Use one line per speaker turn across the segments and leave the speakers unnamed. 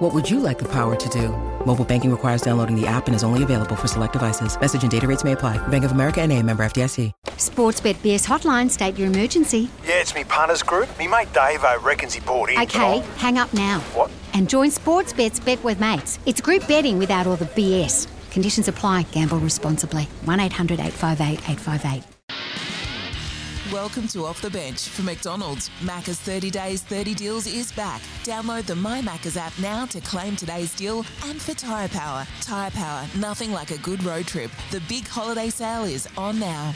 What would you like the power to do? Mobile banking requires downloading the app and is only available for select devices. Message and data rates may apply. Bank of America and a member FDIC.
Sportsbet BS hotline, state your emergency.
Yeah, it's me partners group. Me mate Davo reckons he bought in.
Okay,
Tom.
hang up now.
What?
And join Sportsbet's Bet with Mates. It's group betting without all the BS. Conditions apply. Gamble responsibly. 1 800 858 858.
Welcome to Off the Bench for McDonald's. Macca's 30 Days 30 Deals is back. Download the My Macca's app now to claim today's deal. And for Tyre Power, Tyre Power, nothing like a good road trip. The big holiday sale is on now.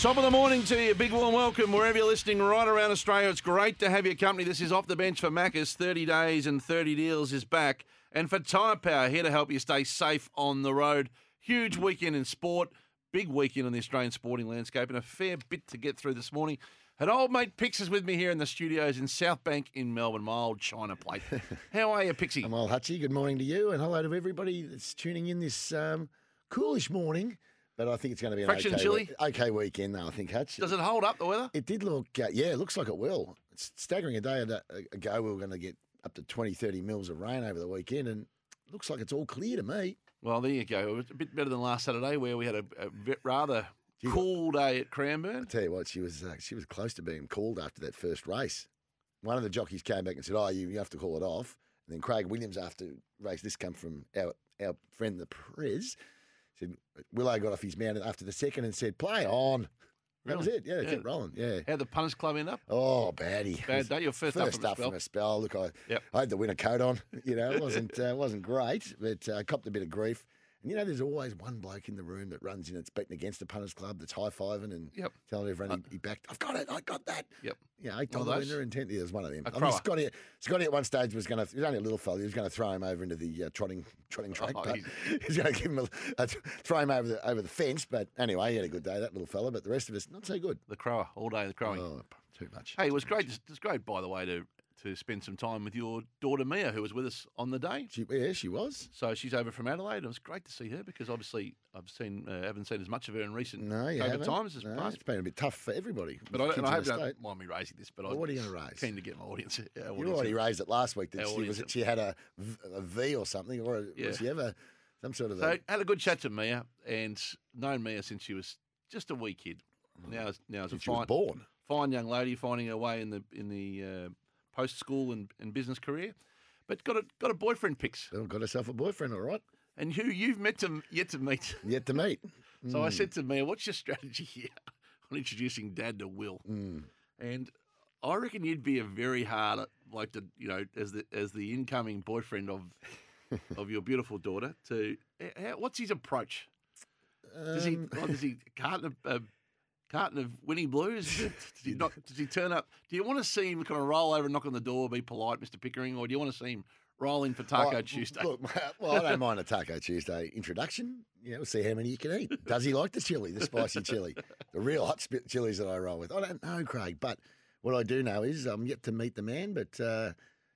Top of the morning to you. Big warm welcome wherever you're listening right around Australia. It's great to have your company. This is Off the Bench for Maccas. 30 days and 30 deals is back. And for Tyre Power, here to help you stay safe on the road. Huge weekend in sport. Big weekend on the Australian sporting landscape and a fair bit to get through this morning. And old mate Pix is with me here in the studios in South Bank in Melbourne, my old China plate. How are you, Pixie?
I'm Al Hutchie. Good morning to you, and hello to everybody that's tuning in this um, coolish morning. But I think it's going to be an
Fraction
okay,
chilly?
we- okay weekend, though. I think Hutch.
Does it hold up the weather?
It did look, uh, yeah, it looks like it will. It's staggering. A day ad- ago, we were going to get up to 20, 30 mils of rain over the weekend, and it looks like it's all clear to me.
Well, there you go. It was a bit better than last Saturday where we had a, a bit rather
Gee, what-
cool day at Cranbourne.
Tell you what, she was uh, she was close to being called after that first race. One of the jockeys came back and said, "Oh, you, you have to call it off." And then Craig Williams, after race, this come from our our friend the Perez, said Willow got off his mount after the second and said, "Play on." That was
Really?
it. Yeah,
Yeah.
kept rolling. Yeah.
How'd the punters club end up?
Oh, baddie.
Bad day. Your first,
First
up
up
from a
from
spell.
a spell. Look, I,
Yep.
I had the winter coat on. You know, it wasn't uh, wasn't great, but uh, I copped a bit of grief. And you know, there's always one bloke in the room that runs in that's beaten against the punters club, that's high fiving and
Yep. Uh,
telling everyone he, he backed. I've got it. I got that.
Yep.
Yeah, eight
One of
dollar
those?
winner and ten. Yeah, there's one of them.
A
I
crower.
mean, Scotty, Scotty at one stage was going to. He was only a little fella. He was going to throw him over into the uh, trotting trotting track.
Oh,
but
he's-
he's going to give him a, a th- throw him over the over the fence. But anyway, he had a good day, that little fella. But the rest of us, not so good.
The crower all day. The crowing.
Oh, p- too much.
hey, it was great. It was great, by the way, to to spend some time with your daughter Mia, who was with us on the day.
She, yeah, she was.
So she's over from Adelaide. It was great to see her because obviously I've seen uh, haven't seen as much of her in recent
No, you
COVID
haven't.
times as
No,
past.
It's been a bit tough for everybody.
But I,
with
don't- and
kids
I hope
in the
you
state.
don't mind me raising this. But I
Well,
was
what are you gonna raise?
Keen to get my audience. our
You
audience
already
in.
raised it last week
Our
that she, was,
audience.
she had a, v- a V or something, or a,
Yeah.
was she ever some sort of
So
a.
had a good chat to Mia and known Mia since she was just a wee kid. Now, now is a
Mm. since she was
fine,
born.
fine young lady finding her way in the in the uh, post school and, and business career, but got a got a boyfriend picks
Well, got herself a boyfriend, all right.
and who you've met to yet to meet.
Yet to meet. Hmm.
So I said to Mia, "What's your strategy here on introducing Dad to Will?"
Hmm.
And I reckon you'd be a very hard like to you know as the as the incoming boyfriend of of your beautiful daughter. To eh, how, what's his approach? Does he?
Um,
Oh, does he a carton of a carton of Winnie Blues? Does he not? Does he turn up? Do you want to see him kind of roll over, and knock on the door, be polite, Mister Pickering, or do you want to see him roll in for Taco
I-
Tuesday?
Look, well, I don't mind a Taco Tuesday introduction. You know, we'll see how many you can eat. Does he like the chili, the spicy chili, the real hot spit chilies that I roll with? I don't know, Craig, but what I do know is I'm yet to meet the man, but uh,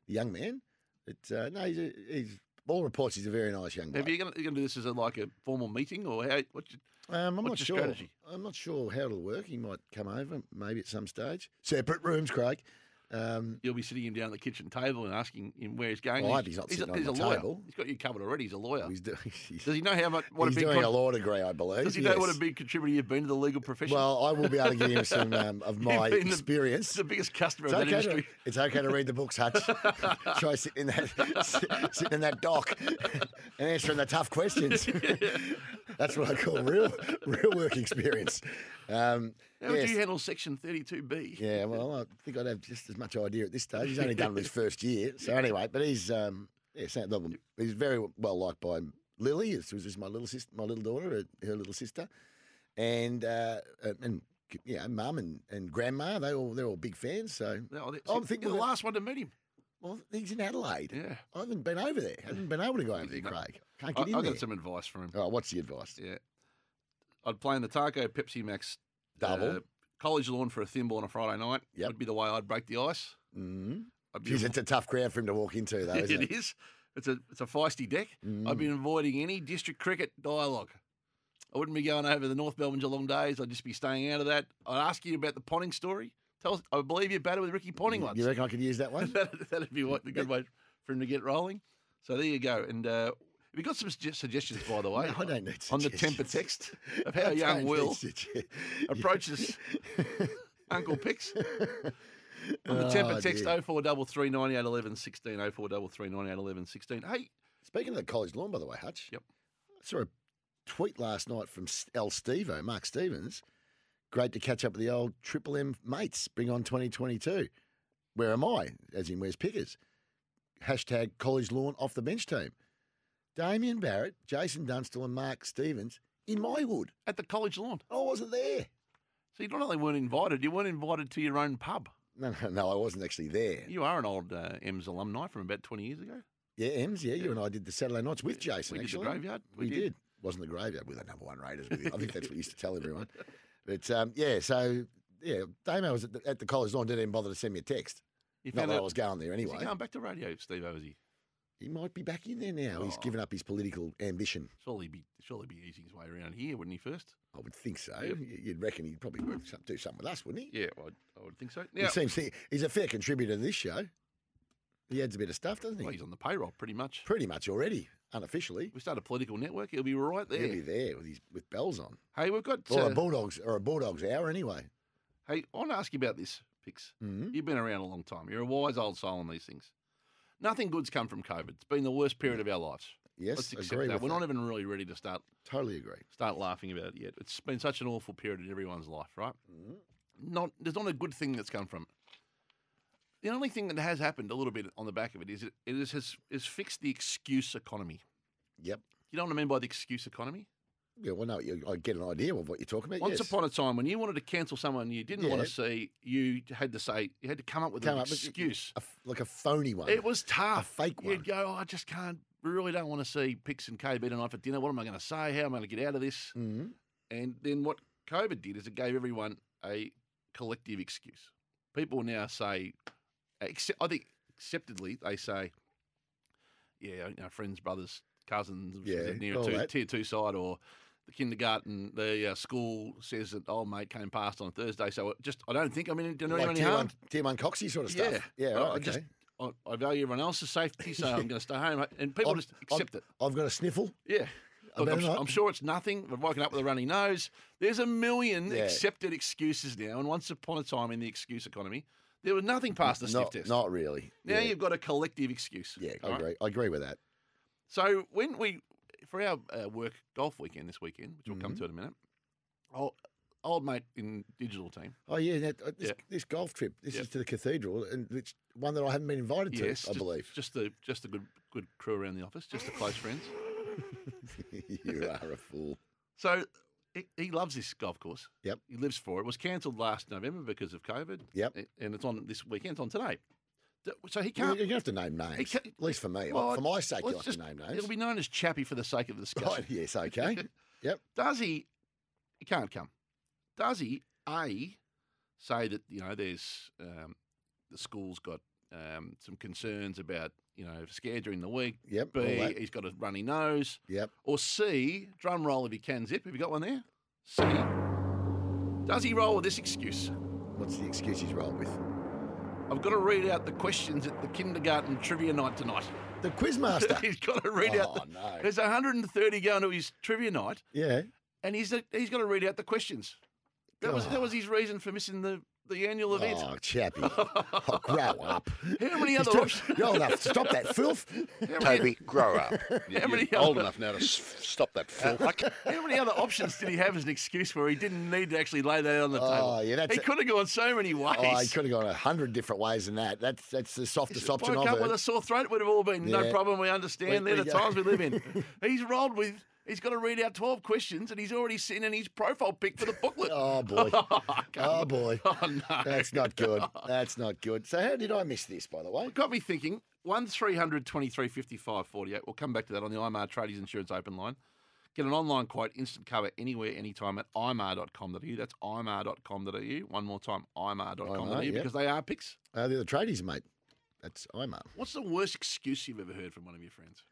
the young man. But uh, no, he's, a, he's all reports he's a very nice young man.
Have you going to do this as a, like a formal meeting, or how? What you,
um, I'm
what's
not
your
sure.
strategy?
I'm not sure how it'll work. He might come over maybe at some stage. Separate rooms, Craig. Um,
you'll be sitting him down at the kitchen table and asking him where he's going.
Well, I hope he's not sitting on
he's a
the
lawyer.
table.
He's got you covered already. He's a lawyer.
he's do- he's,
does he know how much? What
he's
a big
doing
con-
a law degree, I believe.
Does he know what a
yes.
big contributor you've been to the legal profession?
Well, I will be able to give him some um, of my
been the-
experience.
He's the biggest customer
It's
of that
okay, to,
industry.
it's okay to read the books, Hutch. Try sitting in that sit- sitting in that dock and answering the tough questions. That's what I call real real work experience. Um,
How
yes.
would you handle Section Thirty-two B?
yeah, well, I think I'd have just as much idea at this stage. He's only done it his first year, so anyway. But he's um, yeah, Sam Dobbin, he's very well liked by Lily, who was just my little sister, my little daughter, her- her little sister, and uh, and- and yeah, mum and, and grandma. They all they're all big fans. So
No,
Oh, I'm
I'm
thinking
thinking the
that-
last one to meet him.
well, he's in Adelaide.
Yeah.
I haven't been over there. haven't been able to go over there,
No.
Craig. Can't
I,
get
I got
in there.
some advice for him.
Oh, what's the advice?
Yeah. I'd play in the Taco Pepsi Max uh,
Double.
college lawn for a thimble on a Friday night.
Yep.
Would be the way I'd break the ice.
Mm.
I'd
Geez, it's a tough crowd for him to walk into, though, isn't
it
it?
is. It's a it's a feisty deck.
Mm.
I've been avoiding any district cricket dialogue. I wouldn't be going over the North Melbourne Geelong days. I'd just be staying out of that. I'd ask you about the Ponting story. Tell us, I believe you batted with Ricky Ponting
You-
once.
You reckon I could use that one?
that'd, that'd be what the good way for him to get rolling. So there you go. And uh, have you got some sugge- suggestions, by the way?
No, I don't need
on the
suggestions.
temper text of
I
how young
don't
Will
need to-
approaches Uncle Pix. On the temper
Oh,
text
dear.
oh four double three ninety eight eleven sixteen oh four double three ninety eight eleven sixteen. Hey,
Speaking of the college lawn, by the way, Hutch.
Yep.
I saw a tweet last night from S- El Stevo, Mark Stevens. Great to catch up with the old Triple M mates. Bring on 2022. Where am I? As in, where's Pickers? Hashtag college lawn off the bench team. Damien Barrett, Jason Dunstall, and Mark Stevens in my wood.
at the college lawn.
I wasn't there.
So you not only weren't invited, you weren't invited to your own pub.
No, no, no, I wasn't actually there.
You are an old uh, EMS alumni from about twenty years ago.
Yeah, Ems, yeah, you and I did the Saturday nights with Jason.
we did the
actually.
graveyard, we
We,
did.
did. Wasn't the graveyard with the number one Raiders with him. I think that's what he used to tell everyone. But um, yeah, so yeah, Damo was at the, at the college lawn, didn't even bother to send me a text.
You
Not
found
that I
out-
was going there
Is he
anyway.
going back to radio, Steve? Is he?
He might be back in there now. He's
Oh.
given up his political ambition.
Surely be surely be easing his way around here, wouldn't he? First.
I would think so.
Yep.
You- You'd reckon he'd probably work some- do something with us, wouldn't he?
Yeah, well, I would think so.
He
Now,
seems he, he's a fair contributor to this show. He adds a bit of stuff, doesn't he?
well, he's on the payroll pretty much.
Pretty much already, unofficially.
We start a political network. He'll be right there.
He'll be there with his with bells on.
Hey, we've got.
Or
uh,
a Bulldogs or a Bulldogs hour anyway.
hey, I want to ask you about this, Pix.
Mm-hmm.
You've been around a long time. You're a wise old soul on these things. Nothing good's come from COVID. It's been the worst period of our lives.
Yes,
Let's accept
agree
that.
with
We're
that.
not even really ready to start
Totally agree.
start laughing about it yet. It's been such an awful period in everyone's life, right?
Mm-hmm.
Not there's not a good thing that's come from it. The only thing that has happened a little bit on the back of it is it, it is, has is fixed the excuse economy.
Yep.
You know what I mean by the excuse economy?
Yeah, well, no, you, I get an idea of what you're talking about.
Once
yes.
upon a time, when you wanted to cancel someone you didn't want
Yeah.
to see, you had to say you had to come up with
Come
an
up with-
excuse.
a f like a phony one.
it was tough.
fake one.
You'd go, oh, I just can't. Really don't want to see Pix and KB tonight for dinner. What am I going to say? How am I going to get out of this?
Mhm.
And then what COVID did is it gave everyone a collective excuse. People now say, accept, I think acceptedly, they say, yeah, you know, friends, brothers, cousins, which is
Yeah,
a near
all
two,
that.
tier two side, or the kindergarten, the uh, school says that, oh, mate, came past on Thursday, so it just I don't think I'm in, doing
like
anyone any
tier
harm.
one, tier one Coxie sort of
Yeah,
stuff. Yeah,
I-
right,
I
okay.
just I, I value everyone else's safety, so I'm going to stay home. And people
I've-
just accept
I've,
it.
I've got a sniffle.
Yeah. Look,
better
I'm,
not.
I'm sure it's nothing. I've woken up with a runny nose. There's a million
Yeah.
accepted excuses now. And once upon a time in the excuse economy, there was nothing past the sniff
not,
test.
not really.
Now
yeah,
you've got a collective excuse.
yeah, I
all right?
agree. I agree with that.
So when we for our uh, work golf weekend this weekend, which we'll come
Mm-hmm.
to in a minute, old, old mate in digital team,
Oh yeah, that, uh, this,
Yeah.
this golf trip. This
Yeah.
is to the cathedral, and it's one that I haven't been invited to.
yes,
I
just,
believe
just the just the good good crew around the office, just the close friends.
you are a fool.
So he, he loves this golf course.
Yep.
He lives for it. It was cancelled last November because of COVID.
Yep.
A- And it's on this weekend. It's on today. D- So he
You're
can't.
gonna have to name names,
can't-
at least for me.
Well,
for my sake,
let's
you'll have
just-
to name names.
It'll be known as Chappie for the sake of the discussion.
Right, yes, okay. yep.
Does he? He can't come. Does he? A say that you know there's um, the school's got um, some concerns about you know scared during the week.
Yep, all
B
that.
he's got a runny nose.
Yep.
Or C, drum roll if you can zip. Have you got one there? C. Does he roll with this excuse?
What's the excuse he's rolled with?
I've got to read out the questions at the kindergarten trivia night tonight.
The quizmaster.
he's got to read out.
Oh,
The,
no.
There's 130 going to his trivia night,
yeah.
and he's he's got to read out the questions. That was that was his reason for missing the the annual event.
Oh, Chappie. Oh, grow up.
How many
He's
other
too-
options?
You're old enough to stop that filth.
Toby, grow up.
How many
You're old
other- Uh,
enough now to s- stop that filth.
How many other options did he have as an excuse where he didn't need to actually lay that out on the
Oh,
table?
yeah, that's
he
a-
could have gone so many ways.
Oh, he could have gone a hundred different ways than that. That's that's the softest option
woke
I've
up
heard.
with a sore throat would have all been no
Yeah.
problem. We understand.
We-
They're
we
the
go-
times we live in. he's rolled with. He's got to read out twelve questions, and he's already sent in his profile pic for the booklet.
Oh boy.
I can't
Oh
believe-
boy.
Oh, no.
That's not good. That's not good. So how did I miss this, by the way?
Got me thinking. One 53 55 48. We'll come back to that on the IMR Tradies Insurance Open Line. Get an online quote, instant cover anywhere, anytime at imar.com.au. That's imar.com.au. One more time, imar.com.au,
IMAR, yep.
because they are picks.
Uh, they're the tradies, mate. That's I'm up.
What's the worst excuse you've ever heard from one of your friends?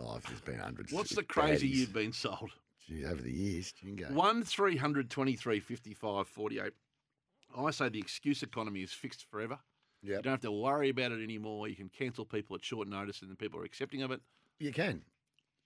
Oh, I've just been hundreds.
What's
of
the crazy
baddies.
you've been sold?
Gee, over the years? Jingo.
1 300 23 55 48. I say the excuse economy is fixed forever. You
Yep.
don't have to worry about it anymore. You can cancel people at short notice and then people are accepting of it.
You can.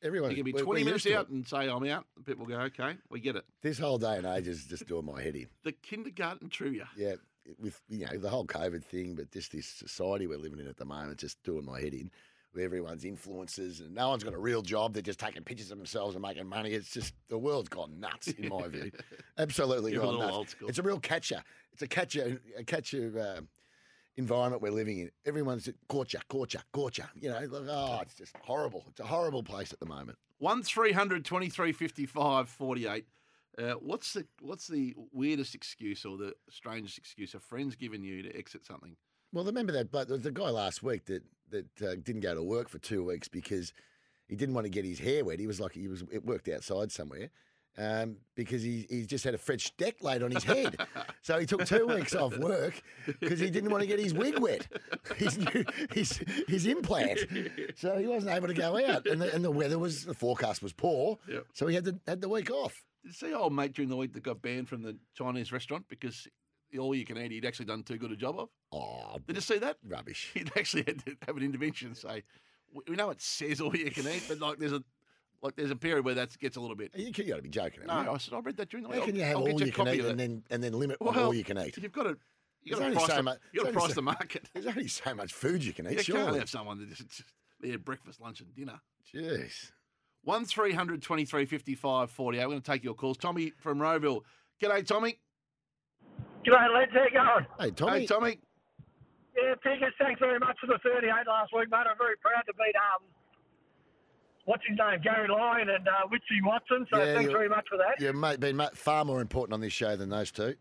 Everyone.
You can be
we're-
20
we're
minutes
used to
out
it.
and say, I'm out. And people go, okay, we get it.
This whole day and age is just doing my head in.
The kindergarten trivia.
Yeah, it- with you know the whole COVID thing, but just this society we're living in at the moment, just doing my head in. Where everyone's influencers and no one's got a real job. They're just taking pictures of themselves and making money. It's just the world's gone nuts, in my view. Absolutely
You're a
gone
little
nuts.
old school.
It's a real catcher. It's a catcher, a catcher uh, environment we're living in. Everyone's caught ya, caught ya, caught ya. You know, like, oh, it's just horrible. It's a horrible place at the moment.
1 300 23 55 48. Uh, what's the what's the weirdest excuse or the strangest excuse a friend's given you to exit something?
Well, remember that bloke? There was a guy last week that that uh, didn't go to work for two weeks because he didn't want to get his hair wet. He was like he was it worked outside somewhere um, because he he just had a fresh deck laid on his head, so he took two weeks off work because he didn't want to get his wig wet, his new, his his implant. So he wasn't able to go out, and the, and the weather was the forecast was poor,
Yep.
so he had the had the week off.
Did you see old mate during the week that got banned from the Chinese restaurant because all you can eat he'd actually done too good a job of?
Oh,
Did you see that?
rubbish.
He'd actually had to have an intervention and say, "We- we know it says all you can eat, but like there's a like there's a period where that gets a little bit.
You, got to be joking.
No,
haven't you?
I said I read that during the week.
How can you
I'll-
have
I'll get
all
you
you
a
can
copy
eat
of
and
that."
then and then limit on
Well,
all you can eat?
You've got to you got
There's
to
only
price,
so
the,
much-
you got to
there's only
price
so-
the market.
There's only so much food you can eat,
You can't
surely.
have someone that just, just their breakfast, lunch, and dinner.
Jeez.
One 55 48 We're going to take your calls. Tommy from Roeville. G'day, Tommy.
G'day, lads. How you going?
Hey, Tommy.
Hey, Tommy.
Yeah, Pickers, thanks very much for the 38 last week, mate. I'm very proud to beat, um, what's his name, Gary Lyon and uh, Witchy Watson, so
Yeah,
thanks
you-
very much for that.
You've mate, been ma- far more important on this show than those two.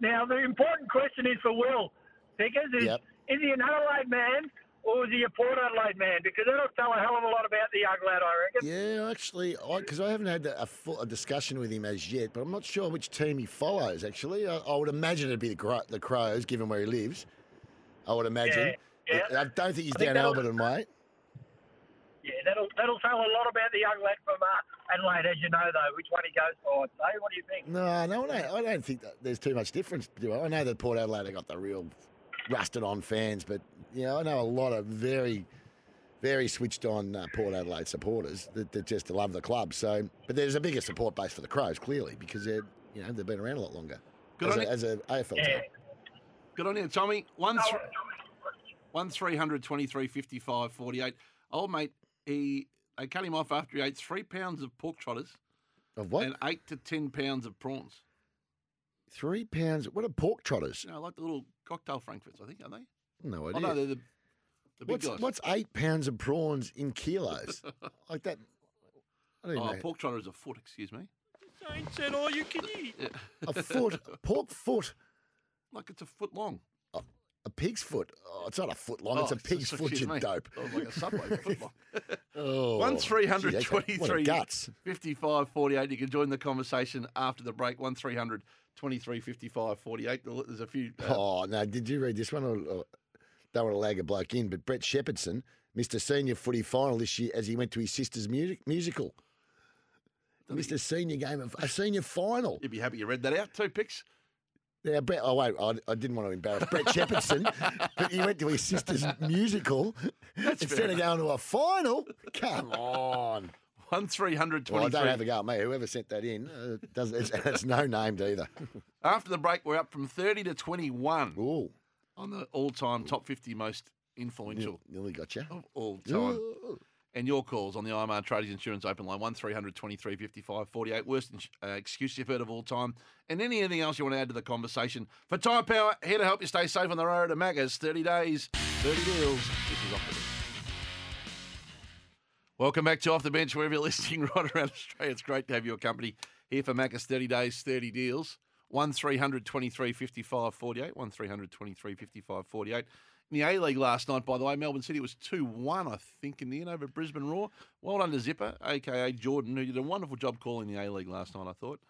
Now, the important question is for Will, Pickers, is,
Yep.
is he an Adelaide man or is he a Port Adelaide man? Because that'll tell a hell of a lot about the young lad, I reckon.
Yeah, actually, because I, haven't had a, full, a discussion with him as yet, but I'm not sure which team he follows, actually. I, I would imagine it'd be the, Cro- the Crows, given where he lives. I would imagine.
Yeah, yeah.
I don't think he's
I think
down
that'll-
Alberton, mate.
Yeah, that'll that'll tell a lot about the young lad from uh, Adelaide, as you know, though, which one he goes for, I'd say. What do you think?
No, no, I don't, I don't think that there's too much difference. Do I? I know that Port Adelaide have got the real rusted-on fans, but you know, I know a lot of very, very switched-on uh, Port Adelaide supporters that, that just love the club. So, but there's a bigger support base for the Crows clearly because they're you know they've been around a lot longer
Good
as,
on
a,
you.
as a AFL team.
Yeah.
Good on you, Tommy. One th- one three hundred twenty three fifty five forty eight. Old mate, he they cut him off after he ate three pounds of pork trotters
Of what?
and eight to ten pounds of prawns.
Three pounds. What are pork trotters?
You know, like the little cocktail frankfurts, I think, are they?
No
oh
idea.
no, they're the the big
what's,
guys.
what's eight pounds of prawns in kilos? like that? I don't even
oh,
know.
pork trotter is a foot. Excuse me.
A foot, pork foot.
Like it's a foot long.
A pig's foot. Oh, it's not a foot long. it's
Oh,
a pig's
so-
foot.
excuse
You
me.
dope.
Oh, like a subway foot long.
Oh,
One three
gee,
hundred
that's a-
twenty
What a
three
guts.
fifty five forty eight. You can join the conversation after the break. One 55 48 There's a few. uh,
Oh no! Did you read this one? Or, or, don't want to lag a bloke in, but Brett Shepherdson missed a senior footy final this year as he went to his sister's music, musical. Missed a senior game of a senior final.
You'd be happy you read that out. Two picks.
Now, Brett, oh wait, I, I didn't want to embarrass Brett Shepherdson, but he went to his sister's musical instead of going to a final. Come on!
One three hundred
Well, I
twenty
don't have a
three.
go at me. Whoever sent that in, uh, does it's, it's no named either.
After the break, we're up from thirty to twenty one
Ooh.
on the all time top fifty most influential
Nearly got you.
of all time. And your calls on the IMR Traders Insurance Open Line, 1300 23 55 48. Worst ins- uh, excuse you've heard of all time. And anything else you want to add to the conversation. For Tyre Power, here to help you stay safe on the road at Maccas. 30 days, 30 deals. This is off the bench. Welcome back to Off the Bench, wherever you're listening right around Australia. It's great to have your company here for Maccas 30 days, 30 deals. 1300 23 55 48. 1300 23 55 48. in the A League last night, by the way. Melbourne City was 2 1, I think, in the end over Brisbane Raw. Well done to Zipper, aka Jordan, who did a wonderful job calling the A League last night, I thought,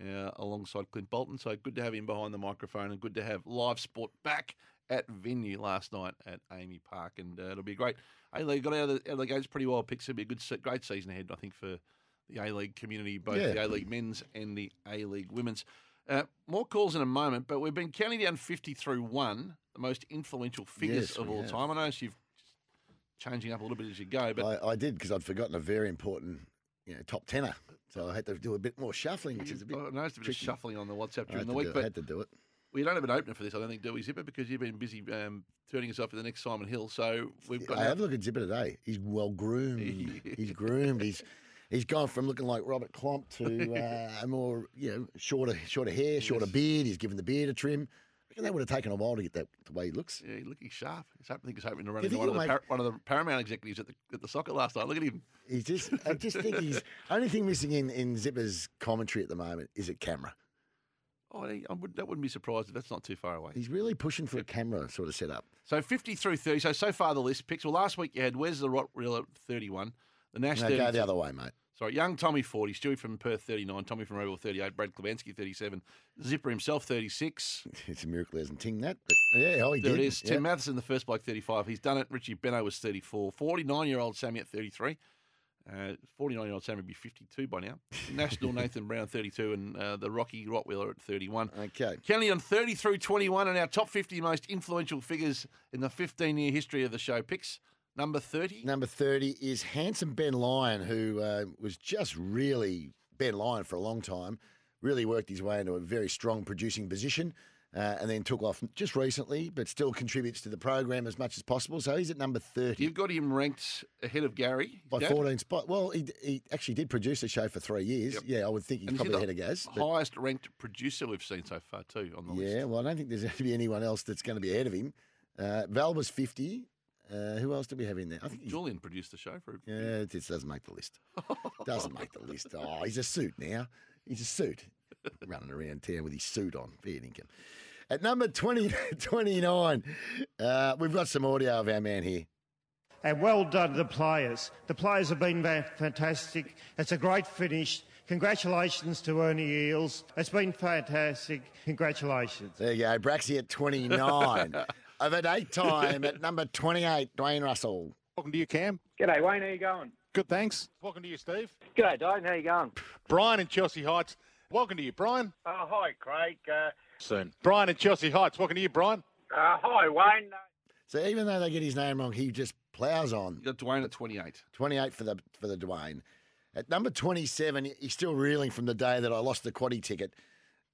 uh, alongside Clint Bolton. So good to have him behind the microphone and good to have live sport back at venue last night at Amy Park. And uh, it'll be great. A League got out of, the, out of the gates pretty well, picks. It'll be a good, se- great season ahead, I think, for the A League community, both
Yeah.
the A League men's and the A League women's. Uh, more calls in a moment, but we've been counting down 50 through one, the most influential figures
Yes,
of
we
all
have.
time. I know you've changing up a little bit as you go, but
I, I did because I'd forgotten a very important you know, top tenner. So I had to do a bit more shuffling, which is a bit.
I know it's a bit of
tricky.
shuffling on the WhatsApp
I
during
had,
the
to
week,
do it. I
but
had to do it.
we don't have an opener for this, I don't think, do we, Zipper? Because you've been busy um, turning us off for the next Simon Hill, so we've got
I
no-
have a look at Zipper today. He's well groomed. he's groomed. He's he's gone from looking like Robert Klomp to uh, a more you know shorter shorter hair, shorter beard. He's given the beard a trim. I reckon that would have taken a while to get that the way he looks.
Yeah, look, he's sharp. He's hoping, I think he's hoping to run
Do you
into one
think
of, the
he'll
par- one of the Paramount executives at the, at the soccer last night. Look at him.
He's just I just think he's only thing missing in in Zipper's commentary at the moment is a camera.
Oh, I I would, that wouldn't be surprised if that's not too far away.
He's really pushing for a camera sort of setup.
So 50 through 30. So, so far the list picks. Well, last week you had Where's the Rot Reel at 31, the Nash
Now
32.
go the other way, mate.
Sorry, Young Tommy 40, Stewie from Perth 39, Tommy from Rebel 38, Brad Klebanski 37, Zipper himself 36.
It's a miracle he hasn't ting that, but yeah, oh, he
There
did.
it is. Tim
Yeah.
Matheson, the first bloke, 35. He's done it. Richie Benno was 34. 49 year old Sammy at 33. 49 year old Sammy would be 52 by now. National Nathan Brown, 32. And uh, the Rocky Rottweiler at 31.
Okay.
Counting on 30 through 21 and our top 50 most influential figures in the 15 year history of the show picks. Number 30.
Number 30 is handsome Ben Lyon, who uh, was just really Ben Lyon for a long time, really worked his way into a very strong producing position. Uh, and then took off just recently, but still contributes to the program as much as possible. So he's at number 30
You've got him ranked ahead of Gary.
by
Dad.
14 spot. Well, he, he actually did produce the show for three years. Yeah, I would think he's
And is he
probably
the
ahead of Gaz. but-
Highest ranked producer we've seen so far, too, on the list.
Yeah, well, I don't think there's going to be anyone else that's going to be ahead of him. Uh, Val was 50. Uh, who else did we have in there? I think he's
Julian produced the show for a
Yeah, it just doesn't make the list. doesn't make the list. Oh, he's a suit now. He's a suit. Running around town with his suit on. Fair income. At number 20, 29, uh, we've got some audio of our man here.
And well done to the players. The players have been va- fantastic. It's a great finish. Congratulations to Ernie Eels. It's been fantastic. Congratulations.
There you go. Braxy at 29. of an eight time at number 28, Dwayne Russell.
Welcome to you, Cam.
G'day, Wayne. How you going?
Good, thanks. Welcome to you, Steve.
G'day, Dane. How you going?
Brian in Chelsea Heights. Welcome to you, Brian.
Oh, hi, Craig. Uh,
Soon. Brian in Chelsea Heights. Welcome to you, Brian.
uh, hi, Wayne.
So even though they get his name wrong, he just plows on.
You got Dwayne at 28.
28 for the for the Dwayne. At number 27, he's still reeling from the day that I lost the quaddy ticket.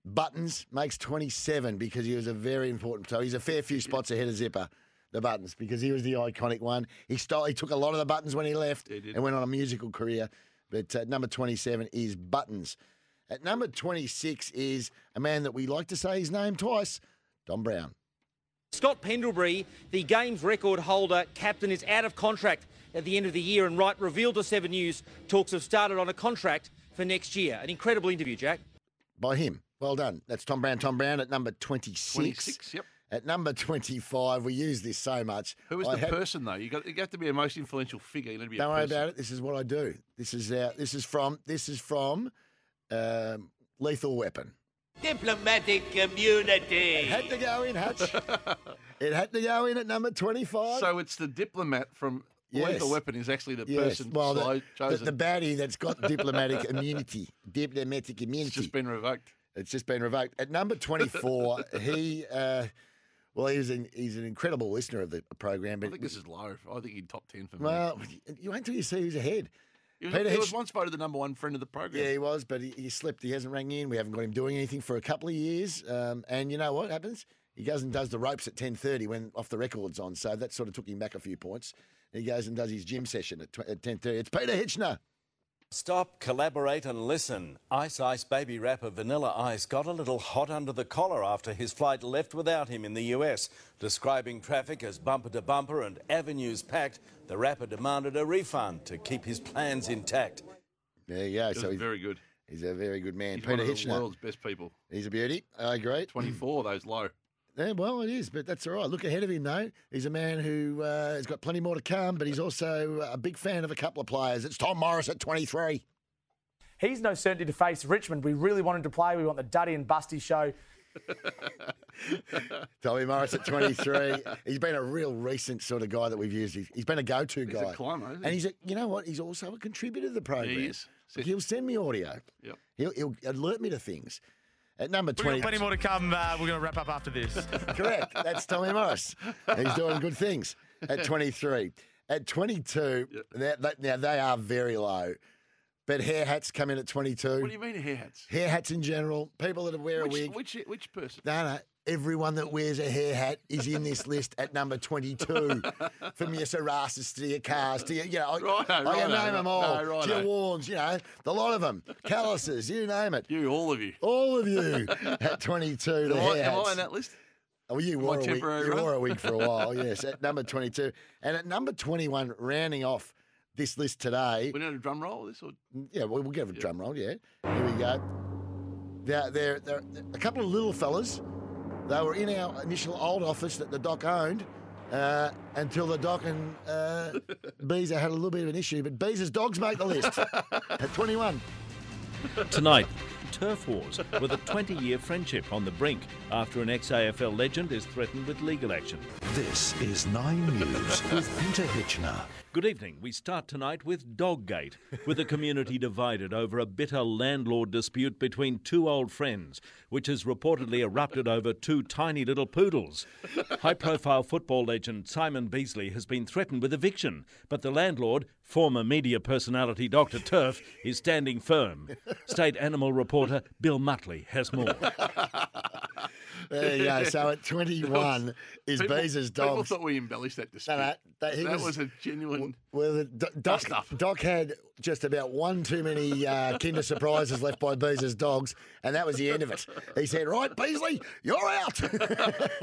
Buttons makes 27 because he was a very important. So he's a fair few spots ahead of Zipper, the Buttons, because he was the iconic one. He stole, he took a lot of the Buttons when he left
He did.
and went on a musical career. But uh, number 27 is Buttons. At number 26 is a man that we like to say his name twice, Don Brown.
Scott Pendlebury, the game's record holder captain, is out of contract at the end of the year, and Wright revealed to Seven News talks have started on a contract for next year. An incredible interview, Jack.
by him. Well done. That's Tom Brown. Tom Brown at number 26.
26, yep.
At number 25, we use this so much.
Who is
I
the
had-
person though? You got you got to be a most influential figure. You need to be.
Don't
a
worry
person.
about it. This is what I do. This is our, this is from this is from um, Lethal Weapon.
Diplomatic community.
It had to go in, Hutch. it had to go in at number 25.
So it's the diplomat from Lethal
Yes.
Weapon is actually the
yes.
person
well,
slo-
the, the,
chosen.
the baddie that's got diplomatic immunity. Diplomatic immunity.
it's just been revoked.
It's just been revoked. At number 24, he, uh, well, he was an, he's an incredible listener of the program. But
I think this is low. I think he'd top ten for me.
Well, you wait till you see who's ahead.
he was,
Peter
he was
Hitch-
once voted the number one friend of the program.
Yeah, he was, but he, he slipped. He hasn't rang in. We haven't got him doing anything for a couple of years. Um, and you know what happens? He goes and does the ropes at ten thirty when off the records on. So that sort of took him back a few points. He goes and does his gym session at, tw- at ten thirty. It's Peter Hitchner.
Stop, collaborate, and listen. Ice Ice baby rapper Vanilla Ice got a little hot under the collar after his flight left without him in the US. Describing traffic as bumper to bumper and avenues packed, the rapper demanded a refund to keep his plans intact.
There you go.
He was
So he's,
very good.
he's a very good man.
He's
Peter
one of the
Hitchner.
world's best people.
He's a beauty. I agree.
Twenty four, those low.
Yeah, well, it is, but that's all right. Look ahead of him, though. He's a man who uh, has got plenty more to come, but he's also a big fan of a couple of players. It's Tom Morris at 23.
He's no certainty to face Richmond. We really want him to play. We want the Duddy and Busty show.
Tommy Morris at 23. he's been a real recent sort of guy that we've used. He's- he's been a go-to
He's a
guy.
climber, isn't
and
he?
he's a, you know what? He's also a contributor to the program.
he is.
Like, he'll send me audio.
Yep.
He'll, he'll alert me to things. At number
We've got
20.
plenty more to come. Uh, we're going to wrap up after this.
Correct. That's Tommy Morris. He's doing good things at 23. At 22, that- that- now they are very low. But hair hats come in at 22.
What do you mean, hair hats?
Hair hats in general, people that wear a
Which,
wig.
which which person?
No, no. Everyone that wears a hair hat is in this list at number 22. From your Sarasas to your cars to your, you know,
Righto,
I, I can
righto,
name them
no,
all. to your
righto.
Warns, you know, the lot of them. Calluses, you name it. You, all of you. All of you at 22.
Am
The
I,
hair
am I
hats.
on that list?
Oh, you
My
wore, a wig.
temporary
you
run.
wore a wig for a while, yes, at number 22. And at number 21, rounding off this list today. Mm,
We need a drum roll. This or
Yeah, well, we'll give it a drum roll, yeah. Here we go. There, there, there, a couple of little fellas. They were in our initial old office that the doc owned uh, until the doc and uh, Beezer had a little bit of an issue, but Beezer's dogs make the list at 21.
Tonight, turf wars with a 20 year friendship on the brink after an ex AFL legend is threatened with legal action.
This is Nine News with Peter Hitchener.
Good evening. We start tonight with Doggate, with the community divided over a bitter landlord dispute between two old friends, which has reportedly erupted over two tiny little poodles. High profile football legend Simon Beasley has been threatened with eviction, but the landlord, former media personality Dr. Turf, is standing firm. State animal reporter Bill Muttley has more.
There you go. So at 21 is
people,
Beezer's
People
dogs.
thought we embellished that dispute.
No, no,
that,
that- he was-
was, a genuine.
Well, the Do- Doc, Doc had just about one too many uh, Kinder surprises left by Beezer's dogs, and that was the end of it. He said, "Right, Beasley, you're out."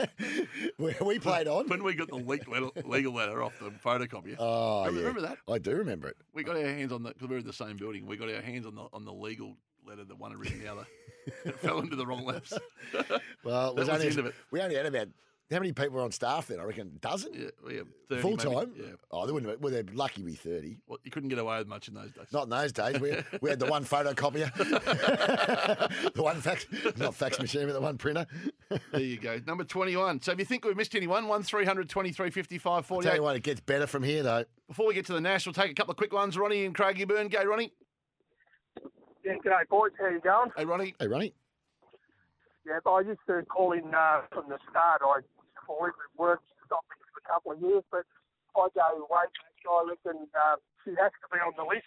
we, we played on.
When we got the leak letter, legal letter off the photocopier.
Oh,
Remember-
yeah. Uh,
remember that?
I do remember it.
We got our hands on the because we were in the same building. We got our hands on the on the legal letter that one had written the other. it fell into the wrong laps.
Well, it
That was
was
the
only,
end of it.
we only had about how many people were on staff then? I reckon a dozen.
Yeah, yeah, 30
full
maybe,
time.
yeah.
Oh, they wouldn't. Have, well, they're lucky we thirty.
Well, you couldn't get away with much in those days.
Not in those days. We, we had the one photocopier, the one fax, not fax machine, but the one printer.
There you go. Number 21. So if you think we've missed anyone, 1300 23 55
I'll
48.
tell you what, it gets better from here though.
Before we get to the Nash, we'll take a couple of quick ones. Ronnie and Craigie Burn. Go, Ronnie.
Yeah, g'day, boys. How you going?
Hey, Ronnie.
Hey, Ronnie.
Yeah, but I used to call in uh, from the start. I used to call in with work, stopped me for a couple of years, but I go way back. I reckon uh, she has to be on the list.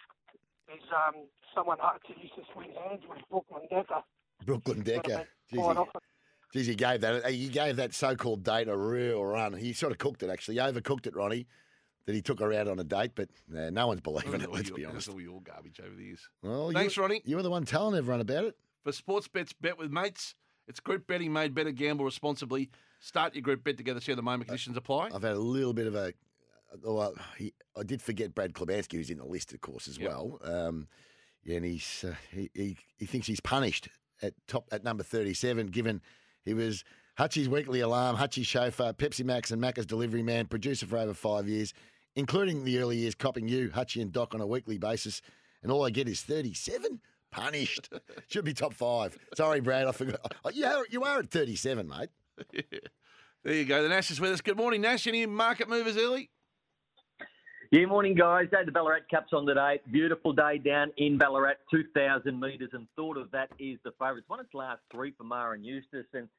There's um, someone who used to swing hands with Brooklyn Decker.
Brooklyn Decker. Geez,
Quite
he,
often.
geez, he gave that he gave that so-called date a real run. He sort of cooked it actually. He overcooked it, Ronnie, that he took her out on a date. But nah, no one's believing it. Let's be honest.
That's all your garbage over the years.
Well,
Oh, Thanks,
you, Ronnie. You were the one telling everyone about it.
For sports bets, bet with mates. It's group betting made better. Gamble responsibly. Start your group bet together. See how the moment conditions apply.
I've had a little bit of a. Oh, I, he, I did forget Brad Klebanski, who's in the list, of course, as
Yep.
well. Um, yeah, and he's uh, he, he he thinks he's punished at top at number thirty-seven, given he was Hutchie's weekly alarm, Hutchie's chauffeur, Pepsi Max, and Macca's delivery man, producer for over five years, including the early years, copping you, Hutchie, and Doc on a weekly basis, and all I get is thirty-seven. Punished. Should be top five. Sorry, Brad. I forgot. Oh, You are, you are at 37, mate.
There you go. The Nash is with us. Good morning, Nash. Any market movers early?
Yeah, morning, guys. Had the Ballarat Cups on today. Beautiful day down in Ballarat, 2,000 metres, and thought of that is the favourites. Won its last three for Mara and Eustace. And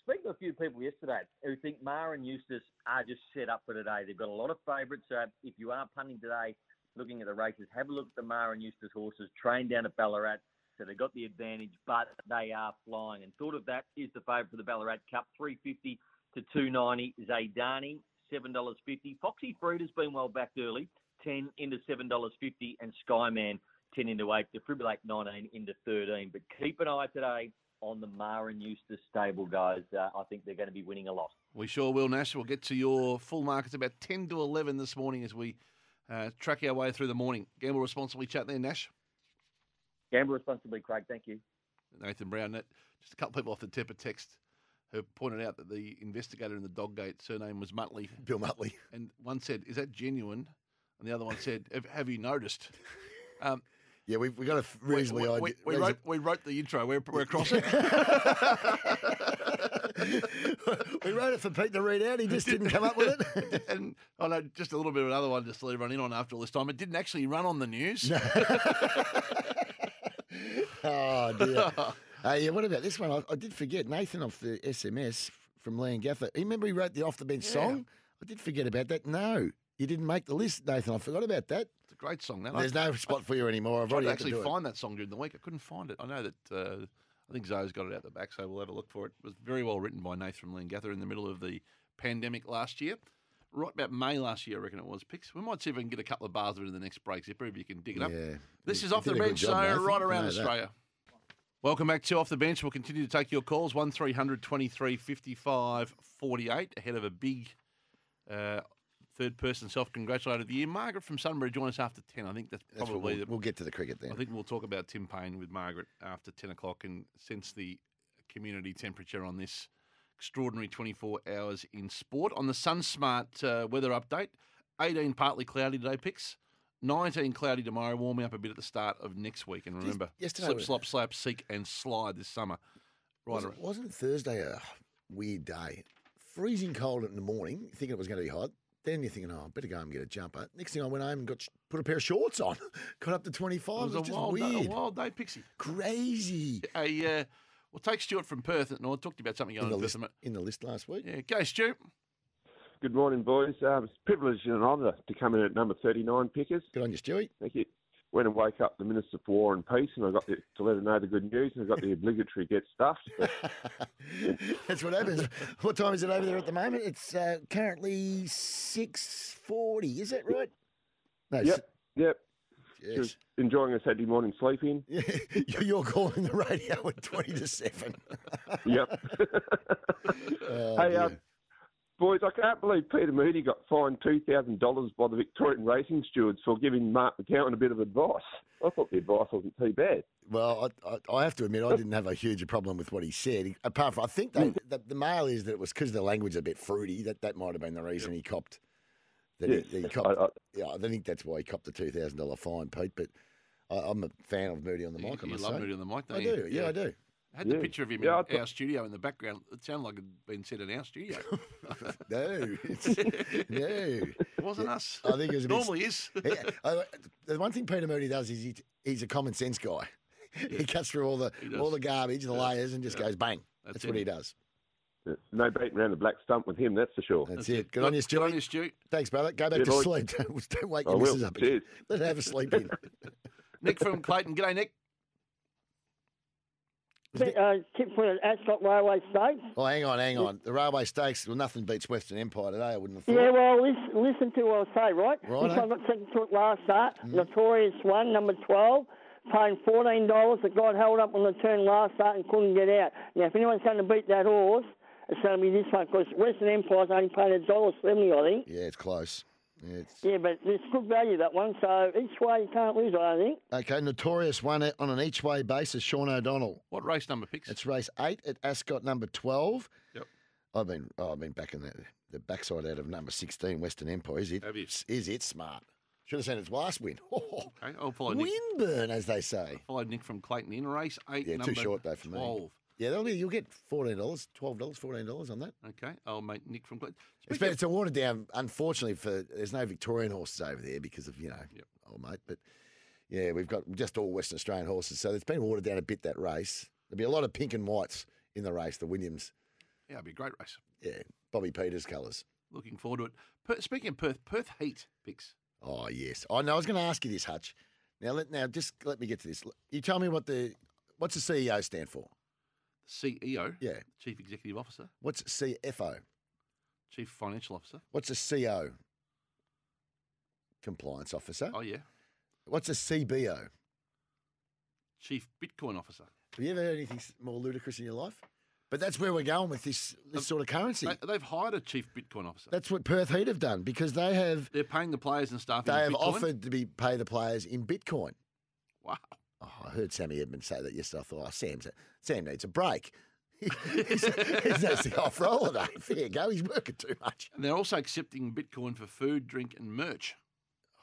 speaking to a few people yesterday who think Mara and Eustace are just set up for today. They've got a lot of favourites. So if you are punting today, looking at the races, have a look at the Mara and Eustace horses trained down at Ballarat. So they got the advantage, but they are flying. And thought of that is the favourite for the Ballarat Cup, 350 to 290. Zaydani, $7.50. Foxy Fruit has been well backed early, 10 into $7.50. And Skyman, 10 into 8. Defibrillate, 19 into 13. But keep an eye today on the Mara and Eustace stable, guys. Uh, I think they're going to be winning a lot.
We sure will, Nash. We'll get to your full markets about 10 to 11 this morning as we uh, track our way through the morning. Gamble responsibly chat there, Nash.
Gamble responsibly, Craig. Thank you.
Nathan Brown. That, just a couple people off the tip of text who pointed out that the investigator in the Doggate surname was Muttley.
Bill Muttley.
And one said, Is that genuine? And the other one said, "Have- Have you noticed? Um,
yeah, we've, we've got a
we,
reasonably
we,
ide-
we, wrote, we wrote the intro. We're, we're across it.
we wrote it for Pete to read out. He just didn't come up with it.
and I know Oh, just a little bit of another one just to run in on after all this time. It didn't actually run on the news.
Oh dear. uh, yeah. What about this one? I, I did forget Nathan off the SMS from Lee and Gaffer. You remember he wrote the off the bench
Yeah.
song? I did forget about that. No, you didn't make the list, Nathan. I forgot about that.
It's a great song. That
There's
I-
no spot for you anymore. I've
tried
already
to
had to
actually
do it.
find that song during the week. I couldn't find it. I know that uh, I think Zoe's got it out the back, so we'll have a look for it. It was very well written by Nathan from Langather in the middle of the pandemic last year. Right about May last year, I reckon it was. Picks. We might see if we can get a couple of bars of it in the next break, Zipper, if you can dig it up.
Yeah.
This
You-
is
you
off the
did a good
bench, so
job, Nathan.
right
I
around
know that.
Australia. Welcome back to Off the Bench. We'll continue to take your calls 1300 23 55 48 ahead of a big uh, third person self congratulator of the year. Margaret from Sunbury join us after 10. I think that's
That's what
probably
we'll,
the,
we'll get to the cricket then.
I think we'll talk about Tim Payne with Margaret after 10 o'clock and sense the community temperature on this extraordinary 24 hours in sport. On the SunSmart uh, weather update, 18 partly cloudy today, picks. 19 cloudy tomorrow, warming up a bit at the start of next week. And remember,
yesterday
slip,
was-
slop, slap, seek, and slide this summer. Right
wasn't,
around.
wasn't Thursday a weird day? Freezing cold in the morning, thinking it was going to be hot. Then you're thinking, oh, I better go home and get a jumper. Next thing I went home and got put a pair of shorts on. Got up to 25.
It was a
Oh, just
wild,
weird.
day, a wild day, Pixie.
Crazy.
A, uh, we'll take Stuart from Perth. And I talked to you about something going
In the,
on in Perth.
list,
a minute.
in the list last week.
Yeah, go, Stu.
Good morning, boys. Um, it's a privilege and an honour to come in at number 39 pickers.
Good on you, Stewie.
Thank you. Went and woke up the Minister for War and Peace, and I got the, to let her know the good news, and I got the obligatory get stuffed. But
That's what happens. what time is it over there at the moment? It's uh, currently 6.40. Is that right? No,
yep, yep.
Yes.
Just enjoying a Saturday morning sleep in.
You're calling the radio at 20 to 7.
Yep.
Oh,
hey, uh, boys, I can't believe Peter Moody got fined $2,000 by the Victorian racing stewards for giving Mark McCowan a bit of advice. I thought the advice wasn't too bad.
Well, I, I, I have to admit, I didn't have a huge problem with what he said. He- Apart from, I think they, the, the mail is that it was because the language a bit fruity. That that might have been the reason he copped. That
Yes,
he, he
I-
copped.
I-
yeah, I think that's why he copped the two thousand dollar fine, Pete. But I, I'm a fan of Moody on the
You,
mic. I
you
must
love
say.
Moody on the mic, don't
I
you?
do. Yeah, I do.
I had the
Yeah.
picture of him
Yeah, I
in
thought-
our studio in the background. It sounded like it'd been said in our studio.
No, it's- no, it
wasn't us.
I think it was a bit-
Normally is.
Yeah, I- the one thing Peter Moody does is he, he's a common sense guy. he cuts through all the
does.
all the garbage, the layers, and just goes bang.
That's
That's, what
it.
he does.
No beating around the black stump with him, that's for sure.
That's it. Good on you, Stuart.
Good on you, Stu.
Thanks, brother. Go back
Yeah,
to
boys.
sleep. Don't, don't wake
I
your
will.
missus up again.
Cheers.
Let her have a sleep in.
Nick from Clayton. G'day, Nick.
Uh, tip for the Ascot Railway Stakes.
Oh, hang on, hang on. The railway stakes, well, nothing beats Western Empire today, I wouldn't have thought.
Yeah, well, listen, listen to what I say, right?
Righto.
eh?
This one got second to it last start.
Mm.
Notorious one, number 12, paying $14 that got held up on the turn last start and couldn't get out. Now, if anyone's going to beat that horse, it's going to be this one because Western Empire's only paying a dollar seventy, I think.
Yeah, it's close. Yeah, it's...
Yeah, but it's good value, that one. So each way you can't lose, I don't think.
Okay, notorious one at- on an each way basis, Sean O'Donnell.
What race number picks?
It's race eight at Ascot, number 12.
Yep.
I've been oh, I've been backing the, the backside out of number 16, Western Empire. Is it?
Have you?
Is it smart? Should have seen its last win. Oh,
Okay, I'll follow Nick.
Winburn, as they say.
Follow Nick from Clayton in race eight.
Yeah,
number
too short, though, for
12.
me. Yeah, that'll be, you'll get $14, $12, $14 on that.
Okay, I'll make Nick from Clayton.
It's, been, it's a watered down, unfortunately, for there's no Victorian horses over there because of, you know, old mate. But yeah, we've got just all Western Australian horses. So it's been watered down a bit, that race. There'll be a lot of pink and whites in the race, the Williams.
Yeah, it'd be a great race.
Yeah, Bobby Peters colours.
Looking forward to it. Per- speaking of Perth, Perth Heat picks.
Oh, yes. I know. I was going to ask you this, Hutch. Now, let, now just let me get to this. You tell me what the, what's the CEO stand for?
CEO,
Yeah.
E Chief Executive Officer,
What's CFO?
Chief Financial Officer.
What's a CO? Compliance officer.
Oh, yeah.
What's a CBO?
Chief Bitcoin Officer.
Have you ever heard anything s- more ludicrous in your life? But that's where we're going with this,
Um,
this sort of currency.
They, have hired a Chief Bitcoin Officer.
That's what Perth Heat have done because they have
They're paying the players and staff.
they
in
have
Bitcoin.
offered to be pay the players in Bitcoin.
Wow.
Oh, I heard Sammy Edmonds say that yesterday. I thought, oh, Sam's a, Sam needs a break. he's, he's no see off roller day. There you go. He's working too much.
And they're also accepting Bitcoin for food, drink, and merch.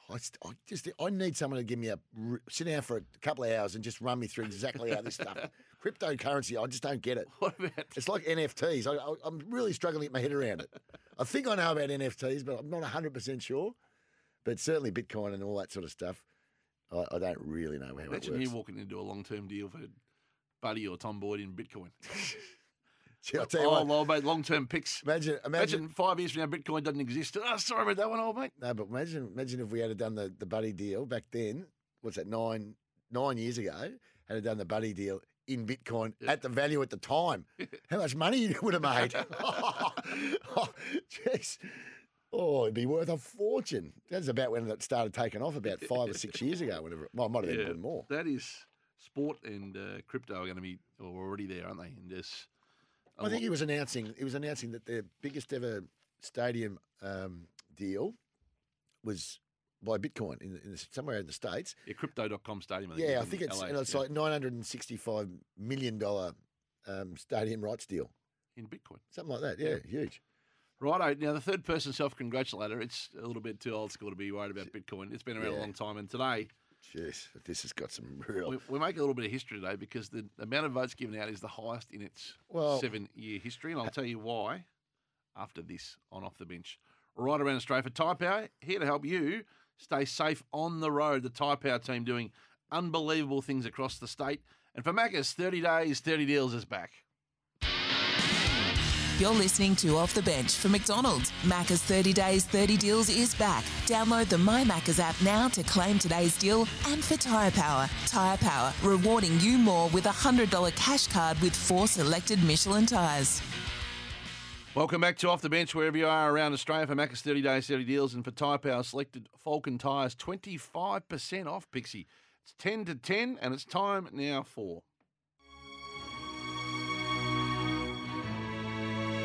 I, st- I just I need someone to give me a r- sit down for a couple of hours and just run me through exactly how this stuff cryptocurrency. I just don't get it.
What about
it's like NFTs? I, I, I'm really struggling to get my head around it. I think I know about NFTs, but I'm not 100 percent sure. But certainly Bitcoin and all that sort of stuff, I, I don't really know how it
Imagine
works.
you walking into a long-term deal for Buddy or Tom Boyd in Bitcoin.
Gee, I'll tell you
oh,
what.
lol, mate, long-term picks.
Imagine,
Imagine,
imagine,
five years from now, Bitcoin doesn't exist. Oh, sorry about that one, old mate.
No, but imagine, imagine if we had done the, the buddy deal back then. What's that? Nine nine years ago, had done the buddy deal in Bitcoin at the value at the time. How much money you would have made? Jeez. Oh, it'd be worth a fortune. That's about when it started taking off, about five or six years ago. Whenever, well, it might have been
Yeah,
even more.
That is sport and uh, crypto are going to be already there, aren't they? And just,
I think he was announcing. He was announcing that their biggest ever stadium um, deal was by Bitcoin in, in somewhere in the states.
yeah, crypto.com stadium.
Yeah, I
in
think it's
LA,
and it's
yeah,
like nine hundred and sixty-five million dollar um, stadium rights deal,
in Bitcoin.
something like that. Yeah, huge.
Righto. Now, the third person self congratulator, it's a little bit too old school to be worried about Bitcoin. It's been around a
Yeah.
long time. And today,
Jeez, but this has got some real.
we, we make a little bit of history today because the amount of votes given out is the highest in its
Well-
seven year history. And I'll tell you why after this on Off the Bench. Right around Australia for Tyre Power, here to help you stay safe on the road. The Tyre Power team doing unbelievable things across the state. And for Macca's, 30 days, 30 deals is back.
You're listening to Off the Bench for McDonald's. Macca's 30 Days 30 Deals is back. Download the My Macca's app now to claim today's deal. And for Tyre Power, Tyre Power rewarding you more with a $100 cash card with four selected Michelin tyres.
Welcome back to Off the Bench, wherever you are around Australia, for Macca's 30 Days, 30 Deals, and for Tyre Power selected Falcon tyres, 25% off, Pixie. It's 10 to 10, and it's time now for.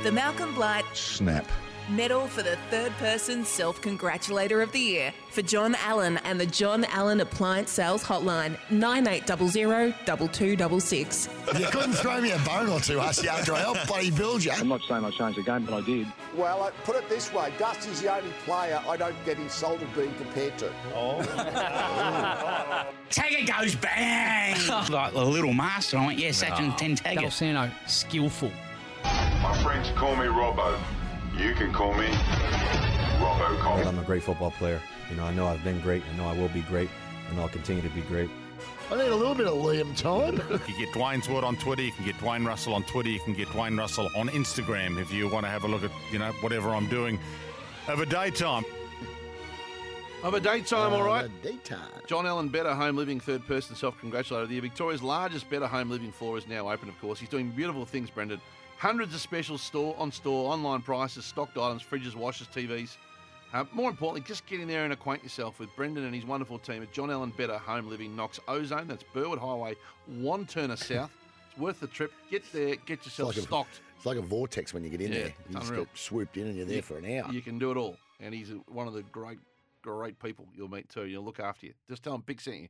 The Malcolm Blight
Snap.
Medal for the Third Person Self Congratulator of the Year for John Allen and the John Allen Appliance Sales Hotline 9800 2266.
You couldn't throw me a bone or two, us, you after I helped bloody build you. I'm
not saying I changed the game, but I did.
Well, I put it this way Dusty's the only player I don't get insulted being compared to. Oh.
Tagger goes bang! like the little master. I went, yeah, Sachin 10 Tagger.
Del Sano, skillful.
My friends call me Robbo. You can call me Robbo Cop.
I'm a great football player. You know, I know I've been great. I know I will be great, and I'll continue to be great.
I need a little bit of Liam time.
You can get Dwayne's Word on Twitter. You can get Dwayne Russell on Twitter. You can get Dwayne Russell on Instagram if you want to have a look at, you know, whatever I'm doing over daytime.
Over daytime, all right.
Daytime.
John Allen Better Home Living Third Person Self Congratulator of the Year. Victoria's largest Better Home Living floor is now open, of course. He's doing beautiful things, Brendan. Hundreds of specials store on store, online prices, stocked items, fridges, washers, TVs. Uh, more importantly, just get in there and acquaint yourself with Brendan and his wonderful team at John Allen Better Home Living Knox Ozone. That's Burwood Highway, one turner south. it's worth the trip. Get there, get yourself
like a-
stocked.
It's like a vortex when you get in
Yeah,
there.
it's
You just
unreal.
get swooped in and you're there
You-
for an hour.
You can do it all. And he's one of the great, great people you'll meet too. He'll look after you. Just tell him Big sent you.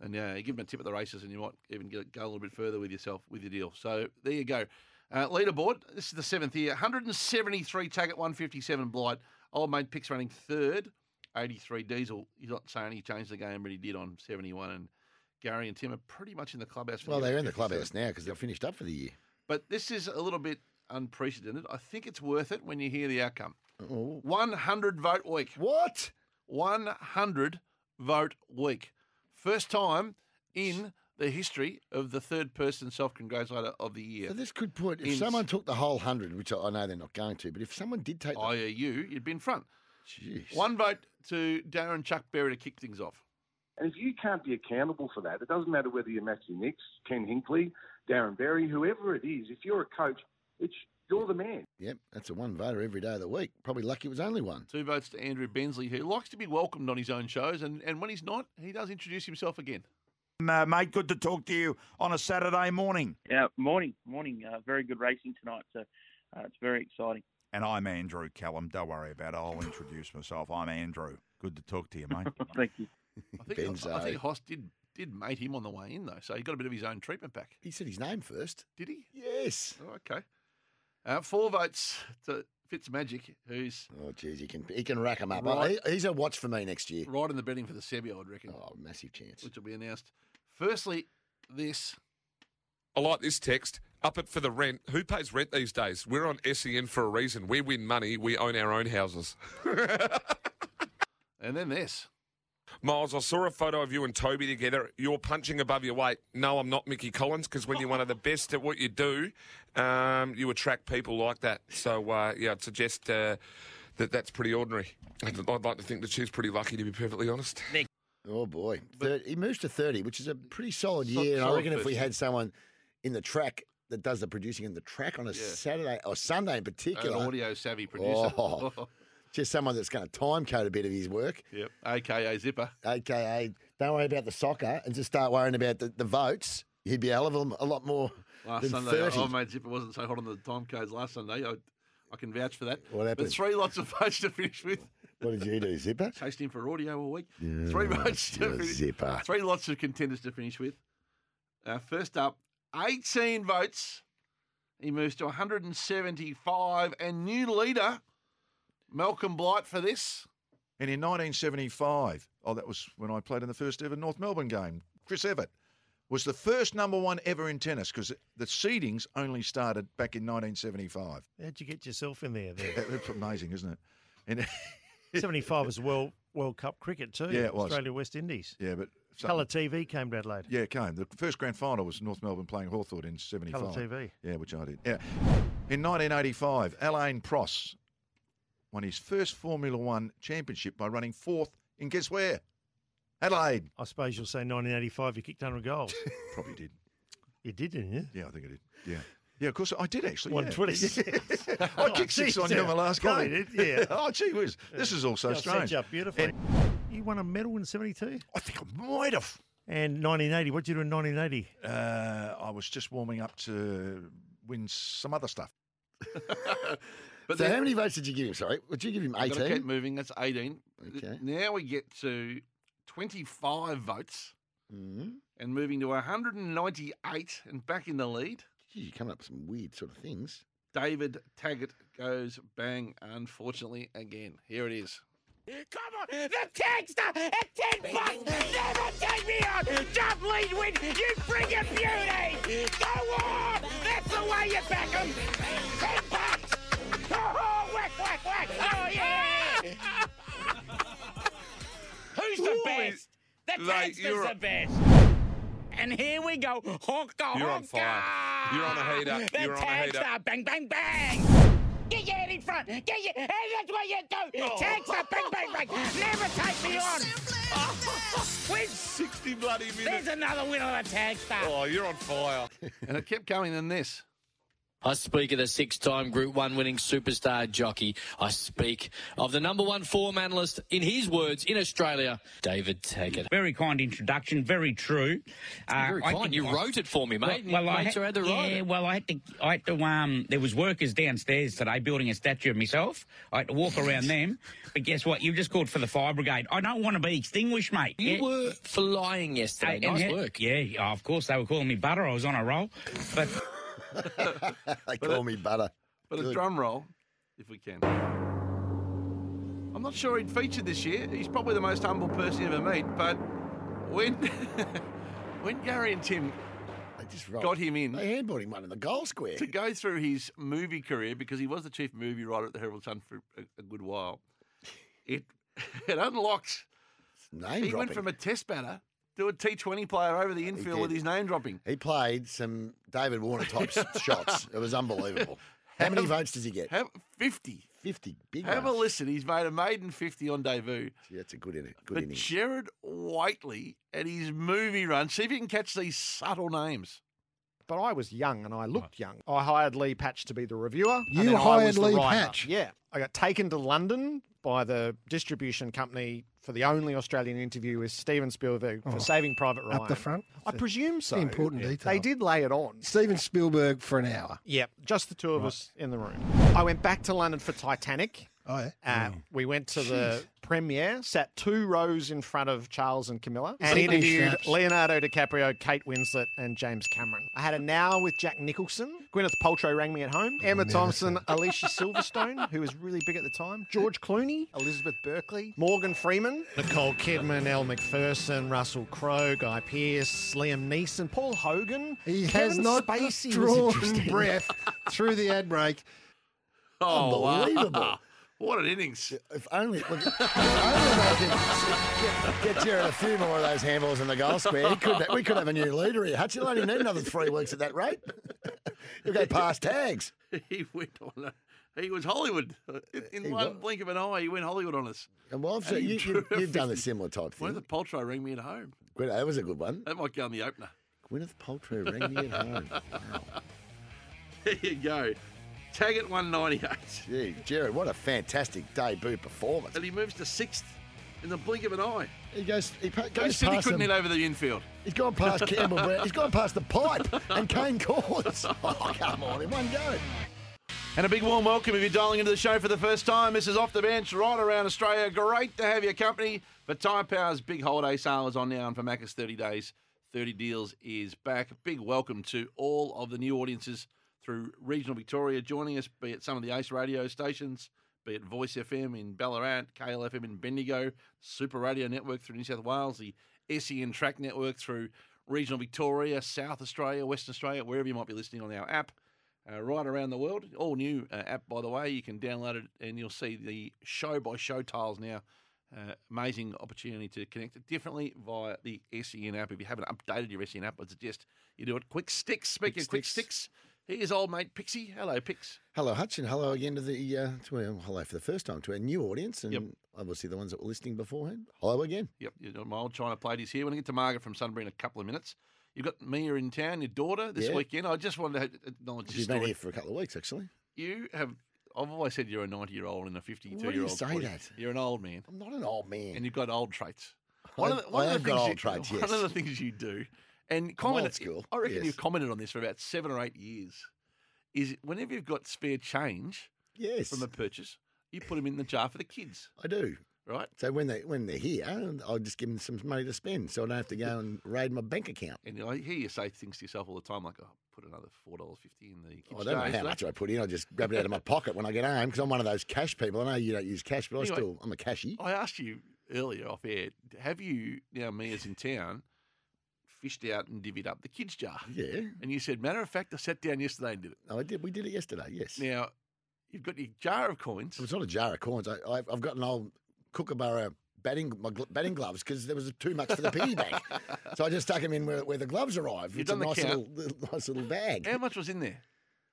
And uh, you give him a tip at the races and you might even get, go a little bit further with yourself, with your deal. So there you go. Uh, leaderboard, this is the seventh year. 173 tag at 157 blight. Old mate picks running third, 83 diesel. He's not saying he changed the game, but he did on 71. And Gary and Tim are pretty much in the clubhouse. for
Well,
the
they're in the
57.
clubhouse now because they're finished up for the year.
But this is a little bit unprecedented. I think it's worth it when you hear the outcome.
Oh.
100 vote week.
What?
100 vote week. First time in the history of the third person self congratulator of the year.
So this could put if
In-
someone took the whole hundred, which I I know they're not going to, but if someone did take, the,
IOU, uh, you'd be in front.
Jeez.
One vote to Darren Chuck Berry to kick things off.
And if you can't be accountable for that, it doesn't matter whether you're Matthew Nix, Ken Hinkley, Darren Berry, whoever it is, if you're a coach, it's you're the man.
yep, that's a one voter every day of the week. Probably lucky it was only one.
Two votes to Andrew Bensley, who likes to be welcomed on his own shows, and, and when he's not, he does introduce himself again.
Uh, mate, good to talk to you on a Saturday morning.
Yeah, morning, morning. Uh, very good racing tonight, so uh, it's very exciting.
And I'm Andrew Callum. Don't worry about it. I'll introduce myself. I'm Andrew. Good to talk to you, mate.
Thank you.
I think, I think Hoss did did mate him on the way in, though, so he got a bit of his own treatment back.
He said his name first.
Did he?
Yes.
Oh, okay. Uh, four votes to Fitzmagic, who's
Oh, geez, he can he can rack him up. Oh,
Right.
He- He's a watch for me next year.
right in the betting for the semi, I'd reckon,
Oh, massive chance.
which will be announced. Firstly, this.
I like this text. Up it for the rent. Who pays rent these days? We're on SEN for a reason. We win money. We own our own houses.
and then this.
Miles, I saw a photo of you and Toby together. You're punching above your weight. No, I'm not Mickey Collins because when you're one of the best at what you do, um, you attract people like that. So, uh, yeah, I'd suggest uh, that that's pretty ordinary. I'd, I'd like to think that she's pretty lucky, to be perfectly honest.
Oh boy, Thir he moves to thirty, which is a pretty solid
Sol-
year. And I
solid
reckon if
first
we
year.
had someone in the track that does the producing in the track on a
Yeah.
Saturday or Sunday in
An
particular,
audio savvy producer.
Oh. just someone that's going to time code a bit of his work,
yep. AKA Zipper.
aka don't worry about the soccer and just start worrying about the, the votes. He'd be a hell of a a lot more
Last
than
Sunday,
thirty.
oh mate, Zipper wasn't so hot on the time codes last Sunday. I, I can vouch for that.
What happened?
But three lots of votes to finish with.
What did you do, Zipper?
Chased him for audio all week. Three votes to
Mm, you're a
finish.
zipper.
Three lots of contenders to finish with. Uh, first up, 18 votes. He moves to 175 and new leader, Malcolm Blight for this.
And in 1975, oh, that was when I played in the first ever North Melbourne game. Chris Evert was the first number one ever in tennis because the seedings only started back in 1975.
How'd you get yourself in there? There,
That's amazing, isn't it? And
seventy-five was World World Cup cricket too.
Yeah, it was.
Australia West Indies.
yeah, but
Colour TV came to Adelaide.
Yeah, it came. The first grand final was North Melbourne playing Hawthorn in 75.
TV.
Yeah, which I did. Yeah. In 1985, Alain Pross won his first Formula One championship by running fourth in guess where? Adelaide.
I suppose you'll say 1985. You kicked 100 goals.
Probably did.
you did, didn't you?
Yeah, I think I did. Yeah. Yeah, of course I did actually.
One
yeah.
twenty-six.
I kicked six on you in my last
Probably
game.
did, yeah.
oh, gee whiz. This is all so
I set
strange.
you up beautifully.
And
you won a medal in 72?
I think I might have.
And 1980. What did you do in 1980?
Uh, I was just warming up to win some other stuff.
But
so
then-
how many votes did you give him? Sorry, would you give him
I've got to keep
eighteen?
moving. That's 18. Th-
Okay.
Now we get to 25 votes
Mhm.
and moving to 198 and back in the lead.
Geez, you're coming up with some weird sort of things.
David Taggart goes bang, unfortunately, again. Here it is.
Come on, the gangster at 10 bucks. Never take me on. Jump lead win. You bring your beauty. Go on. That's the way you back 'em. 10 bucks. Oh, whack, whack, whack. Oh, yeah. Who's the best? The
Like,
gangster's
you're-
the best. And here we go. Honka,
You're on
honka.
fire. You're on a heater.
The
You're on a heater.
tagster. Bang, bang, bang. Get your head in front. Get your and that's what you do.
Oh.
Tags up, bang, bang, bang. Never take me on. Win.
60 bloody
There's another winner of the tag star.
Oh, you're on fire.
And it kept going in this.
I speak of the six time Group 1 winning superstar jockey. I speak of the number one form analyst, in his words, in Australia, David Taggart. Very kind introduction, very true. Uh, Very kind. you wrote it for me, mate. Well, well, I Mates had, are had to yeah, write it. well, I had to. I had to. Um, there was workers downstairs today building a statue of myself. I had to walk around them. But guess what? You just called for the fire brigade. I don't want to be extinguished, mate. You were flying yesterday. Nice work. Yeah, oh, of course they were calling me butter. I was on a roll, but.
They call me butter.
But a drum roll, if we can. I'm not sure he'd featured this year. He's probably the most humble person you ever meet. But when when Gary and Tim
They just rolled.
got him in
They handballed him one in the goal square.
to go through his movie career, because he was the chief movie writer at the Herald Sun for a, a good while, it it unlocked.
Name
he
dropping.
went from a test batter to a T20 player over the infield with
did.
his name dropping.
He played some David Warner type s- shots. It was unbelievable. How many votes does he get?
Have, 50.
50. Big
Have
one.
a listen. He's made a maiden 50 on debut.
Gee, that's a good inning. Good
But
inning.
Jared Whiteley and his movie run. See if you can catch these subtle names.
But I was young and I looked young. I hired Lee Patch to be the reviewer. and
You
then I
hired
was the
Lee
writer.
Patch?
Yeah. I got taken to London by the distribution company for the only Australian interview with Steven Spielberg for
Oh,
Saving Private Ryan.
up the front?
I presume so.
Important detail.
They did lay it on.
Steven Spielberg for an hour.
Yep, just the two of
Right.
us in the room. I went back to London for Titanic.
Oh, yeah.
Uh, We went to the premiere, sat two rows in front of Charles and Camilla, and
Sleeping
interviewed
straps.
Leonardo DiCaprio, Kate Winslet, and James Cameron. I had an hour with Jack Nicholson. Gwyneth Paltrow rang me at home.
Oh,
Emma Thompson, Alicia Silverstone, who was really big at the time. George Clooney, Elizabeth Berkley, Morgan Freeman, Nicole Kidman, Elle McPherson, Russell Crowe, Guy Pearce, Liam Neeson, Paul Hogan.
He has not drawn breath through the ad break.
Oh, wow.
Unbelievable.
What an innings.
If only, look, if only they could get, get Jared a few more of those handballs in the goal square, he could, we could have a new leader here. Hutch, you'll only need another three weeks at that rate. You'll go past tags.
He went on a, He was Hollywood. In, in one blink of an eye, he went Hollywood on us.
Uh, And well, I've seen, you, you, you've done a similar type
One of
thing.
the Paltrow rang me at home.
Gwyn- That was a good one.
That might go on the opener.
Gwyneth Paltrow rang me at home.
There you go. Tag it 198.
Gee, Jared, what a fantastic debut performance.
And he moves to sixth in the blink of an eye.
He goes, he pa-
He
goes
said he
past
couldn't
them.
hit over the infield.
He's gone past Campbell Brown. He's gone past the pipe and Kane Corns. Oh, come on, in one go.
And a big warm welcome if you're dialing into the show for the first time. This is Off the Bench right around Australia. Great to have your company. For Tyre Power's big holiday sale is on now, and for Macca's 30 Days, 30 Deals is back. Big welcome to all of the new audiences through regional Victoria joining us, be it some of the ACE radio stations, be it Voice FM in Ballarat, KLFM in Bendigo, Super Radio Network through New South Wales, the SEN Track Network through regional Victoria, South Australia, Western Australia, wherever you might be listening on our app uh, right around the world. All new uh, app, by the way. You can download it and you'll see the show by show tiles now. Uh, amazing opportunity to connect differently via the SEN app. If you haven't updated your SEN app, I suggest you do it. Quick sticks. Speaking of quick sticks, here's old mate Pixie. Hello, Pix.
Hello, Hutch, and hello again to the uh, to our, hello for the first time to our new audience, and obviously the ones that were listening beforehand. Hello again.
Yep, you know, my old China plate is here. We're going to get to Margaret from Sunbury in a couple of minutes. You've got Mia in town, your daughter, this
Yeah.
weekend. I just wanted to uh, acknowledge this
She's been
story.
here for a couple of weeks, actually.
You have. I've always said you're a 90 year old and a 52
Why do you
year old.
say
body.
that?
You're an old man. I'm
not an old man.
And you've got old traits.
I- I have got
things
old
you,
traits,
One
yes.
of the things you do, and comment,
old school,
I reckon
yes.
you've commented on this for about seven or eight years, is whenever you've got spare change
Yes.
from a purchase, you put them in the jar for the kids.
I do.
Right.
So when they when they're here, I'll just give them some money to spend, so I don't have to go and raid my bank account.
And I hear you say things to yourself all the time, like, oh, put another $4.50 in the kids'
I don't know
jar
how much
yesterday."
I put in. I just grab it out of my pocket when I get home because I'm one of those cash people. I know you don't use cash, but I
Anyway.
still I'm a cashy.
I asked you earlier off air, have you now Mia's in town fished out and divvied up the kids jar?
Yeah.
And you said, matter of fact, I sat down yesterday and did it.
No, I did. We did it yesterday. Yes.
Now you've got your jar of coins.
It's not a jar of coins. I, I've, I've got an old Kookaburra batting my gl- batting gloves because there was too much for the piggy bank, so I just stuck them in where, where the gloves arrive.
You've
it's a
done the
nice little,
count.
little- nice little bag.
How much was in there?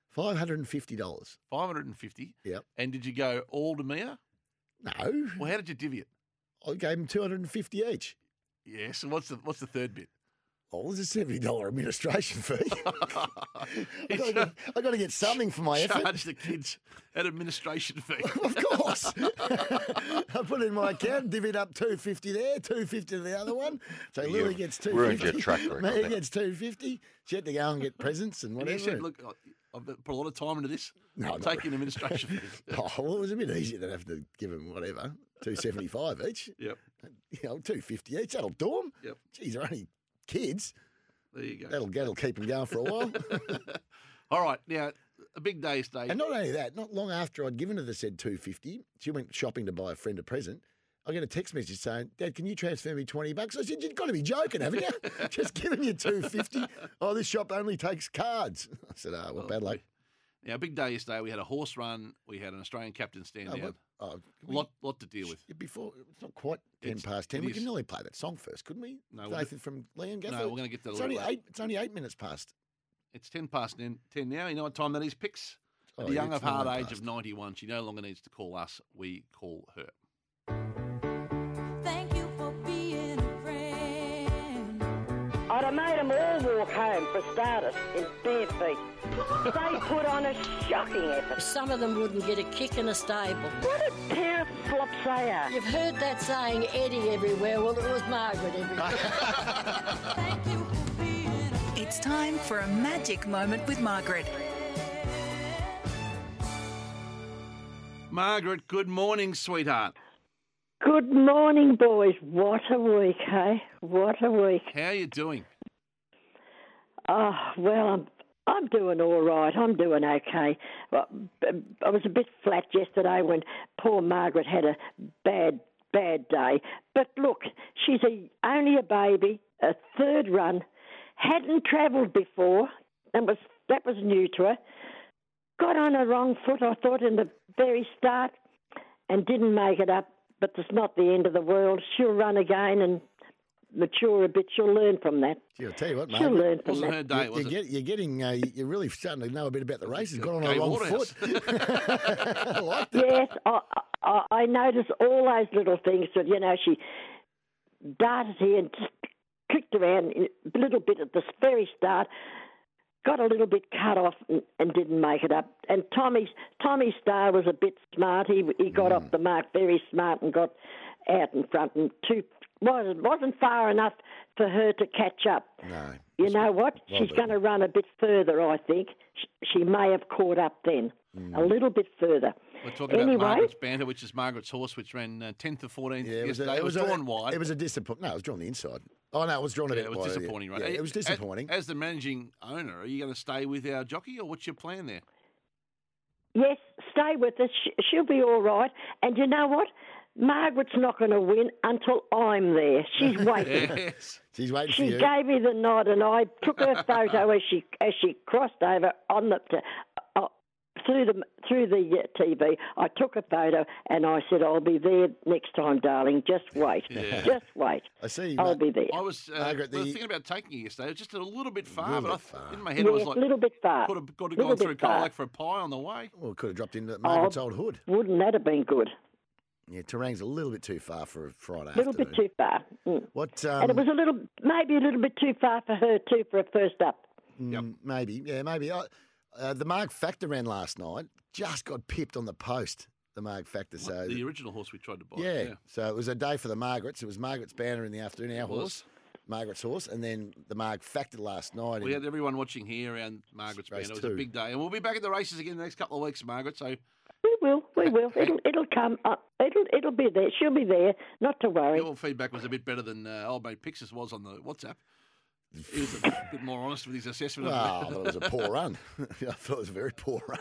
Five hundred and fifty dollars.
Five hundred and fifty.
Yep.
And did you go all to Mia?
No.
Well, how did you divvy it?
I gave them two hundred and fifty each.
Yes. And what's the what's the third bit?
Oh, there's a seventy dollar administration fee. I got to I got to get something for my effort.
Charge the kids an administration fee.
Of course. I put it in my account, divvied up two fifty there, two fifty to the other one. So
You've
Lily gets two fifty.
ruined your track record
Mary
there.
gets two fifty. She had to go and get presents and
And
whatever.
you said, look, I- I've put a lot of time into this.
No,
I'm
not
taking administration fees.
Oh, well, it was a bit easier than have to give them whatever two seventy five each.
Yep.
You know, two fifty each. That'll do them.
Yep.
Geez, they're only kids.
There you go.
That'll that'll keep them going for a while.
All right. Now a big day today.
And not only that, not long after I'd given her the said 250, she went shopping to buy a friend a present. I get a text message saying, Dad, can you transfer me 20 bucks? I said, You've got to be joking, haven't you? Just giving you 250. Oh, this shop only takes cards. I said, Ah,
Oh,
well, bad luck.
Now, a big day yesterday. We had a horse run. We had an Australian captain stand
Oh,
down.
what- oh, we-
lot, lot to deal with.
Before, it's not quite 10
It's-
past 10.
it
We
is.
can nearly play that song first, couldn't we?
No, we'll
Nathan
do-
from Liam Gaffer.
No, we're going to get that.
it's
a
only,
little later.
eight, it's only eight minutes past.
It's ten past ten, 10 now. You know what time that is, Pix? At
Oh,
the
yeah,
young
it's
of hard
nine
age
past.
of ninety-one, she no longer needs to call us. We call her.
Thank you for being a friend.
I'd have made them all walk home for starters in bare feet. They put on a shocking effort.
Some of them wouldn't get a kick in a stable.
What a pair of flops they are.
You've heard that saying, Eddie everywhere. Well, it was Margaret everywhere.
It's time for a magic moment with Margaret.
Margaret, good morning, sweetheart.
Good morning, boys. What a week, hey? What a week.
How are you doing?
Oh, well, I'm I'm doing all right. I'm doing okay. But but I was a bit flat yesterday when poor Margaret had a bad bad day. But look, she's a, only a baby, a third run, hadn't travelled before, and was that was new to her. Got on the wrong foot, I thought, in the very start, and didn't make it up. But it's not the end of the world. She'll run again and mature a bit. She'll learn from that.
Gee, I'll tell you what,
She'll
mate.
learn from Wasn't that. her day,
you,
was
are
it?
you're getting, uh, you're really starting to know a bit about the race. It's got on
Gay
a wrong
Waterhouse.
foot.
Yes, I, I, I notice all those little things. That you know, she darted here and just kicked around a little bit at the very start. Got a little bit cut off and, and didn't make it up. And Tommy Tommy Star was a bit smart. He he got off the mark very smart and got out in front and too wasn't wasn't far enough for her to catch up.
No.
You know what?
Well
She's
done.
going to run a bit further, I think. She, she may have caught up then, a little bit further.
We're talking
anyway,
about Margaret's banter, which is Margaret's horse, which ran uh, 10th to 14th
Yeah, it was,
yesterday.
a, it was, a-
drawn wide.
It was a disappointment. No, it was drawn the inside. Oh no, it was drawn a
Yeah,
bit
it was
wide, yeah.
disappointing, right?
Yeah, it was
A- a-
disappointing.
As, the managing owner, are you going to stay with our jockey, or what's your plan there?
Yes, stay with us. Sh- She'll be all right. And you know what? Margaret's not going to win until I'm there. She's waiting.
She's waiting
She
for you.
gave me the nod, and I took her photo as she as she crossed over on the uh, through the through the uh, TV. I took a photo, and I said, "I'll be there next time, darling. Just wait,
Yeah.
just wait.
I see.
I'll be there."
I was, uh,
Margaret,
well,
the-
thinking about taking it yesterday. It was just a little bit far,
little
but I
bit
th-
far.
in my head I was
Yes,
like,
little bit far.
Could have, could have
Little
gone
bit
through
far.
Colac for a pie on the way.
Well, it could have dropped into Margaret's
Oh,
old hood.
Wouldn't that have been good?
Yeah, Terang's a little bit too far for a Friday
A little bit
afternoon.
too far. Mm.
What?
and it
um,
was a little, maybe a little bit too far for her too for a first up.
Mm, Maybe, yeah, maybe. I, uh, the Mark Factor ran last night. Just got pipped on the post. The Mark Factor. So
The original horse we tried to buy.
yeah. so it was a day for the Margarets. It was Margaret's banner in the afternoon, our
It was.
horse, Margaret's horse, and then the Mark Factor last night.
We
and-
had everyone watching here around Margaret's
Race
band. It was a
two.
big day. And we'll be back at the races again in the next couple of weeks, Margaret. So
We will, we will. It'll, it'll come. Up. It'll, it'll be there. She'll be there. Not to worry.
your feedback was a bit better than uh, old mate Pixis was on the WhatsApp. He was a bit more honest with his assessment.
Well, I
of
thought it was a poor run. I thought it was a very poor run,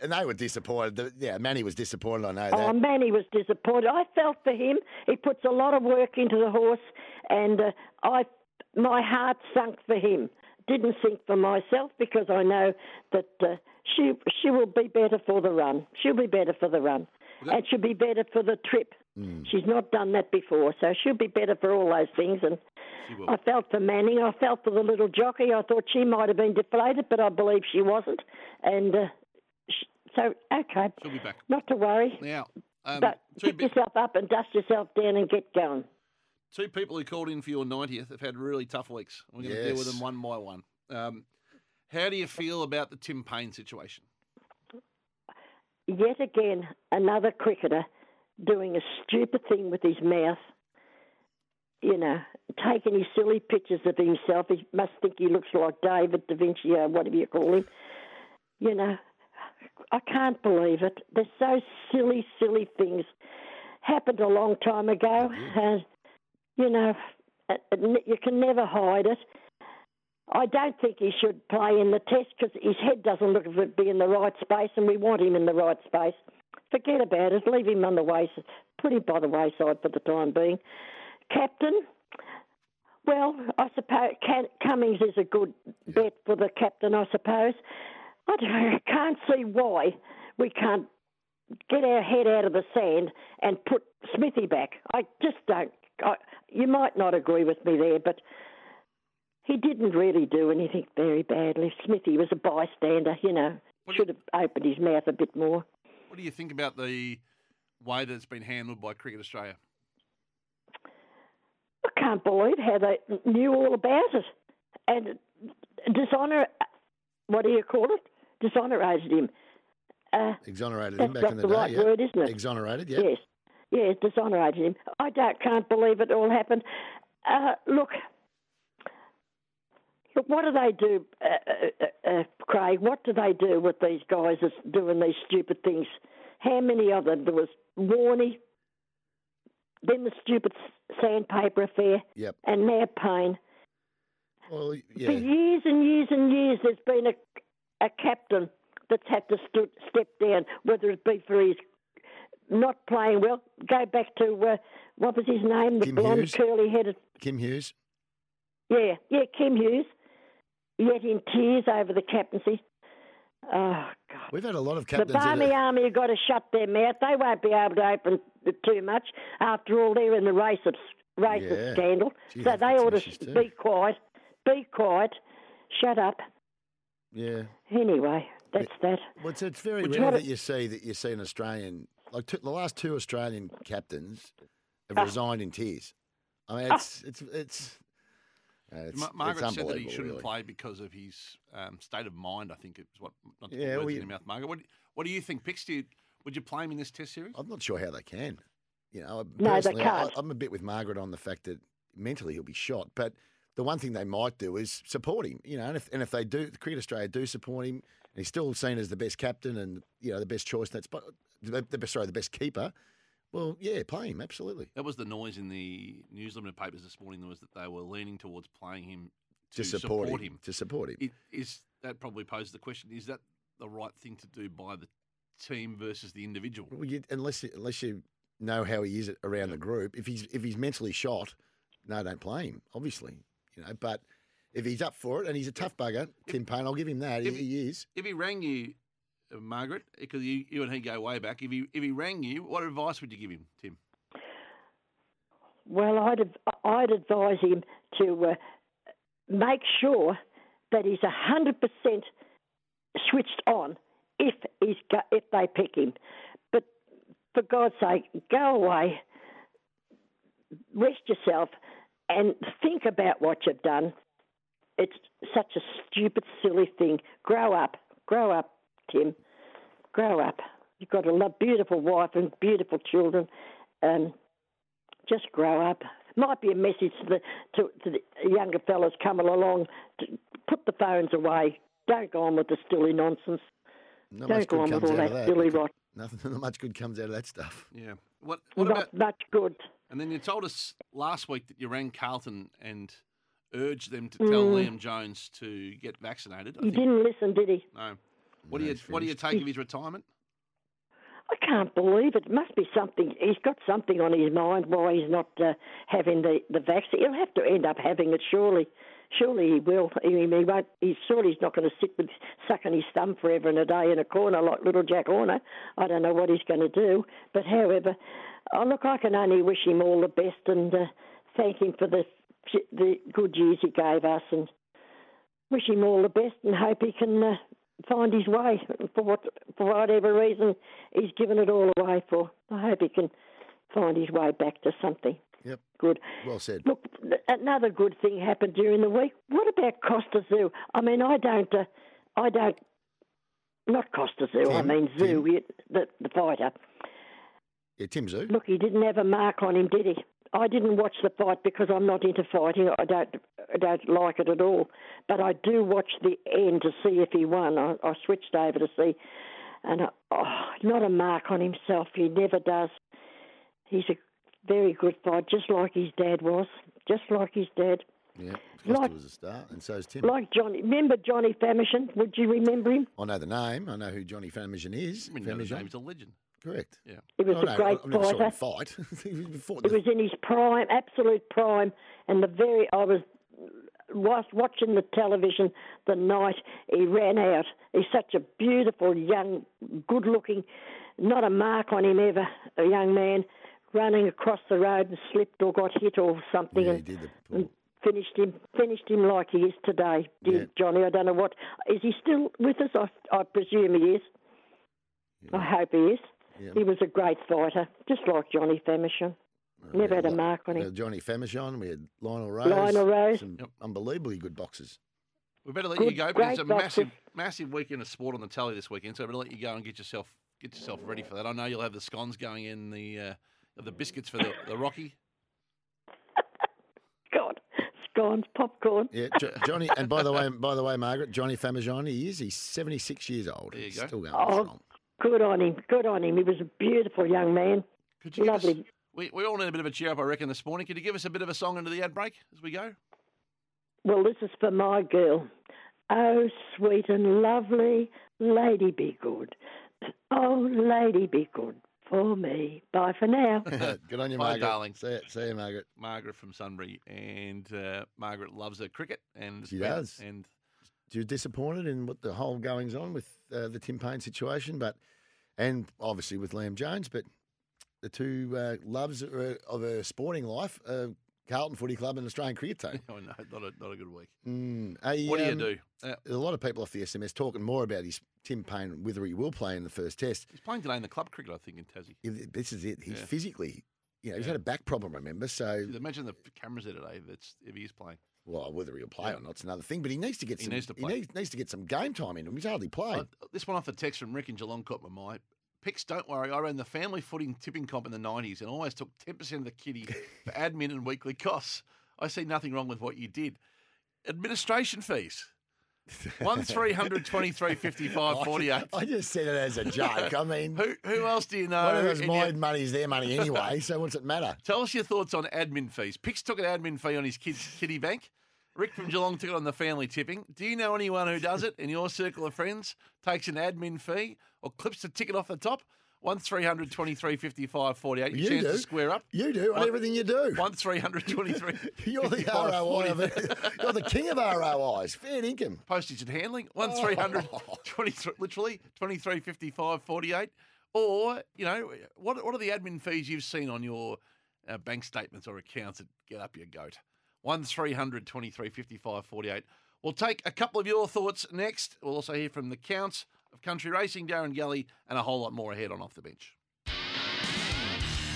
and they were disappointed. The- yeah, Manny was disappointed. I know that.
Oh, Manny was disappointed. I felt for him. He puts a lot of work into the horse, and uh, I, my heart sunk for him. Didn't sink for myself because I know that uh, she she will be better for the run. She'll be better for the run, and she'll be better for the trip. She's not done that before, so she'll be better for all those things. And I felt for Manning. I felt for the little jockey. I thought she might have been deflated, but I believe she wasn't. And uh, sh so, okay.
She'll be back.
Not to worry.
Now, um,
but pick yourself up and dust yourself down and get going.
Two people who called in for your 90th have had really tough weeks. We're going to deal with them
Yes.
one by one. Um, how do you feel about the Tim Payne situation?
Yet again, another cricketer doing a stupid thing with his mouth. You know, taking his silly pictures of himself. He must think he looks like David da Vinci or whatever you call him. You know, I can't believe it. They're so silly, silly things. Happened a long time ago, and you know, it- it- you can never hide it. I don't think he should play in the test because his head doesn't look to be in the right space, and we want him in the right space. Forget about it. Leave him on the wayside. Put him by the wayside for the time being. Captain, well, I suppose Can- Cummings is a good bet for the captain, I suppose. I don't- I can't see why we can't get our head out of the sand and put Smithy back. I just don't. I, you might not agree with me there, but he didn't really do anything very badly. Smithy was a bystander, you know. Should have opened his mouth a bit more.
What do you think about the way that it's been handled by Cricket Australia?
I can't believe how they knew all about it and dishonour. What do you call it? Dishonourated him. Uh,
Exonerated
That's
him back
not
in the,
the
day.
right
yeah.
word, isn't it?
Exonerated, yeah.
Yes, yes, dishonourated him. I don't, can't believe it all happened. Uh, look, look, what do they do, uh, uh, uh, Craig? What do they do with these guys that's doing these stupid things? How many of them? There was Warney, then the stupid s- sandpaper affair,
Yep.
and now Payne.
Well,
For
yeah.
years and years and years, there's been a, a captain that's had to stu step down, whether it be for his not playing well. Go back to uh, what was his name? The
Kim
blonde,
Hughes?
curly-headed
Kim Hughes.
yeah, yeah, Kim Hughes, yet in tears over the captaincy. Oh,
We've had a lot of
the
captains. that
Barmy
are-
Army have got to shut their mouth. They won't be able to open too much. After all, they're in the race of, race
Yeah.
of scandal.
Gee,
so
they've
they
got
ought
some
to
issues too.
be quiet. Be quiet. Shut up.
Yeah.
Anyway, that's that.
Well, it's, it's very
Would you
rare
have
that
it-
you see that you see an Australian like two, the last two Australian captains have
Ah.
resigned in tears. I mean, it's it's it's. uh, it's,
Ma-
it's
Margaret said that he
unbelievable,
shouldn't
really.
play because of his um, state of mind. I think it was what. Not to put
Yeah,
words
well,
in
you-
your mouth, Margaret. What, what do you think, Pix? Do you, would you play him in this Test series?
I'm not sure how they can. You know,
they
personally, I,
can't.
I'm a bit with Margaret on the fact that mentally he'll be shot. But the one thing they might do is support him. You know, and if, and if they do, Cricket Australia do support him, and he's still seen as the best captain and you know the best choice. That's but the, the sorry, the best keeper. Well, yeah, play him absolutely.
That was the noise in the News Limited papers this morning. Was that they were leaning towards playing him to,
To support him, to support him.
It, is that probably poses the question? Is that the right thing to do by the team versus the individual?
Well, you, unless you- unless you know how he is around the group, if he's if he's mentally shot, no, don't play him. Obviously, you know. But if he's up for it and he's a tough bugger, Tim Payne, I'll give him that. He, he is.
If he rang you, uh, Margaret, because you, you and he go way back. If he if he rang you, what advice would you give him, Tim?
Well, I'd adv- I'd advise him to uh, make sure that he's hundred percent switched on if he's go- if they pick him. But for God's sake, go away, rest yourself, and think about what you've done. It's such a stupid, silly thing. Grow up, grow up, Tim, grow up. You've got a lo- beautiful wife and beautiful children, and just grow up. Might be a message to the to, to the younger fellas coming along. To put the phones away. Don't go on with the silly nonsense.
Not
Don't
much
go
good
on with
comes
all
out of that.
that silly rot.
Nothing, not much good comes out of that stuff.
Yeah. What
Not much good.
And then you told us last week that you rang Carlton and urged them to tell
Mm.
Liam Jones to get vaccinated. I
He
think-
didn't listen, did he?
No. What do you What do you take of his retirement?
I can't believe it. Must be something. He's got something on his mind why he's not uh, having the the vaccine. He'll have to end up having it surely. Surely he will. I mean, he won't. He's surely he's not going to sit with sucking his thumb forever and a day in a corner like little Jack Horner. I don't know what he's going to do. But however, oh, look, I can only wish him all the best and uh, thank him for the the good years he gave us and wish him all the best and hope he can uh, find his way for what for whatever reason he's given it all away for. I hope he can find his way back to something.
Yep.
Good.
Well said.
Look, another good thing happened during the week. What about Costa Zoo? I mean, I don't, uh, I don't, not Costa Zoo. I
Tim,
mean Zoo, it- the, the fighter.
Yeah, Tim Zoo.
Look, he didn't have a mark on him, did he? I didn't watch the fight because I'm not into fighting. I don't, I don't like it at all. But I do watch the end to see if he won. I, I switched over to see, and I, oh, not a mark on himself. He never does. He's a very good fighter, just like his dad was, just like his dad,
Yeah, Costa
Like-
was a star, and so is Tim.
like Johnny. Remember Johnny Famishing? Would you remember him?
I know the name. I know who Johnny Famishing is.
We know his
Famishing.
name's a legend.
Correct.
Yeah.
He was
I
a
know,
great
Oh, I never saw him
fighter.
fight. He fought
He was in his prime, absolute prime, and the very I was whilst watching the television the night he ran out. He's such a beautiful young, good-looking, not a mark on him ever, a young man running across the road and slipped or got hit or something and, and finished him finished him like he is today, dear Johnny. I don't know what is he still with us? I, I presume he is. I hope he is. He was a great fighter, just like Johnny Famishing. Never had a mark on
We
him.
had Johnny Famishon. We had Lionel Rose.
Lionel Rose.
Some unbelievably good boxers.
We better let
Good,
you go.
great
But it's a
boxer.
massive, massive weekend of sport on the telly this weekend. So I better let you go and get yourself get yourself ready for that. I know you'll have the scones going in the uh, the biscuits for the, the Rocky.
God, scones, popcorn.
Yeah, jo- Johnny. And by the way, by the way, Margaret, Johnny Famishon. He is. He's seventy six years old.
There you
he's
go.
Still going.
Oh, Good on him. Good on him. He was a beautiful young man. Lovely.
We, we all need a bit of a cheer up, I reckon, this morning. Could you give us a bit of a song into the ad break as we go?
Well, this is for my girl. Oh, sweet and lovely lady be good. Oh, lady be good for me. Bye for now.
Good on you,
Bye,
Margaret.
darling.
See, see you, Margaret.
Margaret from Sunbury, and uh, Margaret loves her cricket, and
She does.
And
You're disappointed in what the whole goings on with uh, the Tim Payne situation, but and obviously with Liam Jones, but the two uh, loves of her, of her sporting life: uh, Carlton Footy Club and Australian Cricket Team.
oh no, not a not a good week.
Mm, a,
What do you
um,
do?
A lot of people off the SMS talking more about his Tim Payne whether he will play in the first test.
He's playing today in the club cricket, I think, in Tassie.
If- This is it. He's
Yeah.
physically, you know, he's had a back problem. Remember, so
Imagine the cameras there today. That's if he's playing.
well, whether he'll play or not's another thing. But he needs to get
He
some.
needs to play.
He needs, needs to get some game time in him. He's hardly played.
Uh, this one off the text from Rick in Geelong caught my mind. Picks, don't worry. I ran the family footing tipping comp in the 90s and always took 10% of the kitty for admin and weekly costs. I see nothing wrong with what you did. Administration fees. One three hundred twenty three fifty five forty eight.
I just said it as a joke. I mean,
who who else do you know?
One of those
in
my
your-
money's their money anyway, so what's it matter?
Tell us your thoughts on admin fees. Pix took an admin fee on his kids' kitty bank. Rick from Geelong took it on the family tipping. Do you know anyone who does it in your circle of friends? Takes an admin fee or clips the ticket off the top? One 55 48 Your
You
chance
do.
to square up.
You do on everything you do.
One 323
You're the ROI of it. You're the king of ROIs. Fair income.
Postage and handling. One 300 23 literally 2355 48 or you know what what are the admin fees you've seen on your uh, bank statements or accounts that get up your goat 1 300 23 55 48 we'll take a couple of your thoughts next we'll also hear from the counts of country racing darren galley and a whole lot more ahead on off the bench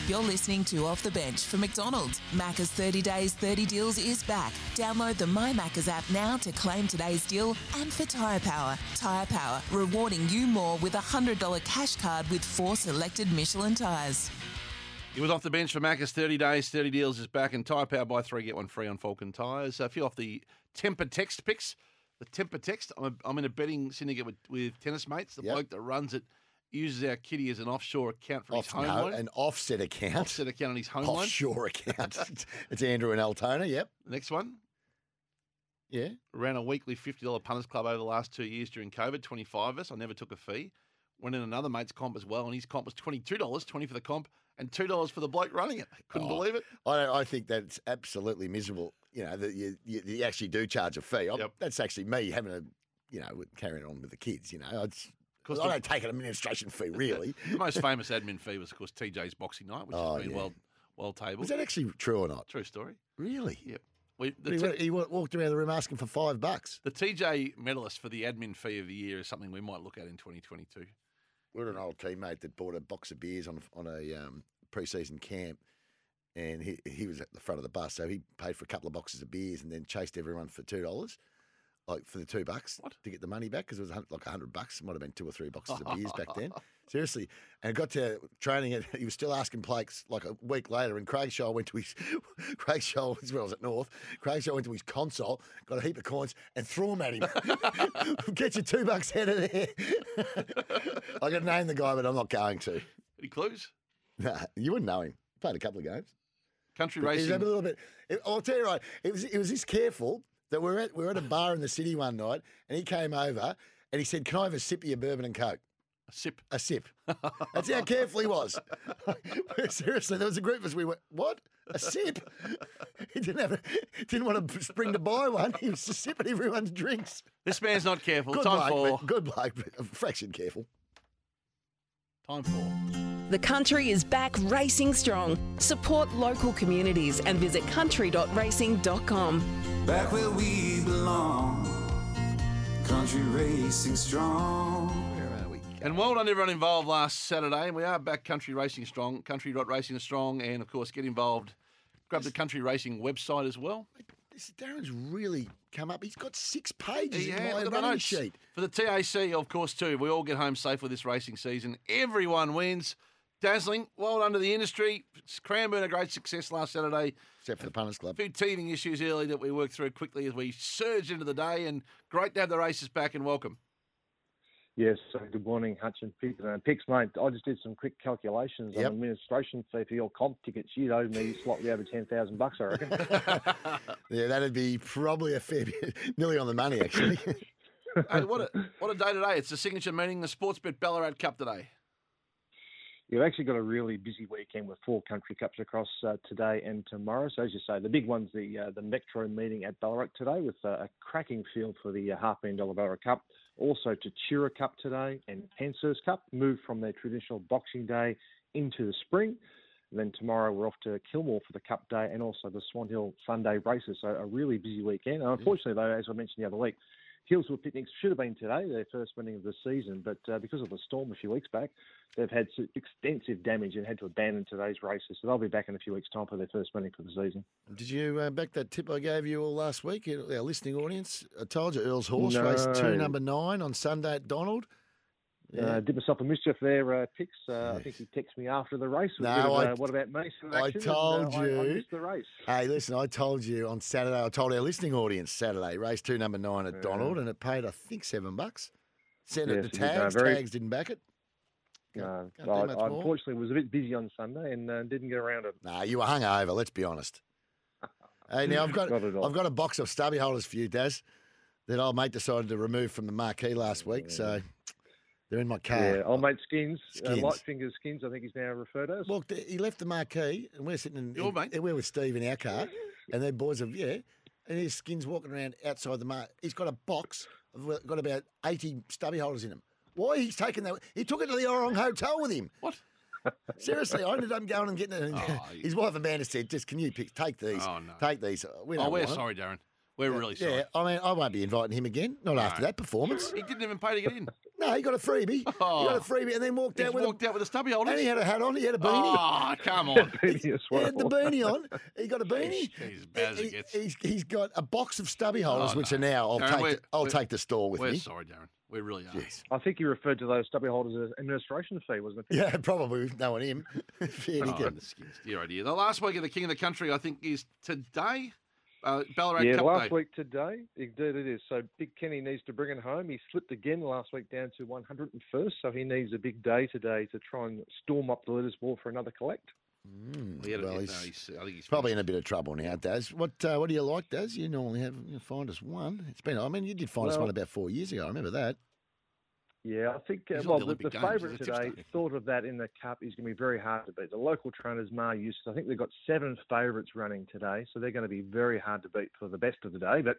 You're listening to Off the Bench for McDonald's. Macca's 30 Days 30 Deals is back. Download the My Macca's app now to claim today's deal and for Tyre Power. Tyre Power, rewarding you more with a $100 cash card with four selected Michelin tyres.
It was off the bench for Macca's 30 days, 30 deals is back, and tyre power by three, get one free on Falcon tyres. A few off the temper text picks. The temper text, I'm, a, I'm in a betting syndicate with, with tennis mates. The bloke that runs it uses our kitty as an offshore account for his
Off,
home
no,
loan.
an offset account.
offset account on his home loan.
Offshore account. it's Andrew and Altona, yep.
Next one.
Yeah.
Ran a weekly $50 punters club over the last two years during COVID, 25 of us. I never took a fee. Went in another mate's comp as well, and his comp was $22, 20 for the comp, and $2 for the bloke running it. Uh, Couldn't
Oh,
believe it.
I, don't- I think that's absolutely miserable. You know, that you, you, you actually do charge a fee. I'm- That's actually me having a, you know, with- carrying on with the kids, you know. I, just, I
Course the-
don't take an administration fee, really.
The most famous admin fee was, of course, TJ's boxing night, which
Oh,
has been
yeah.
well, well tabled.
Was that actually true or not?
true story?
Really?
Yep. We,
But he,
the,
went-
t-
he wa- walked around the room asking for five bucks.
the TJ medalist for the admin fee of the year is something we might look at in 2022.
we are an old teammate that bought a box of beers on on a um, pre-season camp, and he he was at the front of the bus, so he paid for a couple of boxes of beers and then chased everyone for two dollars, like for the two bucks to get the money back because it was a hun- like a hundred bucks. It might have been two or three boxes of beers back then. Seriously, and got to training, and he was still asking Blake's like a week later. And Craig Shaw went to his Craig Shaw was when I was at North. Craig Shaw went to his console, got a heap of coins, and threw them at him. Get your two bucks out of there. I could name the guy, but I'm not going to.
Any clues?
Nah, you wouldn't know him. Played a couple of games.
Country
But he's
racing.
a little bit. I'll tell you right. It was it was this careful that we were at we were at a bar in the city one night, and he came over and he said, "Can I have a sip of your bourbon and coke?"
A sip.
A sip. That's how careful he was. Seriously, there was a group of us. We went, "What? A sip?" he didn't have. A, didn't want to spring to buy one. He was just sipping everyone's drinks.
This man's not careful.
Good
Time
bloke,
for.
but- good bloke, but a fraction careful.
Time for.
The country is back racing strong. Support local communities and visit country.racing.com.
Back where we belong, country racing strong.
And well done, everyone involved last Saturday. And we are back country racing strong, country dot racing strong, and of course, get involved. Grab the country racing website as well.
This Darren's really come up. He's got six pages
Yeah,
in
look
my
at my
running
notes.
sheet.
For the TAC, of course, too. We all get home safely this racing season. Everyone wins. Dazzling. Well done to the industry. Cranbourne, a great success last Saturday.
Except for the Punters
A
Club.
few teething issues early that we worked through quickly as we surged into the day, and great to have the races back and welcome.
Yes, so good morning, Hutch and Pix. Uh, Pix, mate, I just did some quick calculations
Yep.
on administration fee for your comp tickets. You'd owe me slightly over 10000 bucks, I reckon.
Yeah, that'd be probably a fair bit, nearly on the money, actually.
Hey, what a what a day today! It's the signature meeting, the Sportsbet Ballarat Cup today.
You've actually got a really busy weekend with four country cups across uh, today and tomorrow. So as you say, the big one's the uh, the Metro meeting at Ballarat today with uh, a cracking field for the uh, half million dollar Ballarat Cup. Also to Chira Cup today and Penshurst Cup moved from their traditional Boxing Day into the spring. And then tomorrow we're off to Kilmore for the Cup Day and also the Swan Hill Sunday races. So a really busy weekend. And unfortunately, though, as I mentioned the other week, Hillsville Picnics should have been today, their first winning of the season, but uh, because of the storm a few weeks back, they've had s- extensive damage and had to abandon today's races. So they'll be back in a few weeks' time for their first winning for the season.
Did you uh, back that tip I gave you all last week, you- our listening audience? I told you Earl's Horse, race
No.
two, number nine on Sunday at Donald.
Uh, did myself a mischief there, uh, Pix. Uh, I think he texted me after the race. with a
No,
bit of,
I-
uh, what about me? sort of
I
action, and, uh,
told
I-
you.
I, missed the race.
Hey, listen, I told you on Saturday, I told our listening audience Saturday, race two, number nine at Donald, and it paid, I think, seven bucks. Sent
Yes,
it
it
to
did. No,
Tags.
very-
Tags didn't back it.
No,
can't do
I,
much
I
more.
unfortunately was a bit busy on Sunday and uh, didn't get around it.
Nah, you were hungover, let's be honest. Hey, now I've got
Not at all.
I've got a box of stubby holders for you, Daz, that old mate decided to remove from the marquee last week, so they're in my car.
Yeah, old mate Skins,
Skins.
Uh, Lightfinger Skins, I think he's now referred to as.
Well, he left the marquee, and we're sitting in,
Your
in- we're with Steve in our car, and their boys have yeah, and his skin's walking around outside the mark. He's got a box of well, got about eighty stubby holders in him. Why he's taken that? He took it to the Orong Hotel with him. What? Seriously, I ended up going and getting it. his wife Amanda said, "Just can you pick, take these?
Oh, no.
Take these. We
oh,
don't
we're
want 'em."
sorry, Darren. We're really sorry.
Yeah, I mean, I won't be inviting him again. Not after that performance.
He didn't even pay to get in. Oh.
No, he got a freebie. He got a freebie and then walked
He
out with
walked
a,
out with a stubby holder.
And he had a hat on. He had a
Oh,
beanie.
come on.
Beanie as
He had the
well.
beanie on. He got a beanie.
He's bad as
He-
it gets.
he's, he's got a box of stubby holders,
Oh,
which
no.
are now I'll
Darren,
take.
we're-
I'll
we're-
take the store with
we're
me.
sorry, Darren. We really are.
I think you referred to those stubby holders as administration fee, wasn't it?
Yeah, probably knowing him. Fair
Oh,
dinkum.
Dear idea. The last week of the King of the Country, I think, is today. Uh, Ballarat
yeah,
Cup Day.
last week today, indeed it is. So Big Kenny needs to bring it home. He slipped again last week down to 101st, so he needs a big day today to try and storm up the leaders' wall for another collect.
Mm,
He had a-
well,
no,
he's,
he's- I think he's
probably in a bit of trouble now, Daz. What uh, What do you like, Daz? You normally have you find us one. It's been. I mean, you did find us one
Well-
about four years ago. I remember that.
Yeah, I think uh,
He's on
well,
the
the, the
Olympic Games, he's
favourite
a tipster.
today thought of that in the cup is going to be very hard to beat. The local trainers, Mar Eustace, I think they've got seven favourites running today, so they're going to be very hard to beat for the best of the day. But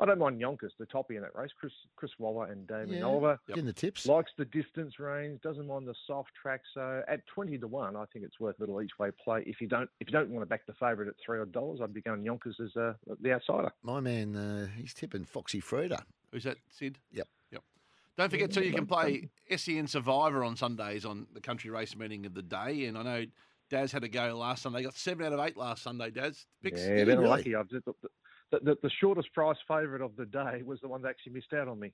I don't mind Yonkers, the toppy in that race, Chris Chris Waller and Damon
Yeah,
Oliver.
getting the tips.
Likes the distance range, doesn't mind the soft track. So at twenty to one, I think it's worth a little each way play. If you don't if you don't want to back the favourite at three odd dollars, I'd be going Yonkers as uh, the outsider.
My man, uh, he's tipping Foxy Frida.
Who's that, Sid?
Yep.
Yep. Don't forget, too, you can play SEN Survivor on Sundays on the country race meeting of the day. And I know Daz had a go last Sunday. Got seven out of eight last Sunday, Daz. Picks.
Yeah, a bit lucky. I've just, the, the, the, the shortest price favourite of the day was the one that actually missed out on me.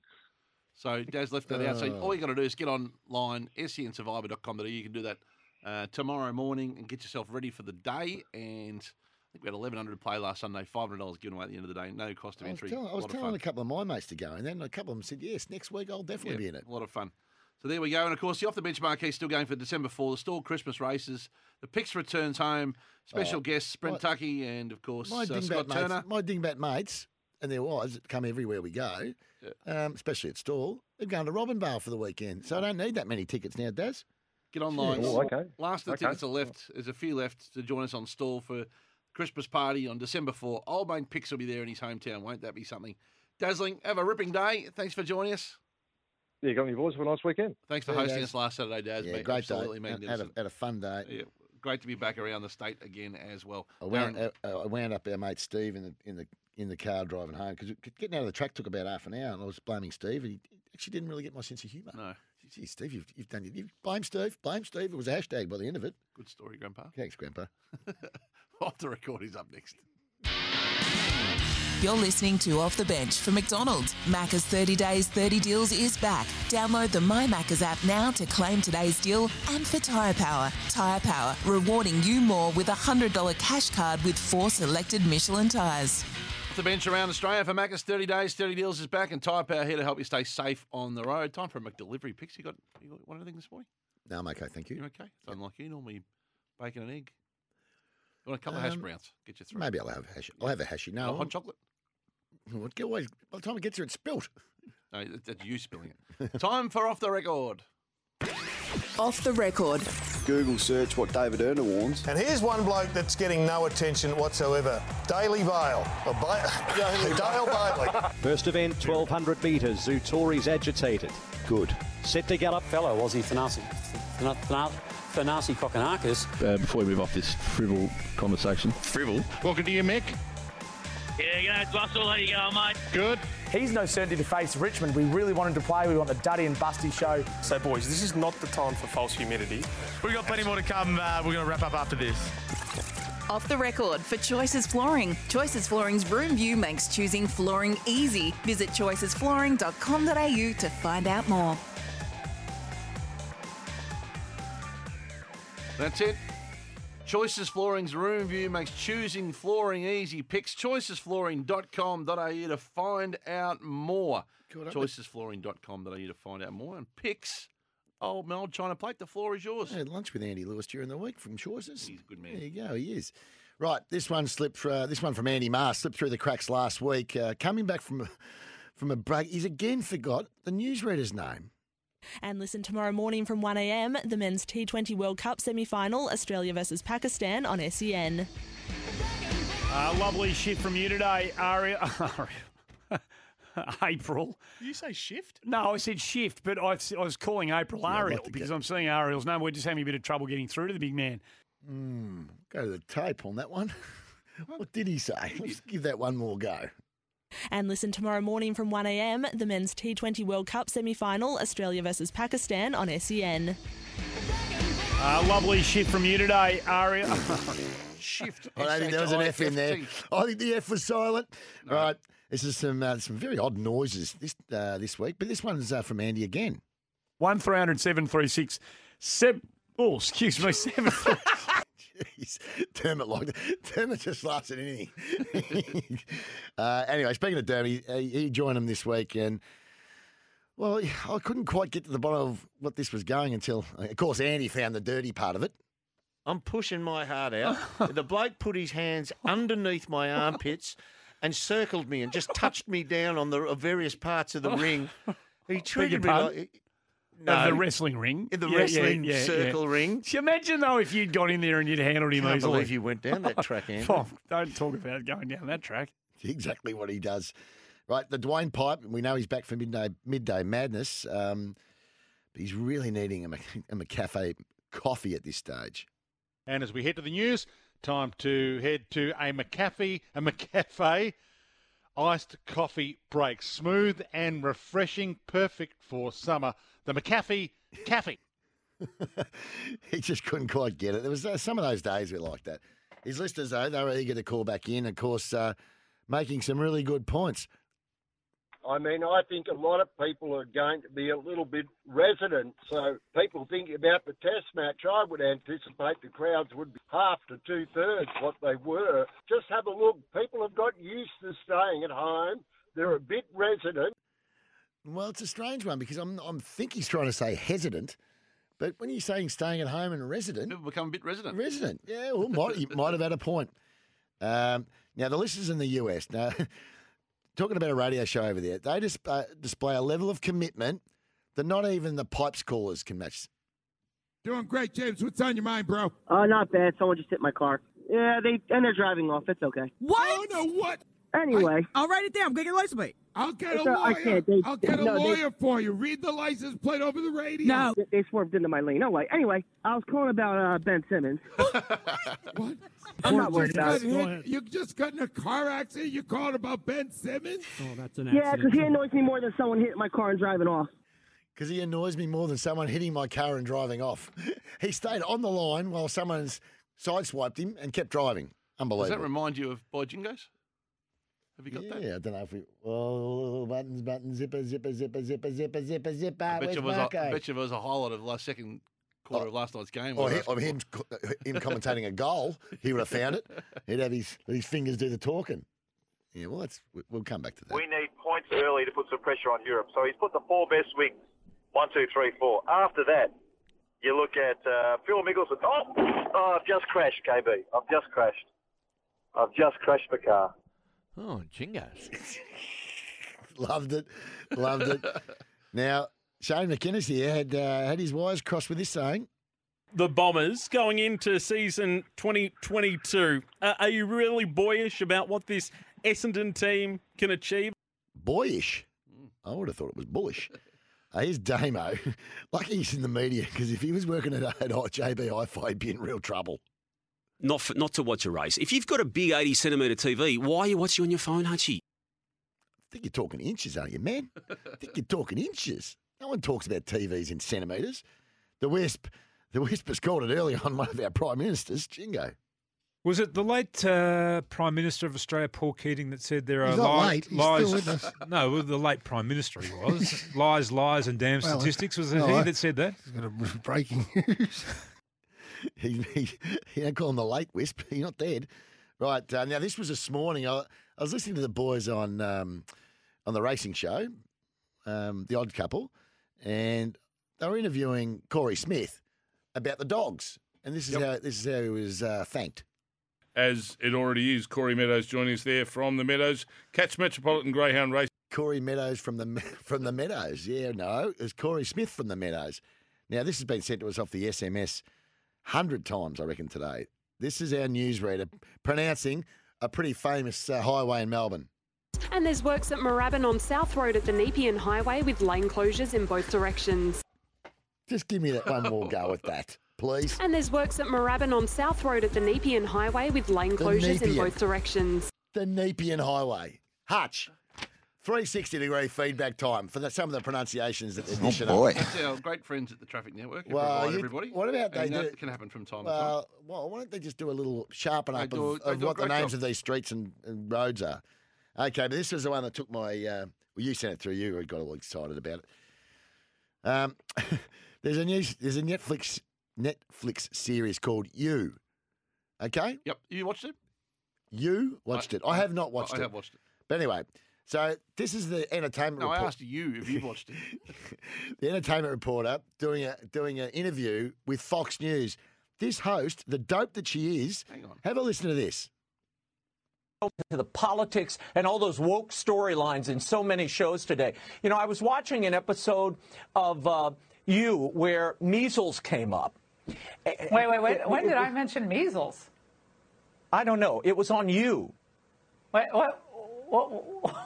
So Daz left that out. So
Uh.
Oh.
all you got to do is get online, sensurvivor.com.au. You can do that uh, tomorrow morning and get yourself ready for the day. And I think we had 1,100 to play last Sunday, $500 given away at the end of the day. No cost of
I was
entry.
telling, I
a
was
lot of
telling
fun.
a couple of my mates to go, and then a couple of them said, "Yes, next week I'll definitely
Yeah,
be in it."
A lot of fun. So there we go. And of course, the off the bench marquee is still going for December 4, the stall Christmas races. The Pix returns home. Special
Oh,
guests, Brent
my-
Tucky, and of course,
My
uh, Scott
dingbat
Turner.
mates, my dingbat mates, and their wives that come everywhere we go, um, especially at stall. They've gone to Robinvale for the weekend, so I don't need that many tickets now, Daz.
Get online.
Jeez.
Last of the
Okay.
tickets are left. There's a few left to join us on stall for Christmas party on December 4. Old Main Pix will be there in his hometown. Won't that be something? Dazzling. Have a ripping day. Thanks for joining us.
There you go, your boys. Have a nice weekend.
Thanks for
Yeah,
hosting
Daz.
us last Saturday, Daz.
Yeah,
mate.
great
Absolutely
day. Had- Had a,
magnificent.
had a fun day.
Yeah, great to be back around the state again as well.
I wound,
Darren-
uh, uh, I wound up our mate Steve in the in the in the car driving home because getting out of the track took about half an hour, and I was blaming Steve, and he actually didn't really get my sense of humour.
No.
Gee, Steve, you've, you've done it. You blame Steve. Blame Steve. It was a hashtag by the end of it.
Good story, Grandpa.
Thanks, Grandpa.
Off the record, he's up next.
You're listening to Off the Bench from McDonald's. Macca's 30 Days 30 Deals is back. Download the My Macca's app now to claim today's deal. And for Tyre Power, Tyre Power rewarding you more with a $100 cash card with four selected Michelin tyres.
Off the bench around Australia for Macca's 30 days, 30 deals is back, and Tyre Power here to help you stay safe on the road. Time for a McDelivery picks. You got, you got one anything this morning?
No, I'm okay, thank you.
You're okay? It's unlike you. Normally bacon and egg. You want a couple of hash
Um,
browns? Get you through.
Maybe I'll have a hash. I'll have a hashy.
Oh,
No,
hot chocolate.
Well, Get away. By the time it gets here, it's spilt.
No, that- that's you spilling it. Time for off the record.
Off the record.
Google search what David Erner warns.
And here's one bloke that's getting no attention whatsoever. Daily Vale. Or Ba- Dale Bailey.
First event, 1200 metres. Zutori's agitated. Good. Set to gallop fellow, Aussie Thanasi. Thanasi Kokonakis.
uh, before we move off this frivol conversation. Frivol? Welcome to you, Mick.
Yeah, g'day, Russell. How you going, mate?
Good. He's no certainty to face Richmond. We really want him to play. We want the Duddy and Busty show. So, boys, this is not the time for false humidity.
We've got plenty more to come. Uh, we're going to wrap up after this.
Off the record for Choices Flooring. Choices Flooring's room view makes choosing flooring easy. Visit choicesflooring.com.au to find out more.
That's it. Choices Flooring's room view makes choosing flooring easy. Picks choicesflooring.com.au to find out more.
Good, I-
Choicesflooring.com.au to find out more. And picks, old my old China plate, the floor is yours.
I had lunch with Andy Lewis during the week from Choices. He's a
good
man. There you go. He is. Right, this one slipped. Uh, this one from Andy Marr slipped through the cracks last week. Uh, coming back from from a break, he's again forgot the newsreader's name.
And listen tomorrow morning from 1am, the men's T20 World Cup semi final, Australia versus Pakistan on E SEN.
Uh, lovely shift from you today, Ari. Ari- April.
You say shift?
No, I said shift, but I, I was calling April Ariel because I'm seeing Ariel's name. We're just having a bit of trouble getting through to the big man.
Hmm.
Mm, go to the tape on that one. what did he say? Let's give that one more go.
And listen tomorrow morning from 1am, the men's T20 World Cup semi final, Australia versus Pakistan on E SEN.
Uh, lovely shift from you today, Ariel.
shift.
I don't think there was an F in there.
S-H-I-F-T.
I think the F was silent. Right. This is some uh, some very odd noises this uh, this week, but this one's uh, from Andy again.
One three hundred seven three six seven. Oh, excuse me, seven.
Jeez, Dermot like Dermot just laughs at anything. uh, anyway, speaking of Dermot, he, he joined him this week, and well, I couldn't quite get to the bottom of what this was going until, of course, Andy found the dirty part of it.
I'm pushing my heart out. the bloke put his hands underneath my armpits and circled me and just touched me down on the uh, various parts of the ring. He treated me
pardon?
like.
Of the wrestling ring.
In the
Yeah, yeah,
wrestling
yeah, yeah.
circle ring.
Can you imagine, though, if you'd gone in there and you'd handled him
Can't
easily?
believe you went down that track, Andy.
Oh, don't talk about going down that track.
Exactly what he does. Right, the Dwayne Pipe, we know he's back for midday midday madness, um, but he's really needing a, Mc- a McCafe coffee at this stage.
And as we head to the news, time to head to a McCafe, a McCafe iced coffee break. Smooth and refreshing, perfect for summer. The McCafe Cafe.
he just couldn't quite get it. There was uh, some of those days were like that. His listeners, though, they were eager to call back in. Of course, uh, making some really good points.
I mean, I think a lot of people are going to be a little bit resident. So people thinking about the test match, I would anticipate the crowds would be half to two thirds what they were. Just have a look. People have got used to staying at home. They're a bit resident.
Well, it's a strange one because I'm I'm think he's trying to say hesitant, but when he's saying staying at home and resident,
People become a bit resident.
resident, yeah, well, might you might have had a point. Um, now the listeners in the US now. Talking about a radio show over there, they dis- uh, display a level of commitment that not even the pipes callers can match.
Doing great, James. What's on your mind, bro?
Oh, not bad. Someone just hit my car. Yeah, they and they're driving off. It's okay.
What? Oh, no, what?
Anyway.
I, will write it down. I'm going to get a license plate.
I'll get
a It's all- I lawyer. can't. They- I'll get a no, they- lawyer
for you. Read the license plate over the radio.
No.
They, they swerved into my lane. No way. Anyway, I was calling about uh, Ben Simmons.
What?
I'm not worried about it.
You just got in a car accident. You called about Ben Simmons. Oh, that's an
Yeah, because he annoys me more than someone hitting my car and driving off.
Because he annoys me more than someone hitting my car and driving off. he stayed on the line while someone's sideswiped him and kept driving.
Does that
Unbelievable.
remind you of Boy Jingos? Have you got that?
yeah, I don't know if we. Oh, buttons, buttons, zipper, zipper, zipper, zipper, zipper, zipper, zipper.
I bet,
Where's
you was a,
Uh, Marco?
I bet you was a highlight of last second quarter of last night's game.
Or
where
him,
us-
or Oh. him, him commentating a goal, he would have found it. He'd have his, his fingers do the talking. Yeah, well, that's we- we'll come back to that.
We need points early to put some pressure on Europe. So he's put the four best wings. One, two, three, four. After that, you look at uh, Phil Mickelson. Oh, oh, I've just crashed, KB. I've just crashed. I've just crashed the car.
Oh, jingos.
Loved it. Loved it. now, Shane McInnes here had uh, had his wires crossed with this saying.
the Bombers going into season 2022. Uh, are you really boyish about what this Essendon team can achieve?
Boyish? I would have thought it was bullish. Uh, here's Damo. Lucky he's in the media because if he was working at, at JB Hi-Fi, he'd be in real trouble.
Not for, not to watch a race. If you've got a big 80 centimetre TV, why are you watching on your phone, Hutchie?
I think you're talking inches, aren't you, man? I think you're talking inches. No one talks about TVs in centimetres. The Wisp, the Wisp has called it early on one of our prime ministers, Jingo.
Was it the late uh, Prime Minister of Australia, Paul Keating, that said there are
He's not
li-
late. He's
lies?
still with us.
No, well, the late Prime Minister he was lies, lies, and damn
Well,
statistics. Was it
no,
he
I-
that said that?
breaking news. he, he, he don't call him the late wisp. He's not dead. Right uh, now, this was this morning. I, I was listening to the boys on um, on the racing show, um, the Odd Couple, and they were interviewing Corey Smith about the dogs. And this is how this is how he was uh, thanked.
as it already is. Corey Meadows joining us there from the Meadows. Catch Metropolitan Greyhound Race.
Corey Meadows from the from the Meadows. Yeah, no, it's Corey Smith from the Meadows. Now this has been sent to us off the SMS hundred times, I reckon today. This is our newsreader pronouncing a pretty famous uh, highway in Melbourne.
And there's works at Moorabbin on South Road at the Nepean Highway with lane closures in both directions.
Just give me that one more go at that, please.
And there's works at Moorabbin on South Road at the Nepean Highway with lane
The
closures in
Nepean.
both directions.
The Nepean Highway, Hutch. 360 degree feedback time for the, some of the pronunciations that they're
Oh,
dishing up.
That's our great friends at the Traffic Network. who
Well,
provide
you-
everybody.
what about they
and that
do-
can happen from time to time.
Well, well, why don't they just do a little sharpen
They
up
do a-
of,
they
of
do a
what the
great
names
job.
of these streets and, and roads are? Okay, but this was the one that took my. Uh, well, you sent it through. You got all excited about it. Um, there's a new, there's a Netflix Netflix series called You. Okay.
Yep. You watched it?
You watched it. I have not watched
I
it.
have watched it.
But anyway, so this is the entertainment.
No, I
report
asked you if you watched it.
the entertainment reporter doing a doing an interview with Fox News. This host, the dope that she is, have a listen to this.
to the politics and all those woke storylines in so many shows today. You know, I was watching an episode of uh, You where measles came up.
Wait, wait, wait. When did I mention measles?
I don't know. It was on You.
What, what, what,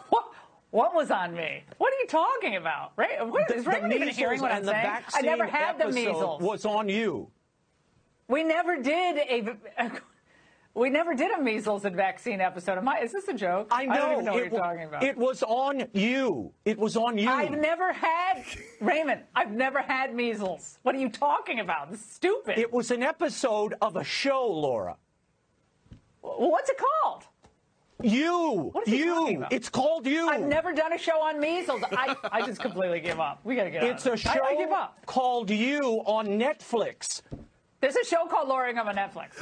what, what was on me? What are you talking about? Ray, what,
The-
is
the
Raymond even
measles
hearing what I'm
and the
saying? I
vaccine
never had the
episode
measles.
Was on You.
We never did a. v- We never did a measles and vaccine episode. Am I, is this a joke?
I know.
don't even know what
it
you're
wa-
talking about.
It was on You. It was on You.
I've never had Raymond. I've never had measles. What are you talking about? This is stupid.
It was an episode of a show, Laura.
Well, what's it called?
You.
What is he talking
You.
about?
It's called You.
I've never done a show on measles. I, I just completely give up. We got to get out
It's a
of
show
this. I- I give up.
called You on Netflix.
There's a show called Lowering Up on Netflix.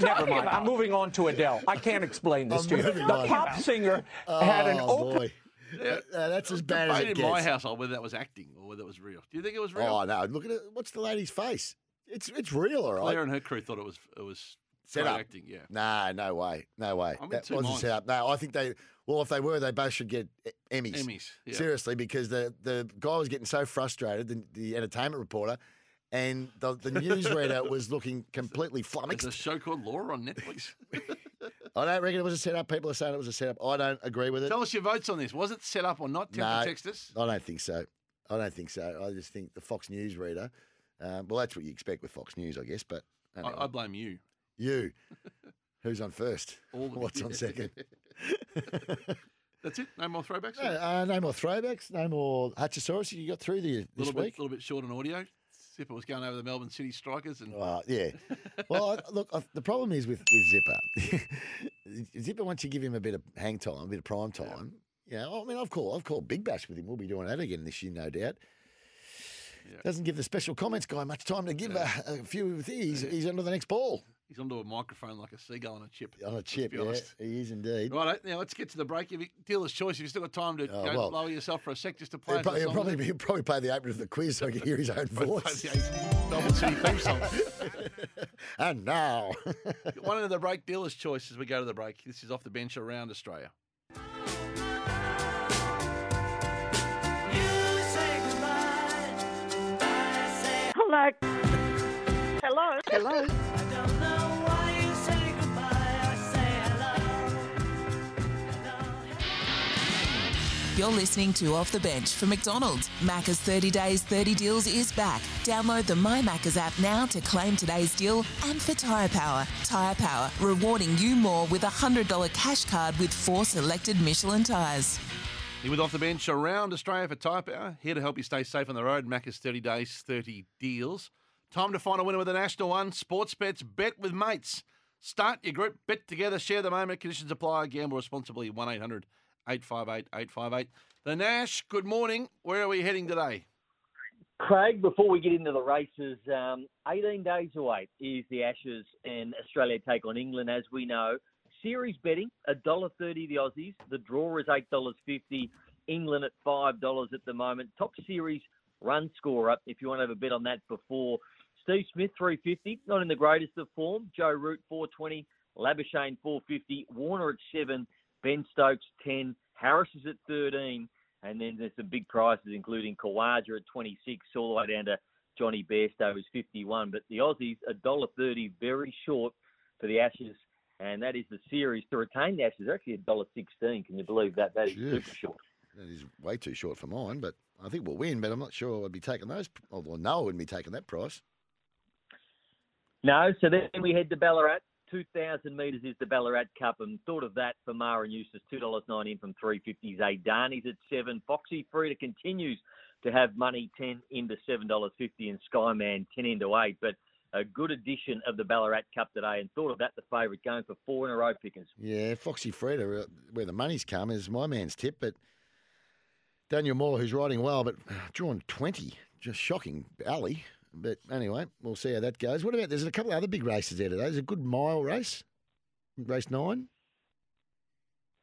Never mind. I'm moving on to Adele. I can't explain this
I'm
to you.
moving
The
on.
pop singer had an
Oh,
open.
boy. Uh, that's as bad as
Debate
it
in my
gets.
household whether that was acting or whether it was real. Do you think it was real?
Oh no! Look at it. What's the lady's face? It's it's real, all right.
Claire and her crew thought it was it was
Set
great
up.
acting. Yeah.
No, no way, no way.
I'm in
that
two
wasn't
minds.
set up. No, I think they. Well, if they were, they both should get e- Emmys.
Emmys, yeah.
seriously, because the the guy was getting so frustrated, the, the entertainment reporter, and the the newsreader was looking completely flummoxed.
There's a show called Laura on Netflix.
I don't reckon it was a setup. People are saying it was a setup. I don't agree with it.
Tell us your votes on this. Was it set up or not? Tell
No,
text us.
I don't think so. I don't think so. I just think the Fox News reader. Um, well, that's what you expect with Fox News, I guess. But anyway.
I, I blame you.
you, who's on first?
All of it.
What's on second?
That's it. No more throwbacks.
No, uh, no more throwbacks. No more Hutchosaurus. You got through the
A
this
little bit,
week.
little bit short on audio. Zipper was going over the Melbourne City Strikers, and
Well, Uh, yeah. Well, I, look, I, the problem is with, with Zipper. Zipper, once you give him a bit of hang time, a bit of prime time, yeah. I mean, I've called, I've called Big Bash with him. We'll be doing that again this year, no doubt. Doesn't give the special comments guy much time to give a, a few things. He's, he's under the next ball.
He's onto a microphone like a seagull on a chip.
On a
let's
chip,
be
yeah,
honest.
he is indeed.
Right, now let's get to the break. If you, dealer's choice, if you've still got time to
Oh,
go
well.
lower yourself for a sec just to play
He'll
us a
probably, he'll
song.
probably, he'll probably play the opening of the quiz so he can hear his own voice.
Double City theme song.
and now.
One of the break dealer's choice as we go to the break. This is off the bench around Australia.
Hello. Hello. Hello.
You're listening to Off the Bench from McDonald's. Macca's 30 Days 30 Deals is back. Download the My Macca's app now to claim today's deal. And for Tyre Power, Tyre Power rewarding you more with a $100 cash card with four selected Michelin tyres.
Here with off the bench around Australia for Tyre Power. Here to help you stay safe on the road. Macca's 30 days, 30 deals. Time to find a winner with a national one. Sports bets, bet with mates. Start your group, bet together, share the moment. Conditions apply. Gamble responsibly. 1 800 858 858. The Nash, good morning. Where are we heading today?
Craig, before we get into the races, um, 18 days away is the Ashes and Australia take on England, as we know. Series betting, $1.30 the Aussies. The draw is $8.50. England at $5 at the moment. Top series run scorer, if you want to have a bet on that before. Steve Smith, 350, not in the greatest of form. Joe Root, 420. Labuschagne, 450. Warner at 7. Ben Stokes, 10. Harris is at 13. And then there's some big prices, including Kawaja at 26, all the way down to Johnny Bairstow, who's 51. But the Aussies, $1.30, very short for the Ashes. And that is the series to retain the Ashes. They're actually $1.16. Can you believe that? That is super short.
That is way too short for mine, but I think we'll win, but I'm not sure I'd be taking those. Well, no, I wouldn't be taking that price.
No, so then we head to Ballarat. 2,000 metres is the Ballarat Cup, and thought of that for Mara and Eustace, $2.19 from 350s. Adani's at 7 Foxy Frida continues to have money 10 into $7.50 and Skyman 10 into 8 But a good addition of the Ballarat Cup today, and thought of that the favourite going for four in a row pickers.
Yeah, Foxy Freda, uh, where the money's come, is my man's tip, but Daniel Moore, who's riding well, but drawn 20. Just shocking, alley. But anyway, we'll see how that goes. What about, there's a couple of other big races there today. There's a good mile race, race nine.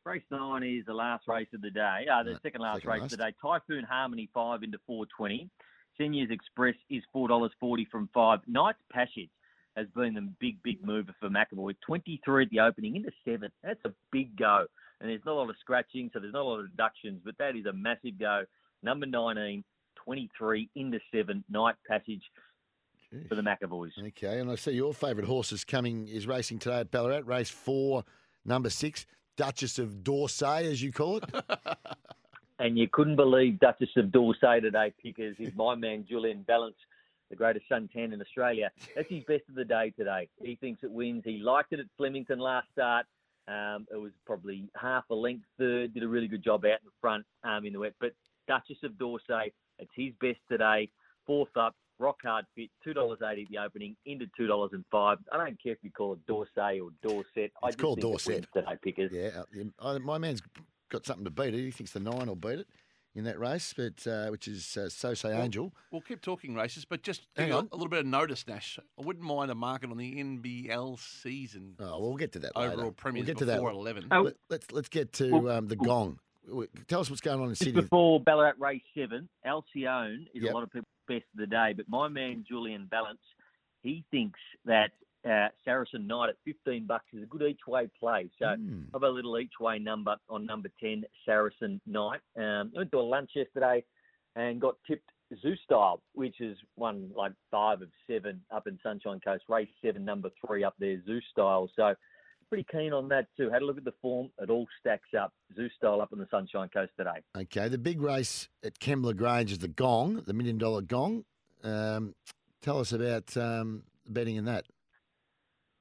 Race nine is the last race of the day. Uh, the
Right,
second last
second
race
last.
of the day. Typhoon Harmony five into four twenty. Seniors Express is four dollars forty from five. Knight's Passage has been the big big mover for McAvoy. Twenty three at the opening into seven. That's a big go. And there's not a lot of scratching, so there's not a lot of deductions, but that is a massive go. Number 19, 23 into seven. Night Passage for the McAvoys.
Okay, and I see your favourite horse is coming, is racing today at Ballarat, race four, number six, Duchess of Dorsey, as you call it.
And you couldn't believe Duchess of Dorsey today because is my man Julian Balance, the greatest suntan in Australia. That's his best of the day today. He thinks it wins. He liked it at Flemington last start. Um, it was probably half a length third. Did a really good job out in front um, in the wet. But Duchess of Dorsey, it's his best today. Fourth up, rock hard fit, two dollars eighty at the opening, into two dollars and five. I don't care if you call it Dorsey or Dorset. It's I just
It's called
think it
Dorset.
wins today, pickers.
Yeah, uh, yeah, I, my man's got something to beat it. He thinks the nine will beat it in that race, but uh, which is uh, So Say Angel.
We'll keep talking races, but just
Hang
give you a-
on.
a little bit of notice, Nash. I wouldn't mind a market on the NBL season.
Oh, well, we'll get to that later.
Overall premiers
we'll get to that.
before 11.
Oh.
Let, us let's get to um, the gong. W- Tell us what's going on in Sydney.
before Ballarat race seven, Alcyone is
Yep.
a lot of people's best of the day, but my man Julian Balance, he thinks that uh, Saracen Knight at fifteen bucks is a good each way play. So
Hmm.
have a little each way number on number ten, Saracen Knight. Um, I went to a lunch yesterday and got tipped Zoo Style, which is one like five of seven up in Sunshine Coast, race seven, number three up there, Zoo Style. So pretty keen on that too. Had a look at the form; it all stacks up. Zoo Style up on the Sunshine Coast today.
Okay, the big race at Kembla Grange is the gong, the million dollar gong. Um, tell us about um, betting in that.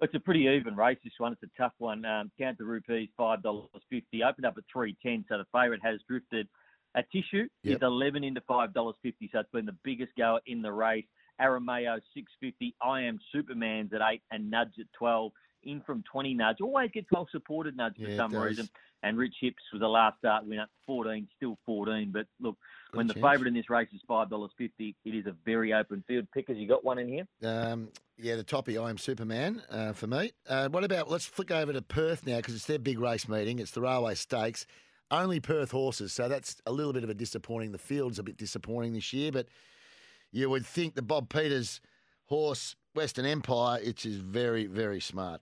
It's a pretty even race. This one, it's a tough one. Um, count the rupees, five dollars fifty. Opened up at three ten, so the favourite has drifted. A tissue
Yep.
is eleven into five dollars fifty, so it's been the biggest goer in the race. Arameo six fifty. I am Superman's at eight, and Nudge at twelve. in from 20 nudge. Always gets well supported nudge for
Yeah, it
some
does.
reason. And Rich Hips was the last start winner, 14, still 14. But look,
Good
when the
chance.
favourite in this race is $5.50, it is a very open field. Pickers, you got one in here?
Um, yeah, the toppy, I am Superman uh, for me. Uh, what about, let's flick over to Perth now because it's their big race meeting. It's the Railway Stakes. Only Perth horses, so that's a little bit of a disappointing. The field's a bit disappointing this year, but you would think the Bob Peters horse, Western Empire, it is very, very smart.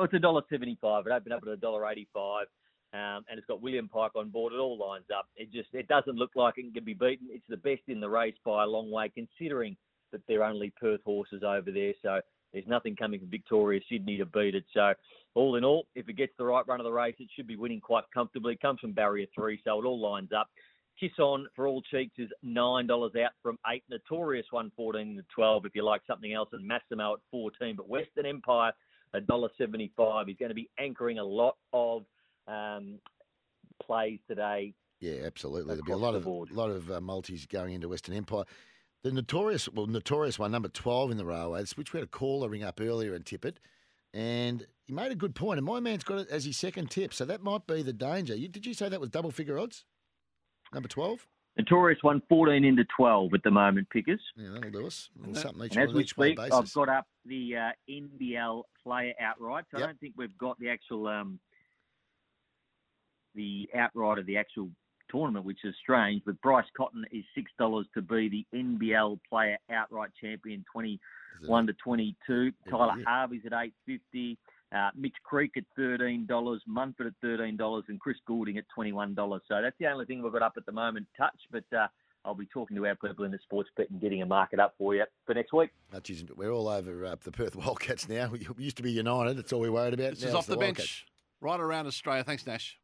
Oh, it's a dollar seventy-five. It opened up at a dollar eighty-five, um, and it's got William Pike on board. It all lines up. It just it doesn't look like it can be beaten. It's the best in the race by a long way, considering that they're only Perth horses over there. So there's nothing coming from Victoria, Sydney to beat it. So all in all, if it gets the right run of the race, it should be winning quite comfortably. It comes from barrier three, so it all lines up. Kiss on for all cheeks is nine dollars out from eight. Notorious one fourteen to twelve. If you like something else, and Massimo at fourteen. But Western Empire a dollar seventy five. He's going to be anchoring a lot of um, plays today.
Yeah, absolutely. There'll be a lot of lot of uh, multis going into Western Empire. The notorious, well, notorious one, number twelve in the railways, which we had a caller ring up earlier and tip it, and he made a good point. And my man's got it as his second tip, so that might be the danger. You, did you say that was double figure odds? Number twelve.
Notorious one fourteen into twelve at the moment. Pickers.
Yeah, that'll do us. A little
Yeah.
something each,
and as
on an
we
each way
speak, I've
basis.
got up the uh, NBL player outright. So I don't think we've got the actual um, the outright of the actual tournament, which is strange. But Bryce Cotton is six dollars to be the NBL player outright champion, twenty one to twenty two.
Every
Tyler
year.
Harvey's at eight fifty. Uh, Mitch Creek at thirteen dollars, Munford at thirteen dollars, and Chris Goulding at twenty one dollars. So that's the only thing we've got up at the moment. Touch, but uh, I'll be talking to our people in the sports bet and getting a market up for you for next week.
Much is- we're all over uh, the Perth Wildcats now. We used to be United. That's all we worried about.
This
now
is
it's
off the,
Wildcats.
bench, right around Australia. Thanks, Nash.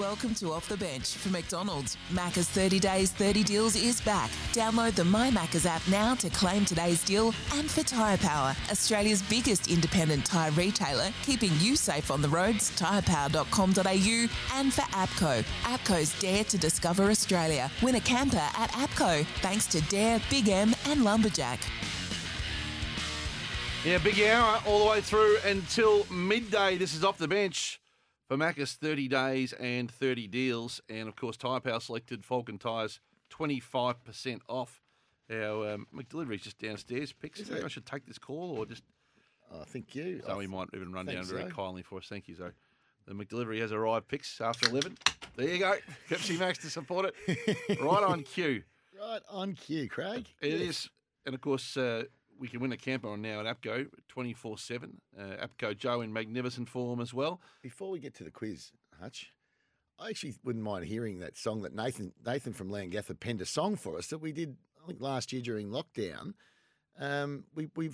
Welcome to Off the Bench for McDonald's. Macca's 30 Days 30 Deals is back. Download the My Macca's app now to claim today's deal. And for Tyre Power, Australia's biggest independent tyre retailer, keeping you safe on the roads, tyrepower.com.au. And for APCO, APCO's Dare to Discover Australia. Win a camper at APCO thanks to Dare, Big M, and Lumberjack.
Yeah, big hour all the way through until midday. This is off the bench for Macca's 30 days and 30 deals. And of course, Tyre Power selected Falcon Tyres 25% off. Our um, McDelivery's just downstairs. Picks, think I should take this call or just.
I think you.
Zoe might even run
think
down very
so.
kindly for us. Thank you, Zoe. The McDelivery has arrived. Picks after 11. There you go. Pepsi Max to support it. right on cue.
Right on cue, Craig.
It is,
Yes.
And of course, uh, we can win a camper on now at APCO 24 7. Uh, APCO Joe in magnificent form as well.
Before we get to the quiz, Hutch, I actually wouldn't mind hearing that song that Nathan Nathan from Langatha penned a song for us that we did I think last year during lockdown. Um, we we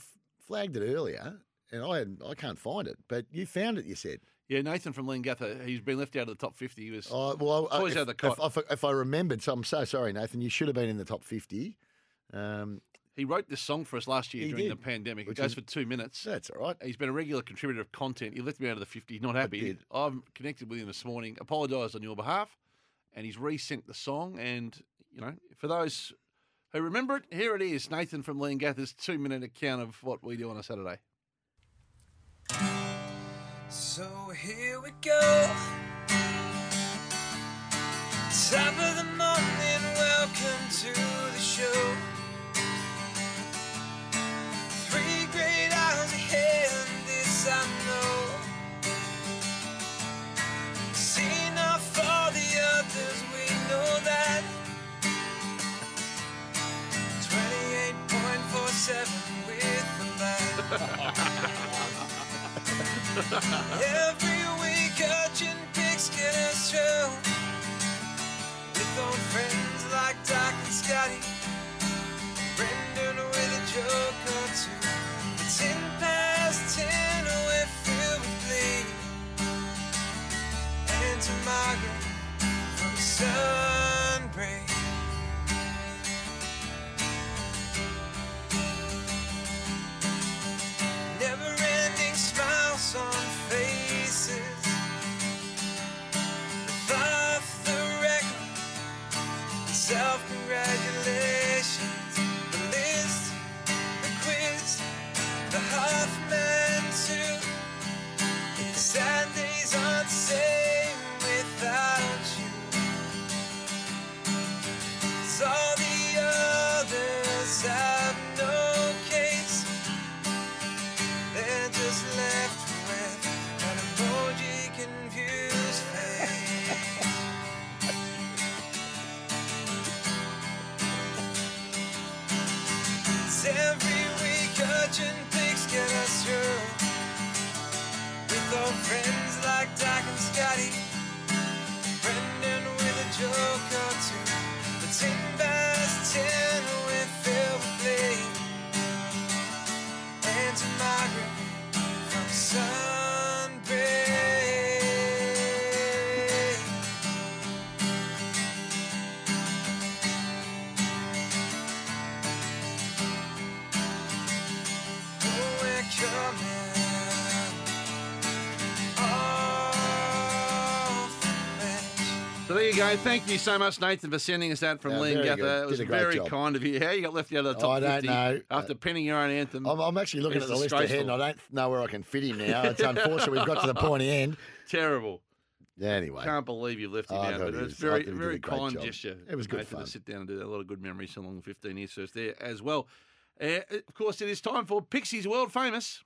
flagged it earlier, and I had, I can't find it, but you found it. You said.
Yeah, Nathan from Langatha, he's been left out of the top 50. He was
Oh well, I-
always
if,
out of the cot.
if, if, if I remembered, so I'm so sorry, Nathan. You should have been in the top fifty. Um,
he wrote this song for us last year
He
during
did,
the pandemic. It
which
goes
is-
for two minutes.
That's all right.
He's been a regular contributor of content. He left me out of the 50. He's not happy.
did.
I've connected with him this morning, apologised on your behalf, and he's resent the song. And, you know, for those who remember it, here it is Nathan from Langatha's two minute account of what we do on a Saturday.
So here we go. Top of the morning, welcome to the show. Three great hours ahead, and this I know. Seen off all the others, we know that. 28.47 with the light. Every week, urgent picks get us through. With old friends like Doc and Scotty, Brendan with a joke or two. It's ten past ten, we're filled with glee. And to Margaret from Sunbreak. Never ending smiles on faces. Off the record, self congratulations. Cause every week urgent things get us through. With old friends like Doc and Scotty, Brendan with a joke or two. The tin bass tin with Phil Blade, and to Margaret from Sunbreak. we're coming off the bench.
So there you go. Thank you so much, Nathan, for sending us that from
Yeah,
Liam
very
Gather.
good.
It was
Did a great
very
job. Oh,
kind of you. How you got left out of the top
I don't
50
know.
after penning your own anthem?
I'm, I'm actually looking
It's
at the list ahead, and
disgraceful.
I don't know where I can fit him now. It's unfortunate we've got to the pointy end.
Terrible.
Anyway,
Can't believe you left him
Oh, I
out.
thought
But
he
it was
was- I
very,
thought he did
very
a great
kind
job.
gesture.
It was good
Nathan,
fun.
To sit down and do that. A lot of good memories along the 15 years so it's there as well. Uh, of course, it is time for Pixie's World Famous.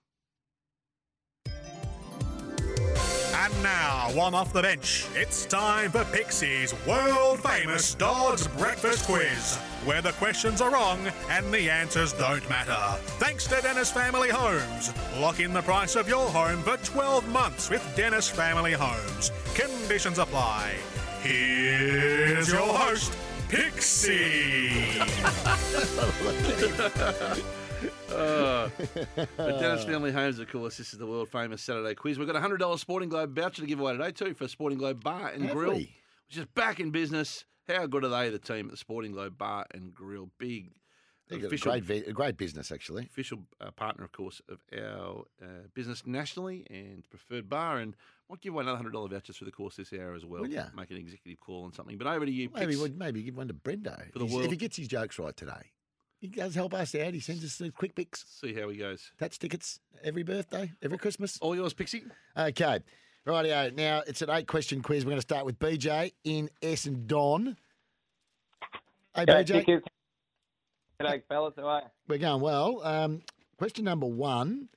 And now, one off the bench, it's time for Pixie's world famous Dodds Breakfast Quiz, where the questions are wrong and the answers don't matter. Thanks to Dennis Family Homes. Lock in the price of your home for 12 months with Dennis Family Homes. Conditions apply. Here's your host, Pixie.
Uh, the Dennis Family Homes, of course. This is the world famous Saturday quiz. We've got a hundred dollar Sporting Globe voucher to give away today too for Sporting Globe Bar and
Have
Grill,
we?
which is back in business. How good are they? The team at the Sporting Globe Bar and Grill, big
They've got a
official
great, ve- a great business, actually.
official uh, partner, of course, of our uh, business nationally and preferred bar. And might give away another hundred dollar vouchers through the course this hour as well.
Will ya?
Make an executive call on something. But over to you.
Maybe,
Pix.
we'd- maybe give one to Brendo.
For the
He's-
world-
If he gets his jokes right today, he does help us out. He sends us the quick picks.
See how he goes.
That's tickets every birthday, every Christmas.
All yours, Pixie.
Okay. Rightio. Now it's an eight question quiz. We're going to start with BJ in Essendon. Hey, BJ.
G'day, fellas. How are you?
We're going well. Um, question number one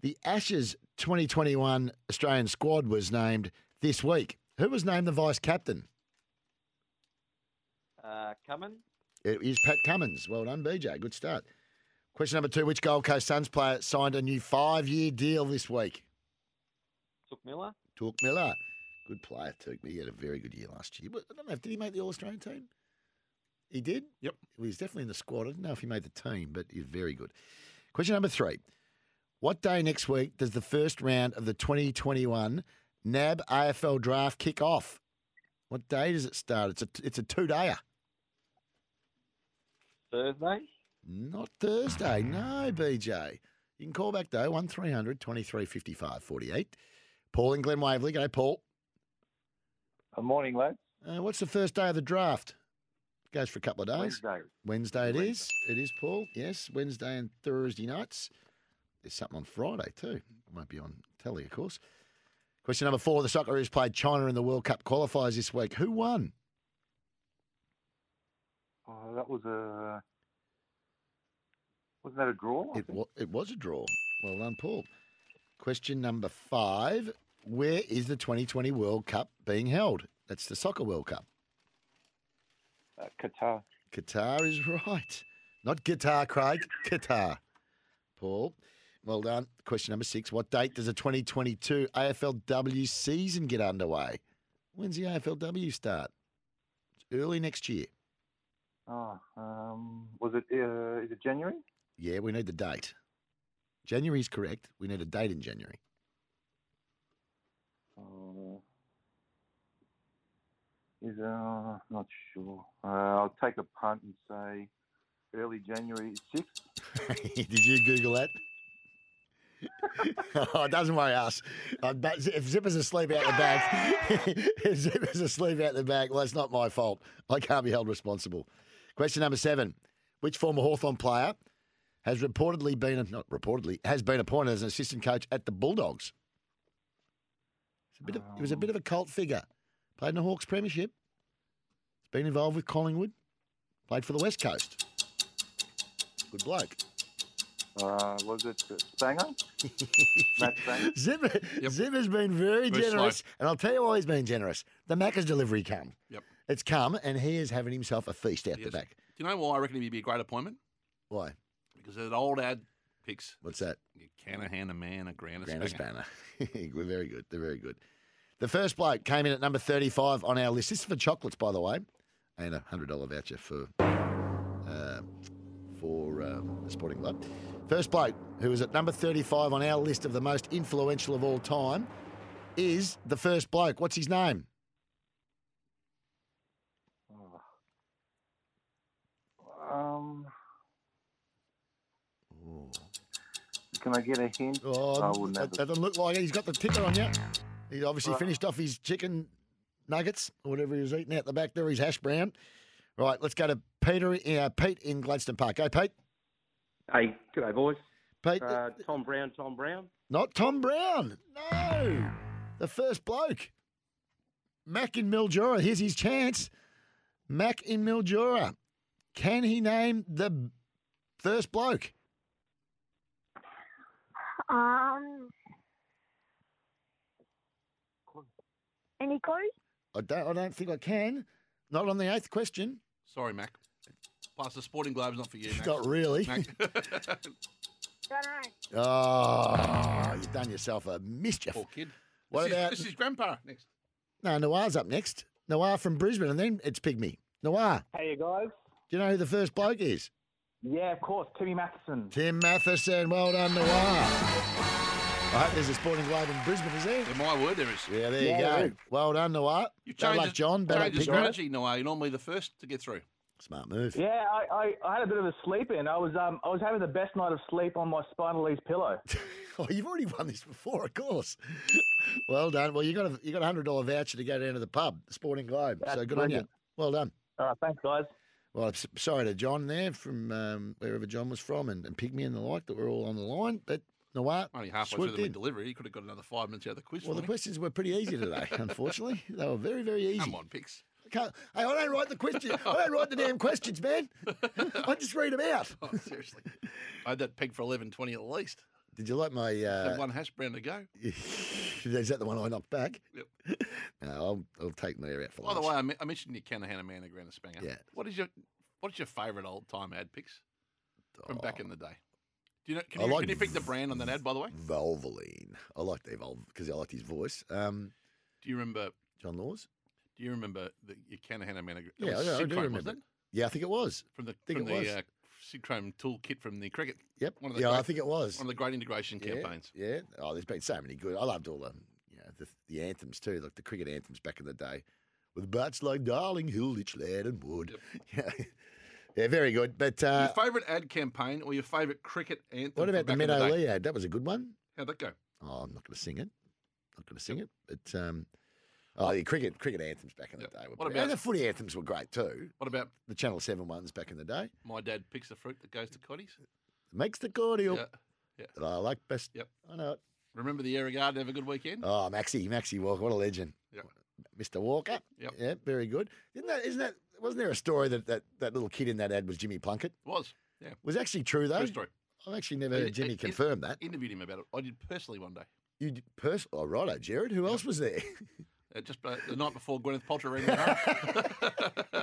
The Ashes 2021 Australian squad was named this week. Who was named the vice captain?
Uh, coming?
It is Pat Cummins. Well done, BJ. Good start. Question number two Which Gold Coast Suns player signed a new five year deal this week?
Took Miller?
Took Miller. Good player, Took. He had a very good year last year. But I don't know, if- did he make the All Australian team? He did?
Yep.
Well, he's definitely in the squad. I don't know if he made the team, but he's very good. Question number three. What day next week does the first round of the 2021 NAB AFL draft kick off? What day does it start? It's a, it's a two dayer.
Thursday?
Not Thursday. No, BJ. You can call back though, 1300 23 55 48. Paul in Glen Waverley. Go, Paul.
Good morning, lads.
Uh, what's the first day of the draft? Goes for a couple of days.
Wednesday.
Wednesday it is. It is, Paul. Yes, Wednesday and Thursday nights. There's something on Friday too. It won't be on telly, of course. Question number four. The Socceroos played China in the World Cup qualifiers this week. Who won?
Oh, that was a. Wasn't that a draw?
It, wa- it was a draw. Well done, Paul. Question number five. Where is the 2020 World Cup being held? That's the Soccer World Cup.
Uh, Qatar.
Qatar is right. Not guitar, Craig. Qatar. Paul, well done. Question number six. What date does the 2022 AFLW season get underway? When's the AFLW start? It's early next year.
Oh, um, was it? Uh, is it January?
Yeah, we need the date. January's correct. We need a date in January.
Uh, is uh, not sure. Uh, I'll take a punt and say early January sixth.
Did you Google that? oh, it doesn't worry us. Uh, but if Zipper's asleep out the back, if Zipper's asleep out the back, well, it's not my fault. I can't be held responsible. Question number seven. Which former Hawthorn player has reportedly been, not reportedly, has been appointed as an assistant coach at the Bulldogs? It's a bit of, he was a bit of a cult figure. Played in the Hawks premiership. Been involved with Collingwood. Played for the West Coast. Good bloke.
Uh, was it Sanger? Matt Sanger.
Zimmer, Zimmer's been very
Very
generous,
slow.
and I'll tell you why he's been generous. The Macca's delivery come.
Yep.
It's come, and he is having himself a feast out
He
the
is.
back.
Do you know why I reckon he'd be a great appointment?
Why?
because of that old ad picks.
What's that?
You can't hand a man a grand a
Grand
spanner.
Spanner. We're very good. They're very good. The first bloke came in at number 35 on our list. This is for chocolates, by the way, and a $100 voucher for uh, for um, the sporting club. First bloke who is at number 35 on our list of the most influential of all time is the first bloke. What's his name?
Oh. Um,
Hmm.
can I get a hint?
Oh,
I wouldn't
that
have
doesn't look like it. He's got the ticker on you. He's obviously
Right.
finished off his chicken nuggets or whatever he was eating out the back there. He's hash brown. Right, let's go to Peter. Uh, Pete in Gladstone Park. Hey, Pete.
Hey, good day, boys.
Pete,
Uh, Tom Brown, Tom Brown.
not Tom Brown. No, the first bloke, Mac in Mildura. Here's his chance. Mac in Mildura. Can he name the first bloke?
Um. Any clues?
I don't. I don't think I can. Not on the eighth question.
Sorry, Mac. Plus, the sporting glove's not for you, Mac.
Not really.
Mac.
Oh, you've done yourself a mischief.
Poor kid.
What
this
about
Is, this is Grandpa next.
no Noir's up next? Noir from Brisbane, and then it's Pygmy. Noir,
Hey, you guys.
do you know who the first bloke is?
Yeah, of course, Timmy Matheson.
Tim Matheson. Well done, Noir. I hope there's a sporting globe in Brisbane, is there?
In my word, there is.
Yeah, there
Yeah, there
you
is.
go. Well done, Noir.
You
Bad
changed
luck,
the-
John. Bad luck,
changed the
Pig
strategy, Noah. You're normally the first to get through.
Smart move.
Yeah, I, I, I had a bit of a sleep in. I was um I was having the best night of sleep on my spinal ease pillow.
Oh, you've already won this before, of course. well done. Well, you got a you got a hundred dollar voucher to go down to the pub, the Sporting Globe. so good on you.
brilliant.
Well done.
All right, thanks guys.
Well, s- sorry to John there from um, wherever John was from, and, and Pygmy and the like that were all on the line. But Noir
Only halfway
swooped
through the
in.
delivery, you could have got another five minutes out of the quiz.
Well,
for
the
me.
questions were pretty easy today. Unfortunately, they were very very easy.
Come on, picks.
I can't- hey, I don't write the questions. I don't write the damn questions, man. I just read them out.
Oh, seriously. I had that peg for eleven twenty at least.
Did you like my? Uh,
Had one hash brown to go.
is that the one I knocked back? No, I'll, I'll take Mayor out for
By
lunch.
the way, I, me- I mentioned you can a hand a man a grand a spanger.
Yeah.
What is your What is your favourite old time ad picks from back in the day? Do you know? Can
Oh. I
you,
like
can you pick the brand on that ad? By the way,
Valvoline. I liked Evolve because I liked his voice. Um,
do you remember?
John Laws.
Do you remember the you can a hand a man a grand?
Yeah, I, I do remember.
Wasn't
it.
it?
Yeah, I think it was.
From the
think
from
it was.
the uh, Sid Chrome toolkit from the cricket.
Yep.
One of the
Yeah, I
great-
think it was.
one of the great integration campaigns.
Yeah. Oh, there's been so many good. I loved all the you know the, the anthems too, like the cricket anthems back in the day, with bats like Darling, Hilditch, Lad, and Wood. Yeah. yeah, very good. But uh,
your favourite ad campaign or your favourite cricket anthem?
what
from
about the
back in
Meadow
day?
Lea? That was a good one.
How'd that go?
Oh, I'm not going to sing it. Not going to sing it. But um, oh, the cricket cricket anthems back in the day were.
What
pretty- and
about-
the footy anthems were great too.
What about
the Channel Seven ones back in the day?
My dad picks the fruit that goes to Coddies.
Makes the cordial
Yeah, yeah.
that I like best.
Yep.
I know it.
Remember the Yarra Garden? Have a good weekend.
Oh, Maxie, Maxie Walker, what a legend.
Yep.
Mr. Walker.
Yep.
Yeah, very good. Isn't that, isn't that, wasn't there a story that, that that little kid in that ad was Jimmy Plunkett?
Was yeah.
Was actually true, though?
True story.
I've actually never
I-
heard Jimmy
I-
confirm that.
Interviewed him about it. I did personally one day.
You d- pers- oh, righto, Jared. Who else was there?
Uh, just uh, the night before Gwyneth Paltrow rang me home.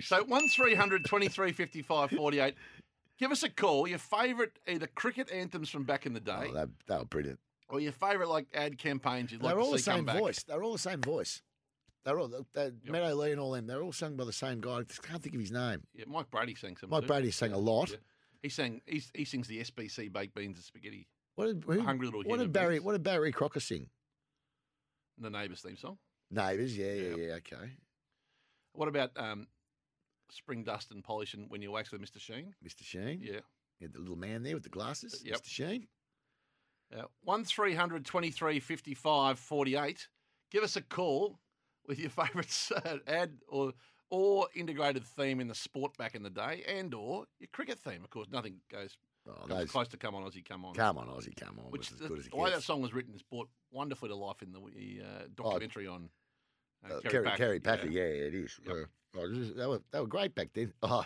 so one 23 55 48. Give us a call. Your favourite either cricket anthems from back in the day,
oh, they, they were brilliant.
or your favourite like ad campaigns you'd like
they're
to
all the
see come
same
back.
voice. They're all the same voice. They're all, they Meadow Lee and all them, they're all sung by the same guy. I just can't think of his name.
Yeah, Mike Brady sang some.
Mike
too.
Brady sang a lot.
Yeah. He sang. He, he sings the SBC baked beans and spaghetti.
What did, who,
Hungry Little
what
Human
did Barry
Beings.
What did Barry Crocker sing?
The neighbours theme song.
Neighbours, yeah, yeah, yeah, okay.
What about um, spring dust and polish and when you wax with Mr. Sheen?
Mr. Sheen.
Yeah.
You had the little man there with the glasses,
Yep.
Mr. Sheen.
Uh, 1300 23 55 48. Give us a call with your favourite uh, ad or or integrated theme in the sport back in the day and or your cricket theme. Of course, nothing goes comes
Oh, those-
close to Come On Aussie, Come On.
Come on, Aussie, come on.
Which
was
the,
as good as it
the way that
gets. Oh,
song was written is brought wonderfully to life in the uh, documentary on uh,
Uh,
Kerry,
Kerry,
Packer.
Kerry Packer, yeah, yeah, it is. Uh, oh, this is- they, were, they were great back then. Oh,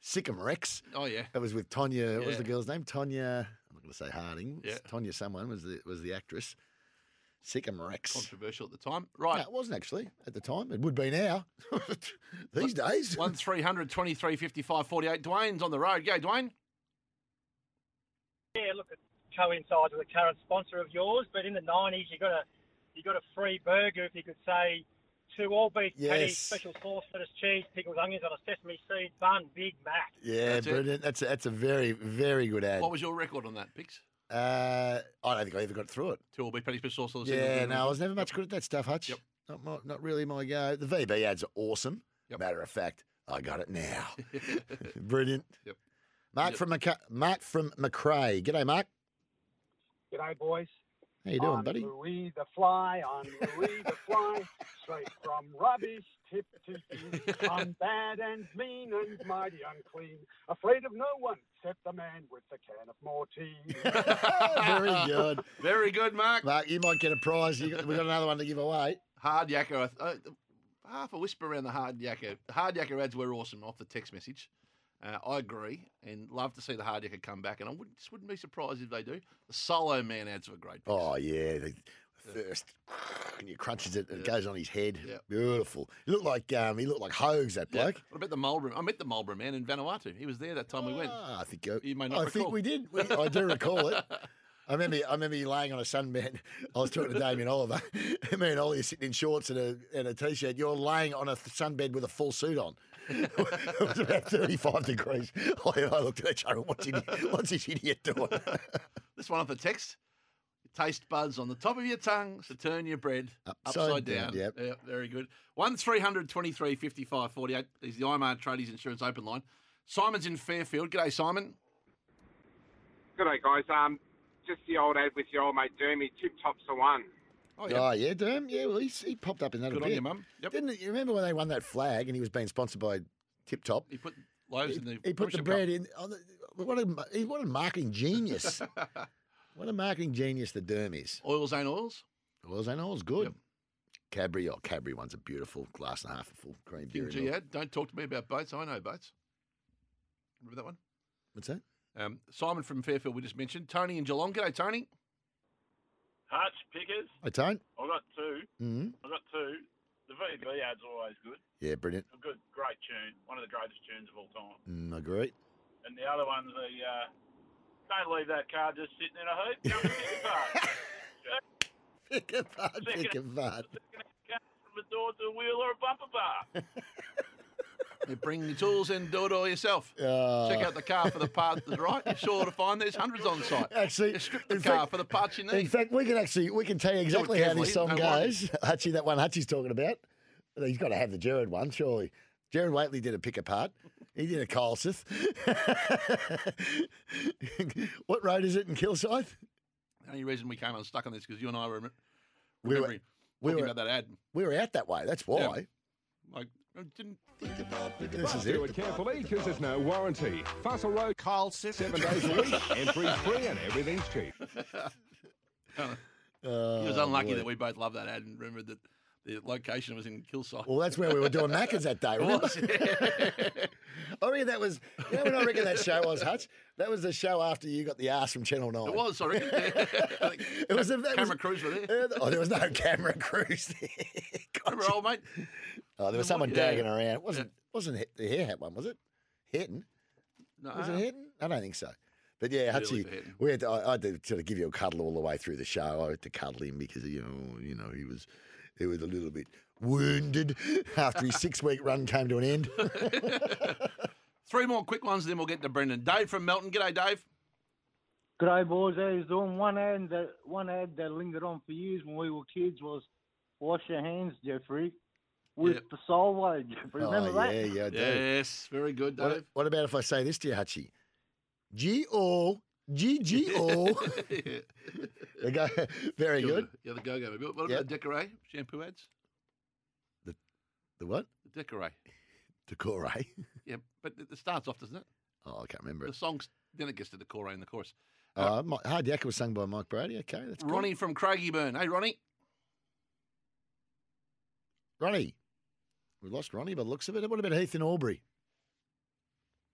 Sikkim Rex.
Oh, yeah.
That was with Tonya. What was the
Yeah.
girl's name? Tonya. I'm not going to say Harding.
Yeah.
Tonya someone was the was the actress. Sikkim Rex.
Controversial at the time. Right.
No, it wasn't actually at the time. It would be now. These days.
1300 23 55 48. Dwayne's on the road. Go, Dwayne.
Yeah, look, it coincides with the current sponsor of yours, but in the 90s, you got a you got a free burger, if you could say, two all beef patties,
Yes.
special sauce, lettuce, cheese, pickled onions on a sesame seed bun, Big Mac.
Yeah,
That's it.
brilliant. That's a, that's a very, very good ad.
What was your record on that, Pix?
Uh, I don't think I ever got through it.
Two all beef patties per sauce. all the
Yeah,
singles.
no, I was never much good at that stuff, Hutch. Not my, not really my go. The VB ads are awesome. Matter of fact, I got it now. Brilliant.
Yep.
Mark from Maca- Mark from McRae. G'day, Mark.
G'day, boys.
How you doing,
I'm
buddy?
Louis the Fly. I'm Louis the Fly. Straight from rubbish, tip to tea. I'm bad and mean and mighty unclean. Afraid of no one except the man with the can of more tea.
Very good.
Very good, Mark.
Mark, you might get a prize. You got, we got another one to give away.
Hard yakko. I th- uh, half a whisper around the hard yakko. The Hard yakko ads were awesome off the text message. Uh, I agree, and love to see the hard yakko come back. And I wouldn't, just wouldn't be surprised if they do. The solo man ads were great.
Oh yeah, the first and he crunches it and it
Yeah.
goes on his head.
Yeah.
Beautiful. He looked like um, he looked like Hogs that
Yeah.
bloke.
What about the Marlboro? I met the Marlboro man in Vanuatu. He was there that time we went.
Ah, I think you,
may not
I think
recall.
we did. We, I do recall it. I remember, I remember you laying on a sunbed. I was talking to Damien Oliver. Me and Ollie are sitting in shorts and a, and a t-shirt. You're laying on a th- sunbed with a full suit on. it was about 35 degrees. I, I looked at each other. What's, in, what's this idiot doing?
This one off the text. Taste buds on the top of your tongue, so turn your bread upside, down.
down, yep.
Yep, very good. 1 300 23 55 48 is the IMR Tradies Insurance Open Line. Simon's in Fairfield. G'day, Simon.
G'day, guys. Um, just the old ad with your old mate Jeremy, Tip Tops the one.
Oh yeah, Derm. Yeah, well, he's, he popped up in that.
Good
a
on
bit.
you, Mum.
Didn't you remember when they won that flag and he was being sponsored by Tip Top?
He put loaves in the.
He put the
membership
bread
cup.
in. On the, what a ma- he- what a marketing genius! what a marketing genius the Derm is.
Oils ain't oils.
Oils ain't oils. Good. Cadbury, oh, Cadbury one's a beautiful glass and a half of full cream
King
beer. and
G
milk.
ad. Don't talk to me about boats. I know boats. Remember that one?
What's that?
Um, Simon from Fairfield, we just mentioned. Tony in Geelong. G'day, Tony.
Hutch pickers.
I don't.
I got two.
Mhm.
I got two. The VB ad's always good.
Yeah, brilliant.
A good, great tune. One of the greatest tunes of all time.
Mm, agree.
And the other one's the uh, don't leave that car just sitting in a heap. Come and pick it apart.
Pick apart, pick apart.
From a door to a wheel or a bumper bar.
You bring your tools and do it all yourself. Check out the car for the part that's right. You're sure to find there's hundreds on site.
Actually,
the
in
car
fact-
for the parts you
In
need.
fact, we can actually we can tell you exactly how
carefully,
this song
don't worry.
goes. Hutchie, that one Hutchie's talking about. He's got to have the Jared one, surely. Jared Waitley did a pick apart. He did a Colsith. what road is it in Kilsyth?
The only reason we came unstuck on this because you and I were remem-
We were-
remembering
we
talking
were-
about that ad.
We were out that way. That's why.
Yeah. Like, I didn't think about it.
This is
Do
it.
it carefully because there's no warranty. Fossil Road, Carl seven days a week, entry's free and everything's cheap.
It was
Oh,
unlucky
boy.
that we both loved that ad and remembered that the location was in Kilsyth.
Well, that's where we were doing Macca's that day,
It
remember?
was, yeah.
I reckon Oh, that was, you know when I reckon that show was, Hutch? That was the show after you got the ass from Channel 9.
It was, sorry.
It was a- that
camera
was-
crews were there.
Uh, oh, there was no camera crews there.
Remember, old mate?
Oh, there was
The
someone
mo- yeah.
gagging around. It wasn't wasn't Hit- the hair hat one, was it? Hitton?
No.
Was it Hitton? I don't think so. But yeah,
Really for
Hutchie,
Hitton.
we had to, I, I had to sort of give you a cuddle all the way through the show. I had to cuddle him because you know, you know, he was he was a little bit wounded after his six week run came to an end.
Three more quick ones, then we'll get to Brendan. Dave from Melton. G'day, Dave.
G'day, boys. How you doing? One ad that one ad that lingered on for years when we were kids was "Wash your hands, Jeffrey." With
Yep.
the solo, Jeffrey. Remember
oh,
that?
Yeah, yeah, I do.
Yes, very good, Dave.
What, what about if I say this to you, Hutchie? G O G G O. They go- Very
Killed
good.
it. Yeah, the go-go. What about
Yep.
the Decoré shampoo ads?
The what?
The Decoré.
Decore. eh?
Yeah, but it it starts off, doesn't it?
Oh, I can't remember
The
it.
song's then it gets to the Decoré in the chorus. Uh,
Oh, Mi- Hard Yakka was sung by Mike Brady. Okay, that's good.
Ronnie from Craigieburn. Hey, Ronnie.
Ronnie. We lost Ronnie, but looks of it. What about Heath and Aubrey?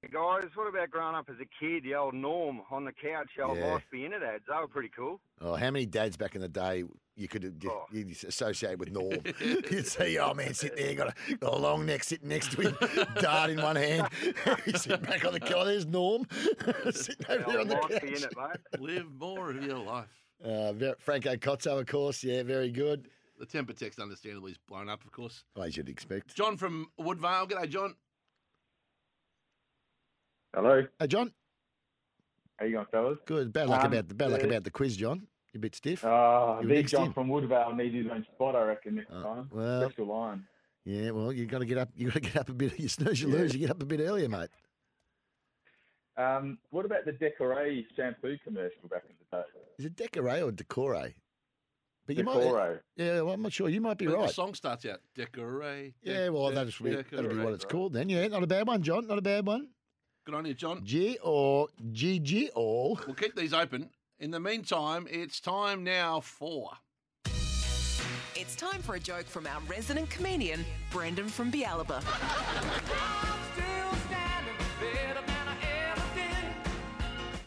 Hey guys, what about growing up as a kid? The old norm on the couch, the old
Yeah.
life being it ads. They were pretty cool.
Oh, how many dads back in the day you could uh, you'd associate with Norm? You'd see, oh man, sitting there, got a, got a long neck sitting next to him, dart in one hand. He's sitting back on the couch. There's Norm sitting over there on the couch.
Live more of your life.
Uh, Ver- Franco Cotto, of course. Yeah, very good.
The temper text, understandably, is blown up, of course.
As you'd expect.
John from Woodvale. G'day, John.
Hello. Hey, John.
How you going, fellas?
Good. Bad luck
Um,
about the bad luck
uh,
about the quiz, John. You're a bit stiff.
Uh,
You were
big
next
John
in. Uh,
from Woodvale needs his own spot, I reckon, next time.
well.
Special line.
Yeah, well, you got to get up. You got to get up a bit. You snooze, you
Yeah.
lose. You get up a bit earlier, mate.
Um, what about the Decoré shampoo commercial back in the day?
Is it Decoré or Decoré? But you might.
Decoré.
Yeah, well, I'm not sure. You might be
I think
right.
The song starts out, Decorate.
Yeah, well, that's that'll be what it's called then. Yeah, not a bad one, John. Not a bad one.
Good on you, John.
G or GG or
We'll keep these open. In the meantime, it's time now for.
It's time for a joke from our resident comedian, Brendan from Bialaba.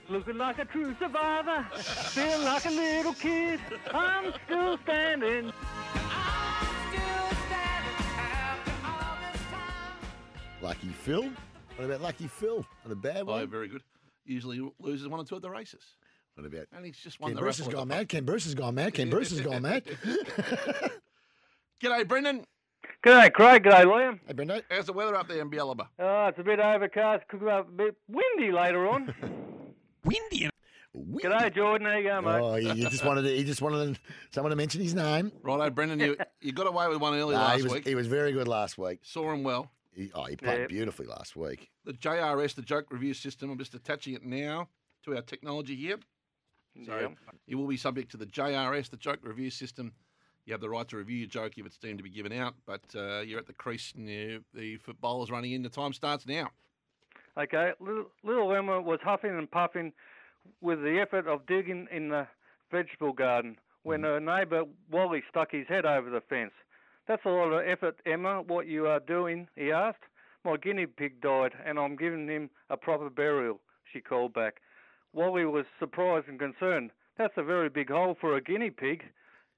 Looking like a true survivor, feel like a little kid. I'm still standing.
Lucky Phil. What about Lucky Phil? Not a bad
Oh,
one.
very good. Usually loses one or two at the races.
What about?
And he's just won
Ken
the
Bruce has
raffle at
gone
the-
mad. Ken Bruce has gone mad. Ken Bruce has gone mad.
G'day, Brendan.
G'day, Craig. G'day, Liam.
Hey, Brendan.
How's the weather up there in Bialaba?
Oh, it's a bit overcast. Could be a bit windy later on. windy. G'day, Jordan. How you going, mate?
Oh, you you just wanted to, he just wanted someone to mention his name.
Righto, Brendan, you, you got away with one early
Nah,
last
he was
week.
he was very good last week.
Saw him well.
He, oh, he played
Yeah.
beautifully last week.
The JRS, the joke review system, I'm just attaching it now to our technology here. So
Yeah.
it will be subject to the JRS, the joke review system. You have the right to review your joke if it's deemed to be given out, but uh, you're at the crease and you, the footballer's running in. The time starts now.
Okay, little, little Emma was huffing and puffing with the effort of digging in the vegetable garden when her neighbour Wally stuck his head over the fence. That's a lot of effort, Emma, what you are doing, he asked. My guinea pig died and I'm giving him a proper burial, she called back. Wally was surprised and concerned. That's a very big hole for a guinea pig,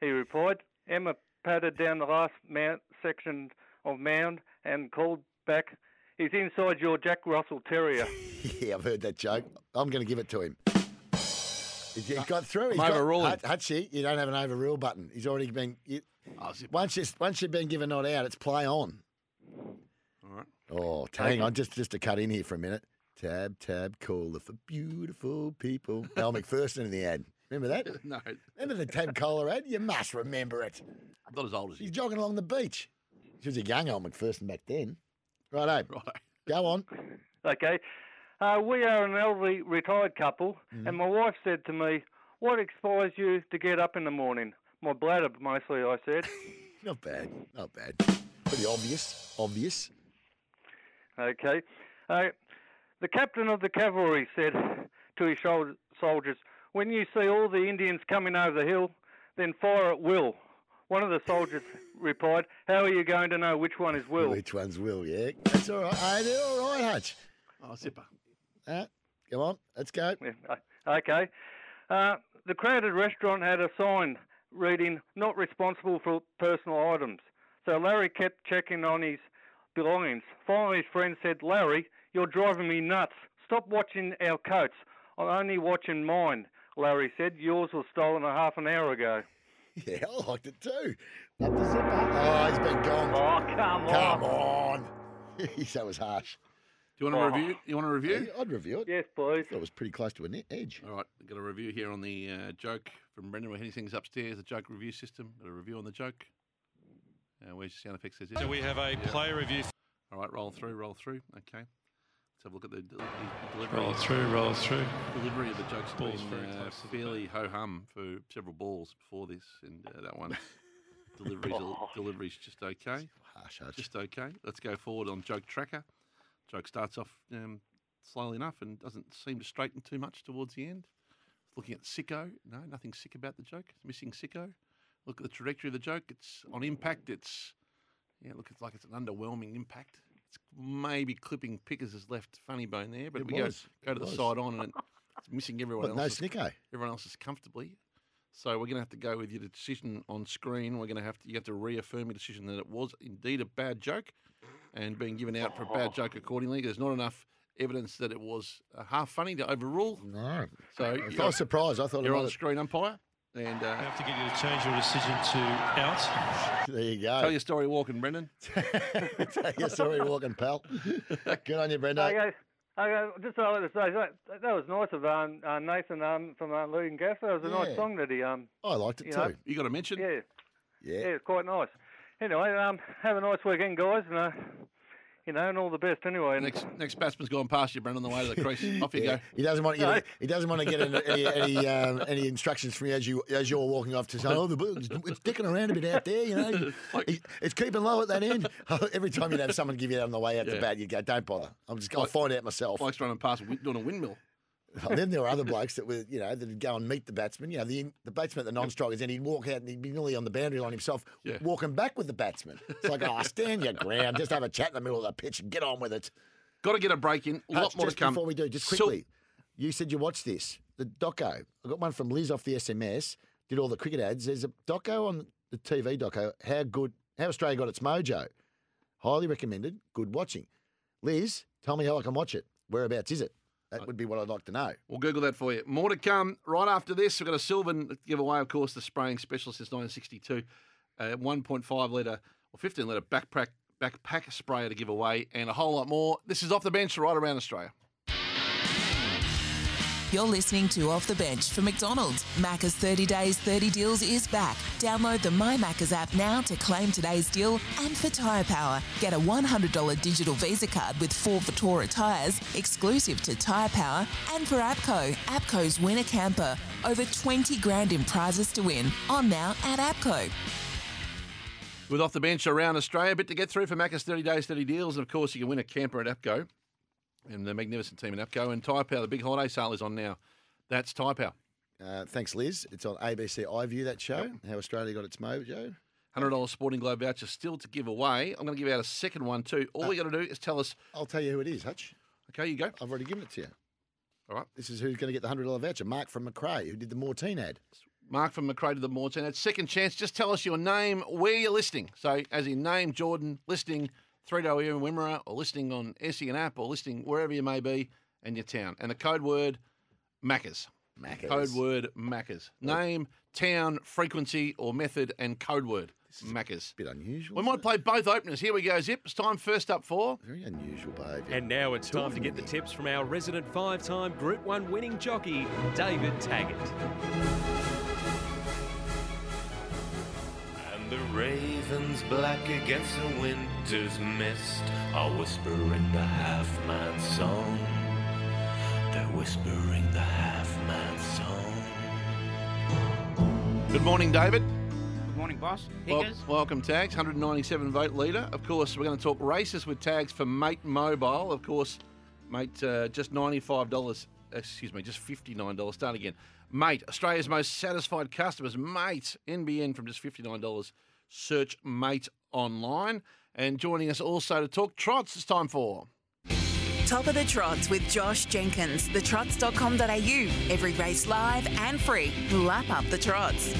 he replied. Emma patted down the last mound, section of mound and called back, He's inside your Jack Russell Terrier.
Yeah, I've heard that joke. I'm going to give it to him. He's he's got through. He's
I'm overruling.
Got, Hut- Hutchie, you don't have an overrule button. He's already been. You,
Oh,
once you once you've been given not out, it's play on.
All right.
Oh, t- hang on, just just to cut in here for a minute. Tab tab cola for beautiful people. Al McPherson in the ad. Remember that?
No,
Remember the tab cola ad? You must remember it.
I'm not as old as you.
He's jogging along the beach. She was a young Al McPherson back then. Righto.
Right.
Go on.
Okay. Uh, we are an elderly retired couple,
Mm-hmm.
and my wife said to me, What inspires you to get up in the morning? My bladder, mostly, I said.
Not bad. Not bad. Pretty obvious. Obvious.
Okay. Uh, the captain of the cavalry said to his shol- soldiers, When you see all the Indians coming over the hill, then fire at will. One of the soldiers replied, How are you going to know which one is Will?
Which one's Will? Yeah, that's all right. Hey, they're all right, Hutch.
Oh, zipper.
Uh, come on, let's go.
Okay. Uh, the crowded restaurant had a sign reading "Not responsible for personal items." So Larry kept checking on his belongings. Finally, his friend said, "Larry, you're driving me nuts. Stop watching our coats. I'm only watching mine." Larry said, "Yours was stolen a half an hour ago."
Yeah, I liked it too. Up the zipper. Oh, he's been gone.
Oh, come on.
Come on. that was harsh.
Do you want to review? You want to review?
I'd review it.
Oh. Yes, please.
That was pretty close to an e- edge.
All right, got a review here on the uh, joke from Brendan. We're hitting things upstairs. The joke review system. Got a review on the joke. Uh, where's your sound effects? There's it.
So we have a
Yeah.
play review.
All right, roll through, roll through. Okay, let's have a look at the, del- the delivery.
Roll through, roll through.
Delivery of the jokes
Ball's
balls
very
been uh,
close to the
fairly ho hum for several balls before this, and uh, that one delivery's
Oh.
delivery's just okay.
Harsh,
Just okay. Let's go forward on joke tracker. Joke starts off um, slowly enough and doesn't seem to straighten too much towards the end. Looking at sicko. No, nothing sick about the joke. It's missing sicko. Look at the trajectory of the joke. It's on impact. It's yeah. Look, it's like it's an underwhelming impact. It's maybe clipping Pickers' left funny bone there, but
It
we
was.
go go to the
It was.
side on and it's missing everyone
But no
else's.
snicko.
Everyone else's comfortably. So we're going to have to go with your decision on screen. We're going to have to you have to reaffirm your decision that it was indeed a bad joke, and being given out for a bad joke accordingly. There's not enough evidence that it was uh, half funny to overrule.
No.
So
If
you're-
I was surprised. I thought it
you're
might
on
have-
screen umpire, and uh,
have to get you to change your decision to out.
There you go.
Tell your story walking, Brendan.
Tell your story walking, pal. Good on you, Brendo.
Okay. Okay, just so I wanted to say that, that was nice of um, uh, Nathan um, from uh, Lugan Gaff. That was a
Yeah.
nice song that he um.
I liked it
you
too.
know,
You got to mention.
Yeah.
Yeah.
Yeah, it's quite nice. Anyway, um, have a nice weekend, guys, and uh, you know, and all the best. Anyway,
next next batsman's gone past you, Brendan, on the way to the crease. Off you
Yeah,
go.
He doesn't want you to,
No.
he doesn't want to get any any any, um, any instructions from you as you as you're walking off to say, oh, the bull's it's dicking around a bit out there, you know. It- it's keeping low at that end. oh, Every time you'd have someone give you that on the way out
Yeah.
the bat, you'd go, don't bother. I'm just going to find out myself.
Mike's running past a win- doing a windmill.
And then there were other blokes that were, you know, that'd go and meet the batsman. You know, the the batsman, at the non-strikers, and he'd walk out and he'd be nearly on the boundary line himself,
Yeah.
walking back with the batsman. It's like, oh, stand your ground, just have a chat in the middle of the pitch and get on with it.
Got to get a break in. A lot
Hutch,
more
Uh, just
to come.
Before we do, just
Sil-
quickly, you said you watched this, the doco. I got one from Liz off the SMS. Did all the cricket ads. There's a doco on the TV doco. How good? How Australia got its mojo. Highly recommended. Good watching. Liz, tell me how I can watch it. Whereabouts is it? That would be what I'd like to know.
We'll Google that for you. More to come right after this. We've got a Sylvan giveaway, of course, the spraying specialist since 1962. Uh, 1.5 litre or 15 litre backpack, backpack sprayer to give away and a whole lot more. This is Off the Bench right around Australia.
You're listening to Off the Bench for McDonald's. Macca's 30 Days 30 Deals is back. Download the My Macca's app now to claim today's deal. And for Tyre Power, get a $100 digital Visa card with four Vitora tyres, exclusive to Tyre Power. And for APCO, APCO's Winner Camper. Over 20 grand in prizes to win. On now at APCO.
With Off the Bench around Australia, a bit to get through for Macca's 30 Days, 30 Deals. And of course, you can win a camper at APCO and the magnificent team at APCO. And Tyre Power, the big holiday sale is on now. That's Tyre Power.
Uh, thanks, Liz. It's on ABC iView, that show, How Australia Got Its Mojo.
$100 Sporting Globe voucher still to give away. I'm going to give out a second one too. All you got to do is tell us.
Uh, I'll tell you who it is, Hutch.
Okay, you go.
I've already given it to you.
All right.
This is who's going to get the $100 voucher Mark from McRae, who did the Mortine ad.
Mark from McRae to the Morts. And at second chance, just tell us your name, where you're listening. So, as in name, Jordan, listing 3DO in Wimmera, or listing on Essie and App, or listing wherever you may be, and your town. And the code word, Maccas.
Maccas.
Code word, Maccas.
Oh.
Name, town, frequency, or method, and code word, Maccas.
Bit unusual.
We might play both openers. Here we go, Zip. It's time first up for.
Very unusual behaviour.
And now it's time to get the tips from our resident five time Group 1 winning jockey, David Taggart.
And the ravens black against the winter's mist are whispering the half man's song. They're whispering the half man's song.
Good morning, David.
Good morning, boss.
Wel-
Higgers.
welcome, Tags. 197 vote leader. Of course, we're going to talk races with Tags for Mate Mobile. Of course, Mate, uh, just $95. Excuse me, just $59. Start again. Mate, Australia's most satisfied customers. Mate, NBN from just $59. Search Mate online. And joining us also to talk trots, it's time for.
Top of the Trots with Josh Jenkins, thetrots.com.au. Every race live and free. Lap up the trots.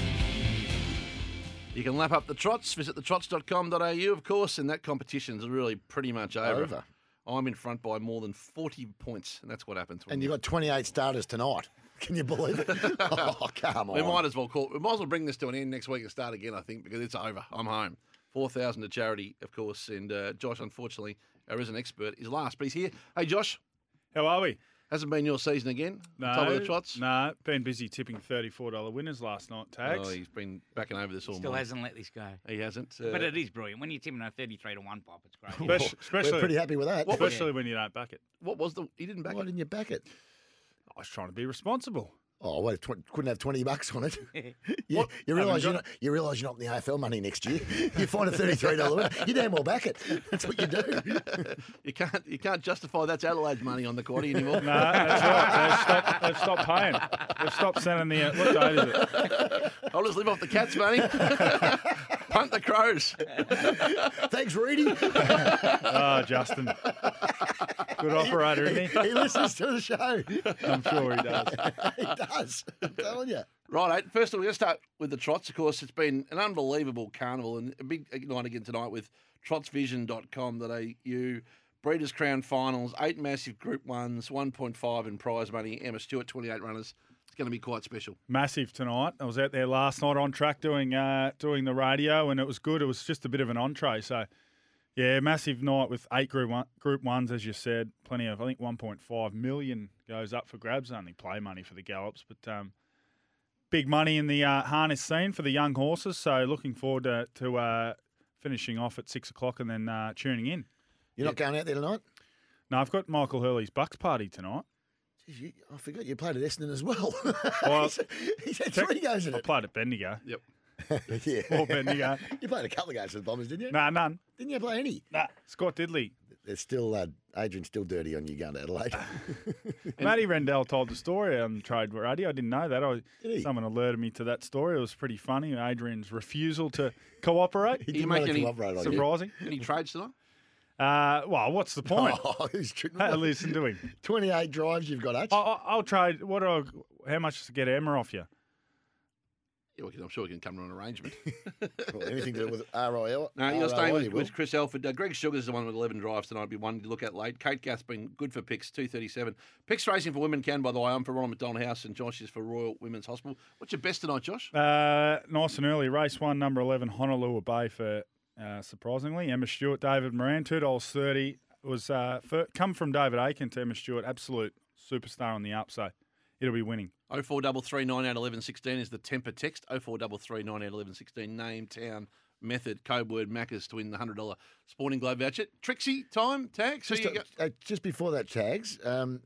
You can lap up the trots. Visit thetrots.com.au, of course, and that competition's really pretty much over.
Over.
I'm in front by more than 40 points, and that's what happens. when
And you've got 28 starters tonight. Can you believe it? oh, come on.
We might as well call. We might as well bring this to an end next week and start again. I think because it's over. I'm home. Four thousand to charity, of course. And uh, Josh, unfortunately, our is an expert. Is last, but he's here. Hey, Josh.
How are we?
Hasn't been your season again. Top of the trots.
No, been busy tipping thirty-four dollar winners last night. Tags.
Oh, he's been backing over this all
Still
morning.
hasn't
let this go.
He hasn't.
but
uh,
it is brilliant. When you're tipping a 33 to 1 pop, it's great.
Spec- especially,
What was,
especially when you don't back it.
what was the? He didn't back
Why
it.
didn't you back it?
I was trying to be responsible.
Oh, well, tw- couldn't have 20 bucks on it. You, you realise you're, not, you realise you're not in the AFL money next year. You find a $33 winner. You damn well back it. That's what you do.
You can't. You can't justify that's Adelaide's money on the quaddy
No,
anymore.
that's right. They've stopped, they've stopped uh, paying. They've stopped sending the. What date is it?
I'll just live off the cat's money. Punt the crows.
Thanks, Reedy.
Ah, Justin. Good operator,
he,
isn't he?
he listens to the show.
I'm sure he does.
he does. I'm telling you.
Right, first of all, we're going to start with the trots. Of course, it's been an unbelievable carnival and a big night again tonight with trotsvision.com.au. Breeders' Crown finals, eight massive group ones, 1.5 in prize money. Emma Stewart, 28 runners. It's going to be quite special.
Massive tonight. I was out there last night on track doing uh, doing the radio, and it was good. It was just a bit of an entree. So, yeah, massive night with eight group one, group ones, as you said. Plenty of, I think, 1.5 million goes up for grabs. Only play money for the gallops, but um, big money in the uh, harness scene for the young horses. So, looking forward to, to uh, finishing off at six o'clock and then uh, tuning in.
You're not going out there tonight?
No, I've got Michael Hurley's Bucks party tonight.
Jeez, you, I forgot you played at Essendon as well.
Well,
he said three goes in
I
it.
played at Bendigo.
Yep.
yeah.
Or Bendigo.
You played a couple of games for the Bombers, didn't you?
Nah, none.
Didn't you play any?
Nah. Scott Diddley.
There's still uh, Adrian's still dirty on you going to Adelaide.
Matty Rendell told the story on Trade Radio. I didn't know that. I,
Did he?
someone alerted me to that story. It was pretty funny. Adrian's refusal to cooperate.
He didn't want to cooperate on you.
Surprising.
Any trades tonight?
Uh, well, what's the point?
Oh, who's tri-
Hey, listen to him.
28 drives you've got, H.
I, I, I'll trade. What? Do I, how much to get Emma off you?
Yeah, we can, I'm sure we can come to an arrangement.
Well, anything to do with RIL.
No, you're
RIL,
staying
you
with,
will.
with Chris Elford. Uh, Greg Sugar's the one with 11 drives tonight. Be one to look at late. Kate Gath's been good for picks, 237. Picks racing for women can, by the way. I'm for Ronald McDonald House and Josh is for Royal Women's Hospital. What's your best tonight, Josh?
Uh, nice and early. Race one, number 11, Honolulu Bay for, uh, surprisingly, Emma Stewart, David Moran, $2.30. Was, uh, fir- come from David Aiken to Emma Stewart, absolute superstar on the up, so it'll be winning.
0433 9 out 11 16 is the temper text. 0433 9 out 11 16. Name, town, method, code word, Maccas to win the $100 sporting globe voucher. Trixie, time, tag. So
Just,
you go.
uh, just before that, tags, um,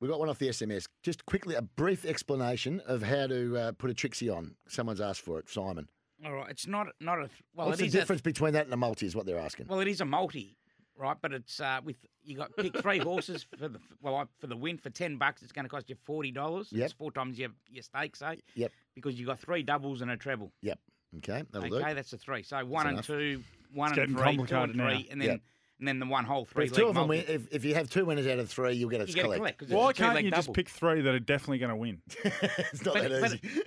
we got one off the SMS. Just quickly, a brief explanation of how to uh, put a Trixie on. Someone's asked for it, Simon.
All right, it's not not a th- well.
What's
it
the
is
difference between that and a multi? Is what they're
A,
asking.
well, it is a multi, right? But it's uh, with you got pick three horses for the well I- for the win for ten bucks. It's going to cost you forty dollars.
Yep.
It's four times your your stake, say.
Yep.
Because you got three doubles and a treble.
Yep. Okay, that'll
okay,
do.
that's the three. So one
enough.
and two, one
It's
and
getting
three, two and
complicated now.
three, and then
Yep.
and then the one whole
But
three.
if two
leg
of them,
multi.
win, if, if you have two winners out of three, you'll get a
you get a
collect.
collect 'cause
Why
it's a
can't
two-leg
you just
double.
pick three that are definitely going to win?
It's not
But-
that
but-
easy.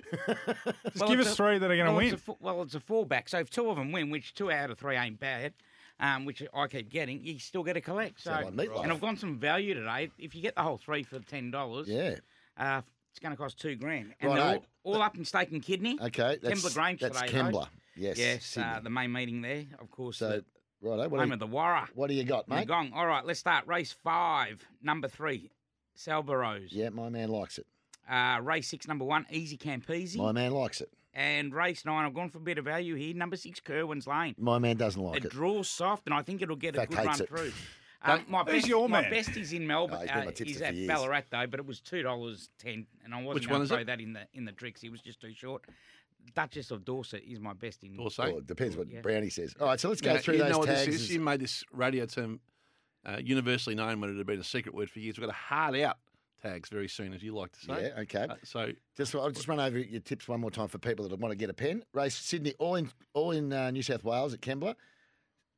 Just
Well,
give
it's
us
a-
three that are going to
well,
win.
It's a, fa- well, it's a fallback. So if two of them win, which two out of three ain't bad, um, which I keep getting, you still get a collect. So
Sound like meatloaf.
and I've gone some value today. If you get the whole three for ten dollars,
yeah.
uh, it's going to cost two grand. And
Righto.
they're all, all up in steak and kidney.
Okay, that's
Kembla Grange
That's
today. though.
Kembla. Yes.
Yes, uh,
Sydney.
the main meeting there, of course.
so,
the
righto. What,
home
do
of
you,
the Warra.
what do you got,
The
mate?
gong. All right, let's start. Race five, number three, Salboros.
Yeah, my man likes it.
Uh, race six, number one, Easy Campese.
My man likes it.
And race nine, I've gone for a bit of value here. Number six, Kerwin's Lane.
My man doesn't like
It
it.
draws soft, and I think it'll get
Fact,
a good run
hates it.
through. Um, my
Who's
best,
your
my
man?
best is in Melbourne.
Oh, he's been
uh,
my tipster
he's
for
at
years.
Ballarat though, but it was two dollars ten, and I
Which
wasn't
one
going to
is it?
throw that in the in the tricks. It was just too short. Duchess of Dorset is my best in.
Or say.
Well, it depends what
Yeah.
Brownie says. All right, so let's go
Now,
through
you
those
know what
tags.
This is? You made this radio term uh, universally known when it had been a secret word for years. We've got a hard out tags very soon, as you like to say.
yeah, okay.
Uh, so
Just I'll just run over your tips one more time for people that want to get a pen. Race Sydney, all in all in uh, New South Wales at Kembla.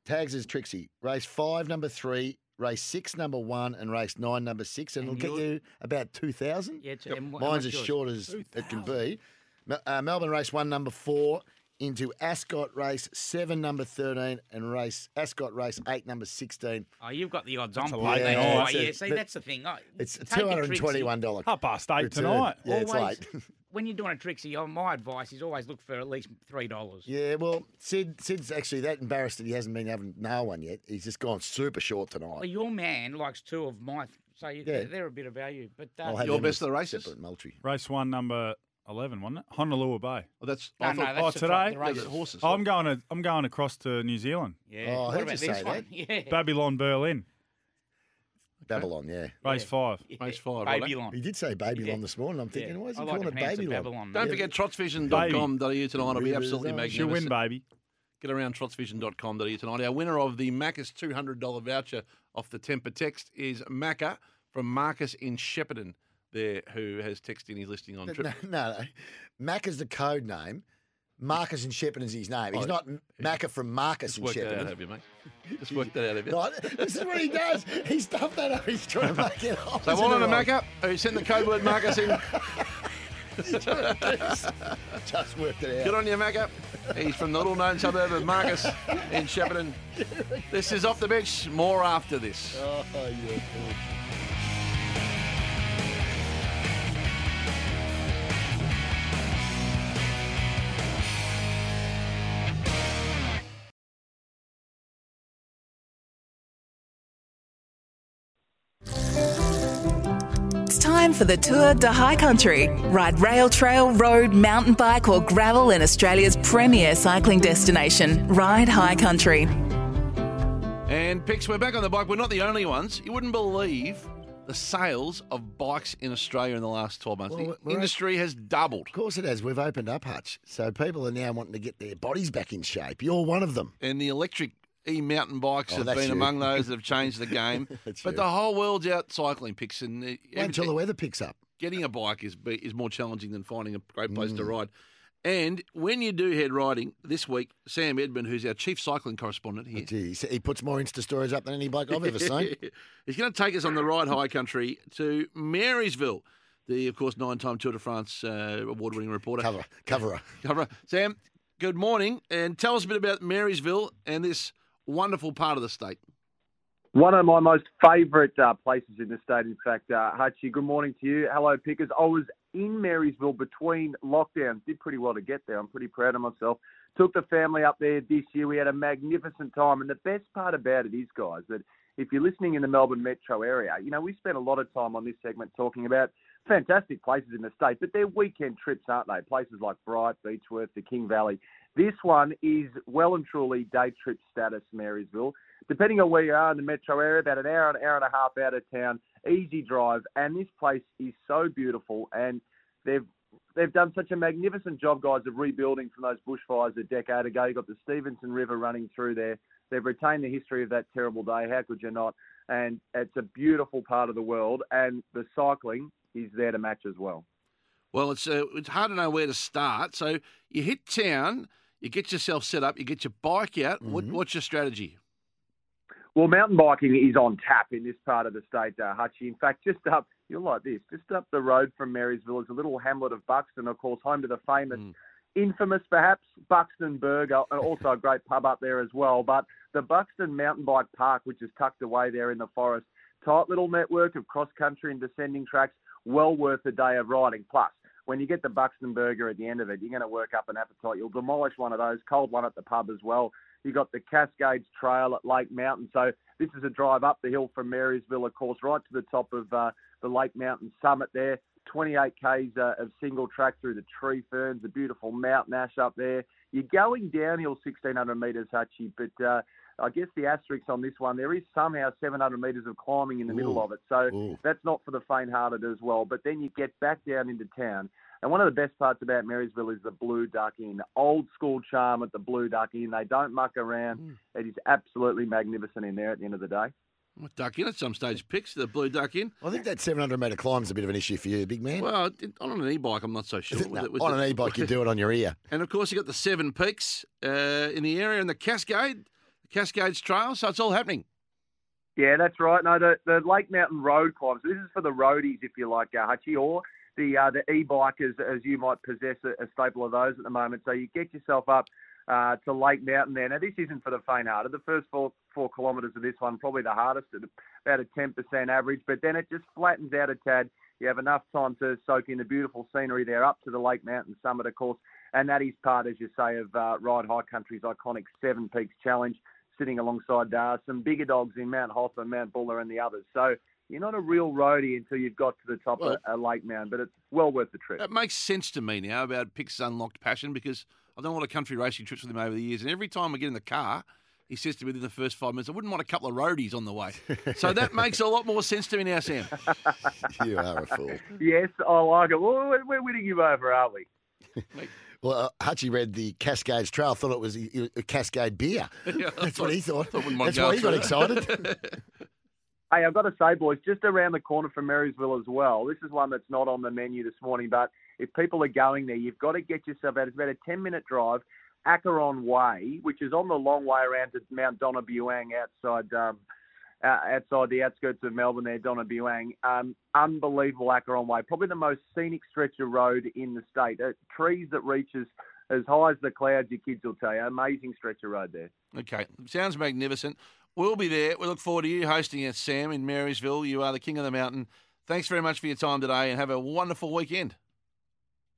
Tags is Trixie. Race five, number three. Race six, number one, and race nine, number six, and,
And
it'll get
yours-
you about two thousand.
Yeah, it's- and wha- how
Mine's
much
as
yours?
short as it can be. Mel- Uh, Melbourne race one, number four, into Ascot race seven, number thirteen, and race Ascot race eight, number sixteen.
Oh, you've got the odds
That's
on.
a
play.
late
That's
night.
why-
It's a-
Oh, yeah, see,
but-
that's the thing. I-
It's
take
two
a
hundred and
Trixie.
twenty-one dollars.
Half past eight tonight.
Yeah, it's
Always-
late.
When you're doing a tricksy, oh, my advice is always look for at least three dollars.
Yeah, well, Sid, Sid's actually that embarrassed that he hasn't been having no one yet. He's just gone super short tonight.
Well, your man likes two of my, th- so you,
Yeah.
they're a bit of value. But uh,
I'll have
your
him
best
in
of the races?
Separate multi.
Race one, number 11, wasn't it? Honolulu Bay.
well, that's
No,
I
no,
thought,
that's
oh,
the tri-
today?
the race.
the horses.
I'm going to I'm going across to New Zealand.
Yeah.
Oh, I
what
heard
about
you
this
say
one? Yeah.
Babylon, Berlin.
Babylon, yeah.
Race five.
Race five. righto.
Babylon.
He did say Babylon this morning. I'm thinking, why is
I
he
like
calling
to
it
pronounce it
Babylon?
Babylon.
Don't
Yeah.
forget trotsvision.com.au tonight. It'll be absolutely
uh, She'll
magnificent.
win, baby.
Get around trotsvision.com.au tonight. Our winner of the Macca's $200 voucher off the temper text is Macca from Marcus in Shepparton there who has texted in his listing on
No,
trip.
no, no. Mac is the code name. Marcus and Shepard is his name. He's
Oh,
not Macca from
Just
Marcus and
work that out,
Shepard.
have you, mate? Just work that out, have you?
No, this is what he does. He stuffed that up. He's trying to make it up.
So one on a Mac up, who sent the code word Marcus in.
Just worked it out.
Good on you, Mac up. He's from the little known suburb of Marcus in Shepparton. This is Off the Bench. More after this.
Oh, yeah.
It's time for the Tour de High Country. Ride rail, trail, road, mountain bike, or gravel in Australia's premier cycling destination. Ride High Country.
And Pix, we're back on the bike. We're not the only ones. You wouldn't believe the sales of bikes in Australia in the last 12 months. The industry has doubled. Of
course it has. We've opened up, Hutch. So people are now wanting to get their bodies back in shape. You're one of them.
and the electric e mountain bikes
Oh,
have
that's
been
you.
among those that have changed the game. but
That's you.
the whole world's out cycling picks, and uh,
Wait until the weather picks up.
getting a bike is be- is more challenging than finding a great place
Mm.
to ride. And when you do head riding this week, Sam Edmund, who's our chief cycling correspondent here,
Gee, Oh, he- he puts more Insta stories up than any bloke I've ever seen.
He's going to take us on the ride high country to Marysville. The, of course, nine-time Tour de France uh, award-winning reporter.
Cover, coverer.
Coverer. Sam, good morning, and tell us a bit about Marysville and this wonderful part of the state.
One of my most favourite uh, places in the state, in fact. Uh, Hutchie, good morning to you. Hello, Pickers. I was in Marysville between lockdowns. Did pretty well to get there. I'm pretty proud of myself. Took the family up there this year. We had a magnificent time. And the best part about it is, guys, that if you're listening in the Melbourne metro area, you know, we spent a lot of time on this segment talking about fantastic places in the state, but they're weekend trips, aren't they? Places like Bright, Beechworth, the King Valley. This one is well and truly day trip status, Marysville. Depending on where you are in the metro area, about an hour, an hour and a half out of town, easy drive. And this place is so beautiful. And they've they've done such a magnificent job, guys, of rebuilding from those bushfires a decade ago. You've got the Stevenson River running through there. They've retained the history of that terrible day. How could you not? And it's a beautiful part of the world, and the cycling is there to match as well.
Well, it's uh, it's hard to know where to start. So you hit town, you get yourself set up, you get your bike out.
Mm-hmm.
What, what's your strategy?
Well, mountain biking is on tap in this part of the state, uh, Hutchie. In fact, just up, you'll like this, just up the road from Marysville is a little hamlet of Buxton, of course, home to the famous, infamous perhaps, Buxton Burger, and also a great pub up there as well. But the Buxton Mountain Bike Park, which is tucked away there in the forest, tight little network of cross country and descending tracks, well worth a day of riding. Plus, when you get the Buxton burger at the end of it, you're going to work up an appetite. You'll demolish one of those, cold one at the pub as well. You got the Cascades Trail at Lake Mountain. So this is a drive up the hill from Marysville, of course, right to the top of uh, the Lake Mountain summit there. 28 k's uh, of single track through the tree ferns, the beautiful mountain ash up there. You're going downhill 1600 metres, Hutchie, but uh, I guess the asterisk on this one, there is somehow 700 metres of climbing in the middle
Ooh.
of it. So that's not for the faint-hearted as well. But then you get back down into town, and one of the best parts about Marysville is the Blue Duck Inn, old school charm at the Blue Duck Inn. They don't muck around.
Mm.
It is absolutely magnificent in there at the end of the day.
Well, duck in at some stage. Picks the blue duck in.
I think that 700 metre climb's a bit of an issue for you, big man.
Well, on an e bike, I'm not so sure.
No, on an e-bike, you do it on your ear.
And of course, you got the seven peaks uh, in the area and the Cascade, the Cascades Trail. So it's all happening.
Yeah, that's right. No, the, the Lake Mountain Road climbs. This is for the roadies, if you like, uh, Hutchie, or the uh, the e-bikers, as you might possess a, a staple of those at the moment. So you get yourself up uh, to Lake Mountain there. Now, this isn't for the faint-hearted. The first four four kilometres of this one probably the hardest, at about a ten percent average. But then it just flattens out a tad. You have enough time to soak in the beautiful scenery there, up to the Lake Mountain summit, of course, and that is part, as you say, of uh, Ride High Country's iconic Seven Peaks Challenge sitting alongside uh, some bigger dogs in Mount Hoffa, Mount Buller, and the others. So you're not a real roadie until you've got to the top
Well-
of a Lake Mound, but it's well worth the trip.
That makes sense to me now about Pick's unlocked passion because I've done a lot of country racing trips with him over the years, and every time I get in the car, he says to me within the first five minutes, "I wouldn't want a couple of roadies on the way." so that makes a lot more sense to me now, Sam.
You are a fool.
yes, oh, I like it. Well, we're- we're winning you over, aren't we?
Well, uh, Hutchie read the Cascades Trail, thought it was a, a Cascade beer.
Yeah, I
That's what he thought.
I wouldn't mind
That's why
going
he got
through.
excited.
Hey, I've got to say, boys, just around the corner from Marysville as well. This is one that's not on the menu this morning, but if people are going there, you've got to get yourself out. It's about a 10 minute drive, Acheron Way, which is on the long way around to Mount Donabuang outside. Um, uh, outside the outskirts of Melbourne there, Donabuang. Um, unbelievable Acheron Way, probably the most scenic stretch of road in the state. Uh, trees that reaches as high as the clouds, your kids will tell you. Amazing stretch of road there.
Okay, sounds magnificent. We'll be there. We look forward to you hosting us, Sam, in Marysville. You are the king of the mountain. Thanks very much for your time today and have a wonderful weekend.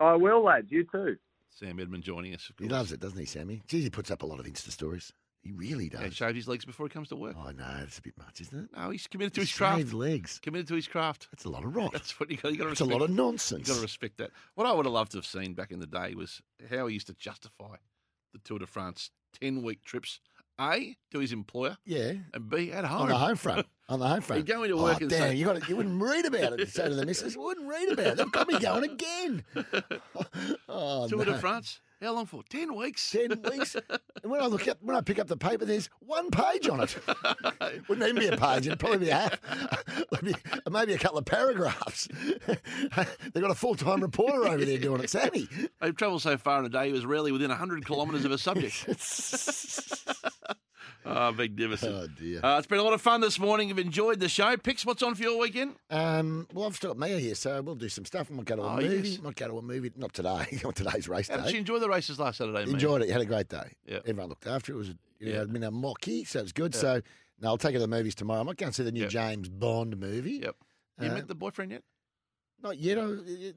I will, lads. You too.
Sam Edmund joining us. of
He
course.
loves it, doesn't he, Sammy? Geez, he puts up a lot of Insta stories. He really does.
Yeah, he shaved his legs before he comes to work.
I know, it's a bit much, isn't it?
No, he's committed to
He
his craft.
shaved legs.
Committed to his craft.
That's a lot of rot.
That's what you got. You got to
It's a lot of nonsense.
You got to respect that. What I would have loved to have seen back in the day was how he used to justify the Tour de France ten week trips. A to his employer.
Yeah.
And B at home
On the home front. On the home front.
He'd go into
Oh,
work and
damn,
say-
you, got to, you wouldn't read about it. So to the missus, wouldn't read about it. They've got me going again. Oh,
Tour de
no.
France. How long for? Ten weeks.
Ten weeks. And when I look up, when I pick up the paper, there's one page on it. Wouldn't even be a page. It'd probably be half, maybe, maybe a couple of paragraphs. They've got a full time reporter over there doing it, Sammy.
They've travelled so far in a day, he was rarely within 100 kilometres of a subject. oh, magnificent.
Oh, dear.
Uh, it's been a lot of fun this morning. You've enjoyed the show. Pix, what's on for your weekend?
Um, well, I've still got Mia here, so we'll do some stuff. I might go to a
Oh,
movie.
yes.
Might go to a movie. Not today. Not today's race
How
day.
did you enjoy the races last Saturday, mate?
Enjoyed it. You had a great day.
Yeah.
Everyone looked after it. It was, you know,
Yeah.
it'd been a mocky, so it was good.
Yeah.
So, no, I'll take her to the movies tomorrow. I might go and see the new James Bond movie.
Yep. You
Uh,
met the boyfriend yet?
Not yet. I,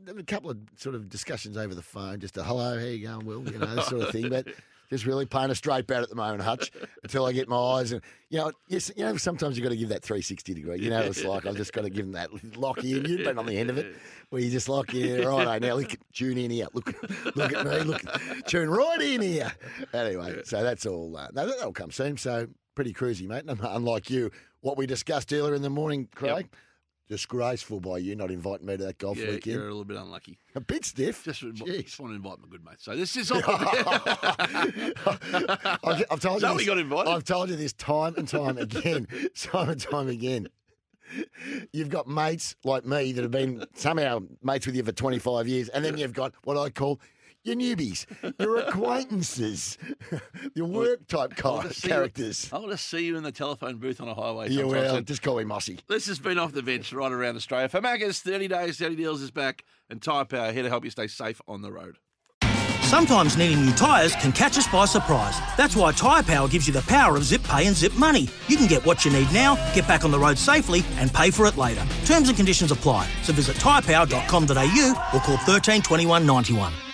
there were a couple of sort of discussions over the phone, just a hello, how you going, Will? You know, that sort of thing. But just really playing a straight bat at the moment, Hutch, until I get my eyes. And, you know, yes, you know sometimes you've got to give that 360 degree. You know what it's like. I've just got to give them that lock in. You've been on the end of it where you're just like, yeah, right, now look, tune in here. Look look at me. Look, tune right in here. Anyway, so that's all. Uh, no, that- that'll come soon. So pretty cruisy, mate. uh, Unlike you, what we discussed earlier in the morning, Craig. Disgraceful by you not inviting me to that golf
yeah,
weekend.
you're a little bit unlucky.
A bit stiff. Oh,
Just, just want to invite my good mate. So this is all.
I've, I've told you
Zoe
this,
got invited.
I've told you this time and time again, time and time again. You've got mates like me that have been somehow mates with you for 25 years, and then you've got what I call your newbies, your acquaintances, your work type
I want
kind
to see you-
characters.
I want to see you in the telephone booth on a highway.
Yeah,
sometime
well,
soon.
just call me Mossy.
This has been Off the Bench right around Australia. For Maccas, 30 days, 30 deals is back, and Tyre Power here to help you stay safe on the road.
Sometimes needing new tyres can catch us by surprise. That's why Tyre Power gives you the power of zip pay and zip money. You can get what you need now, get back on the road safely, and pay for it later. Terms and conditions apply. So visit tyrepower.com.au or call 13 21 91.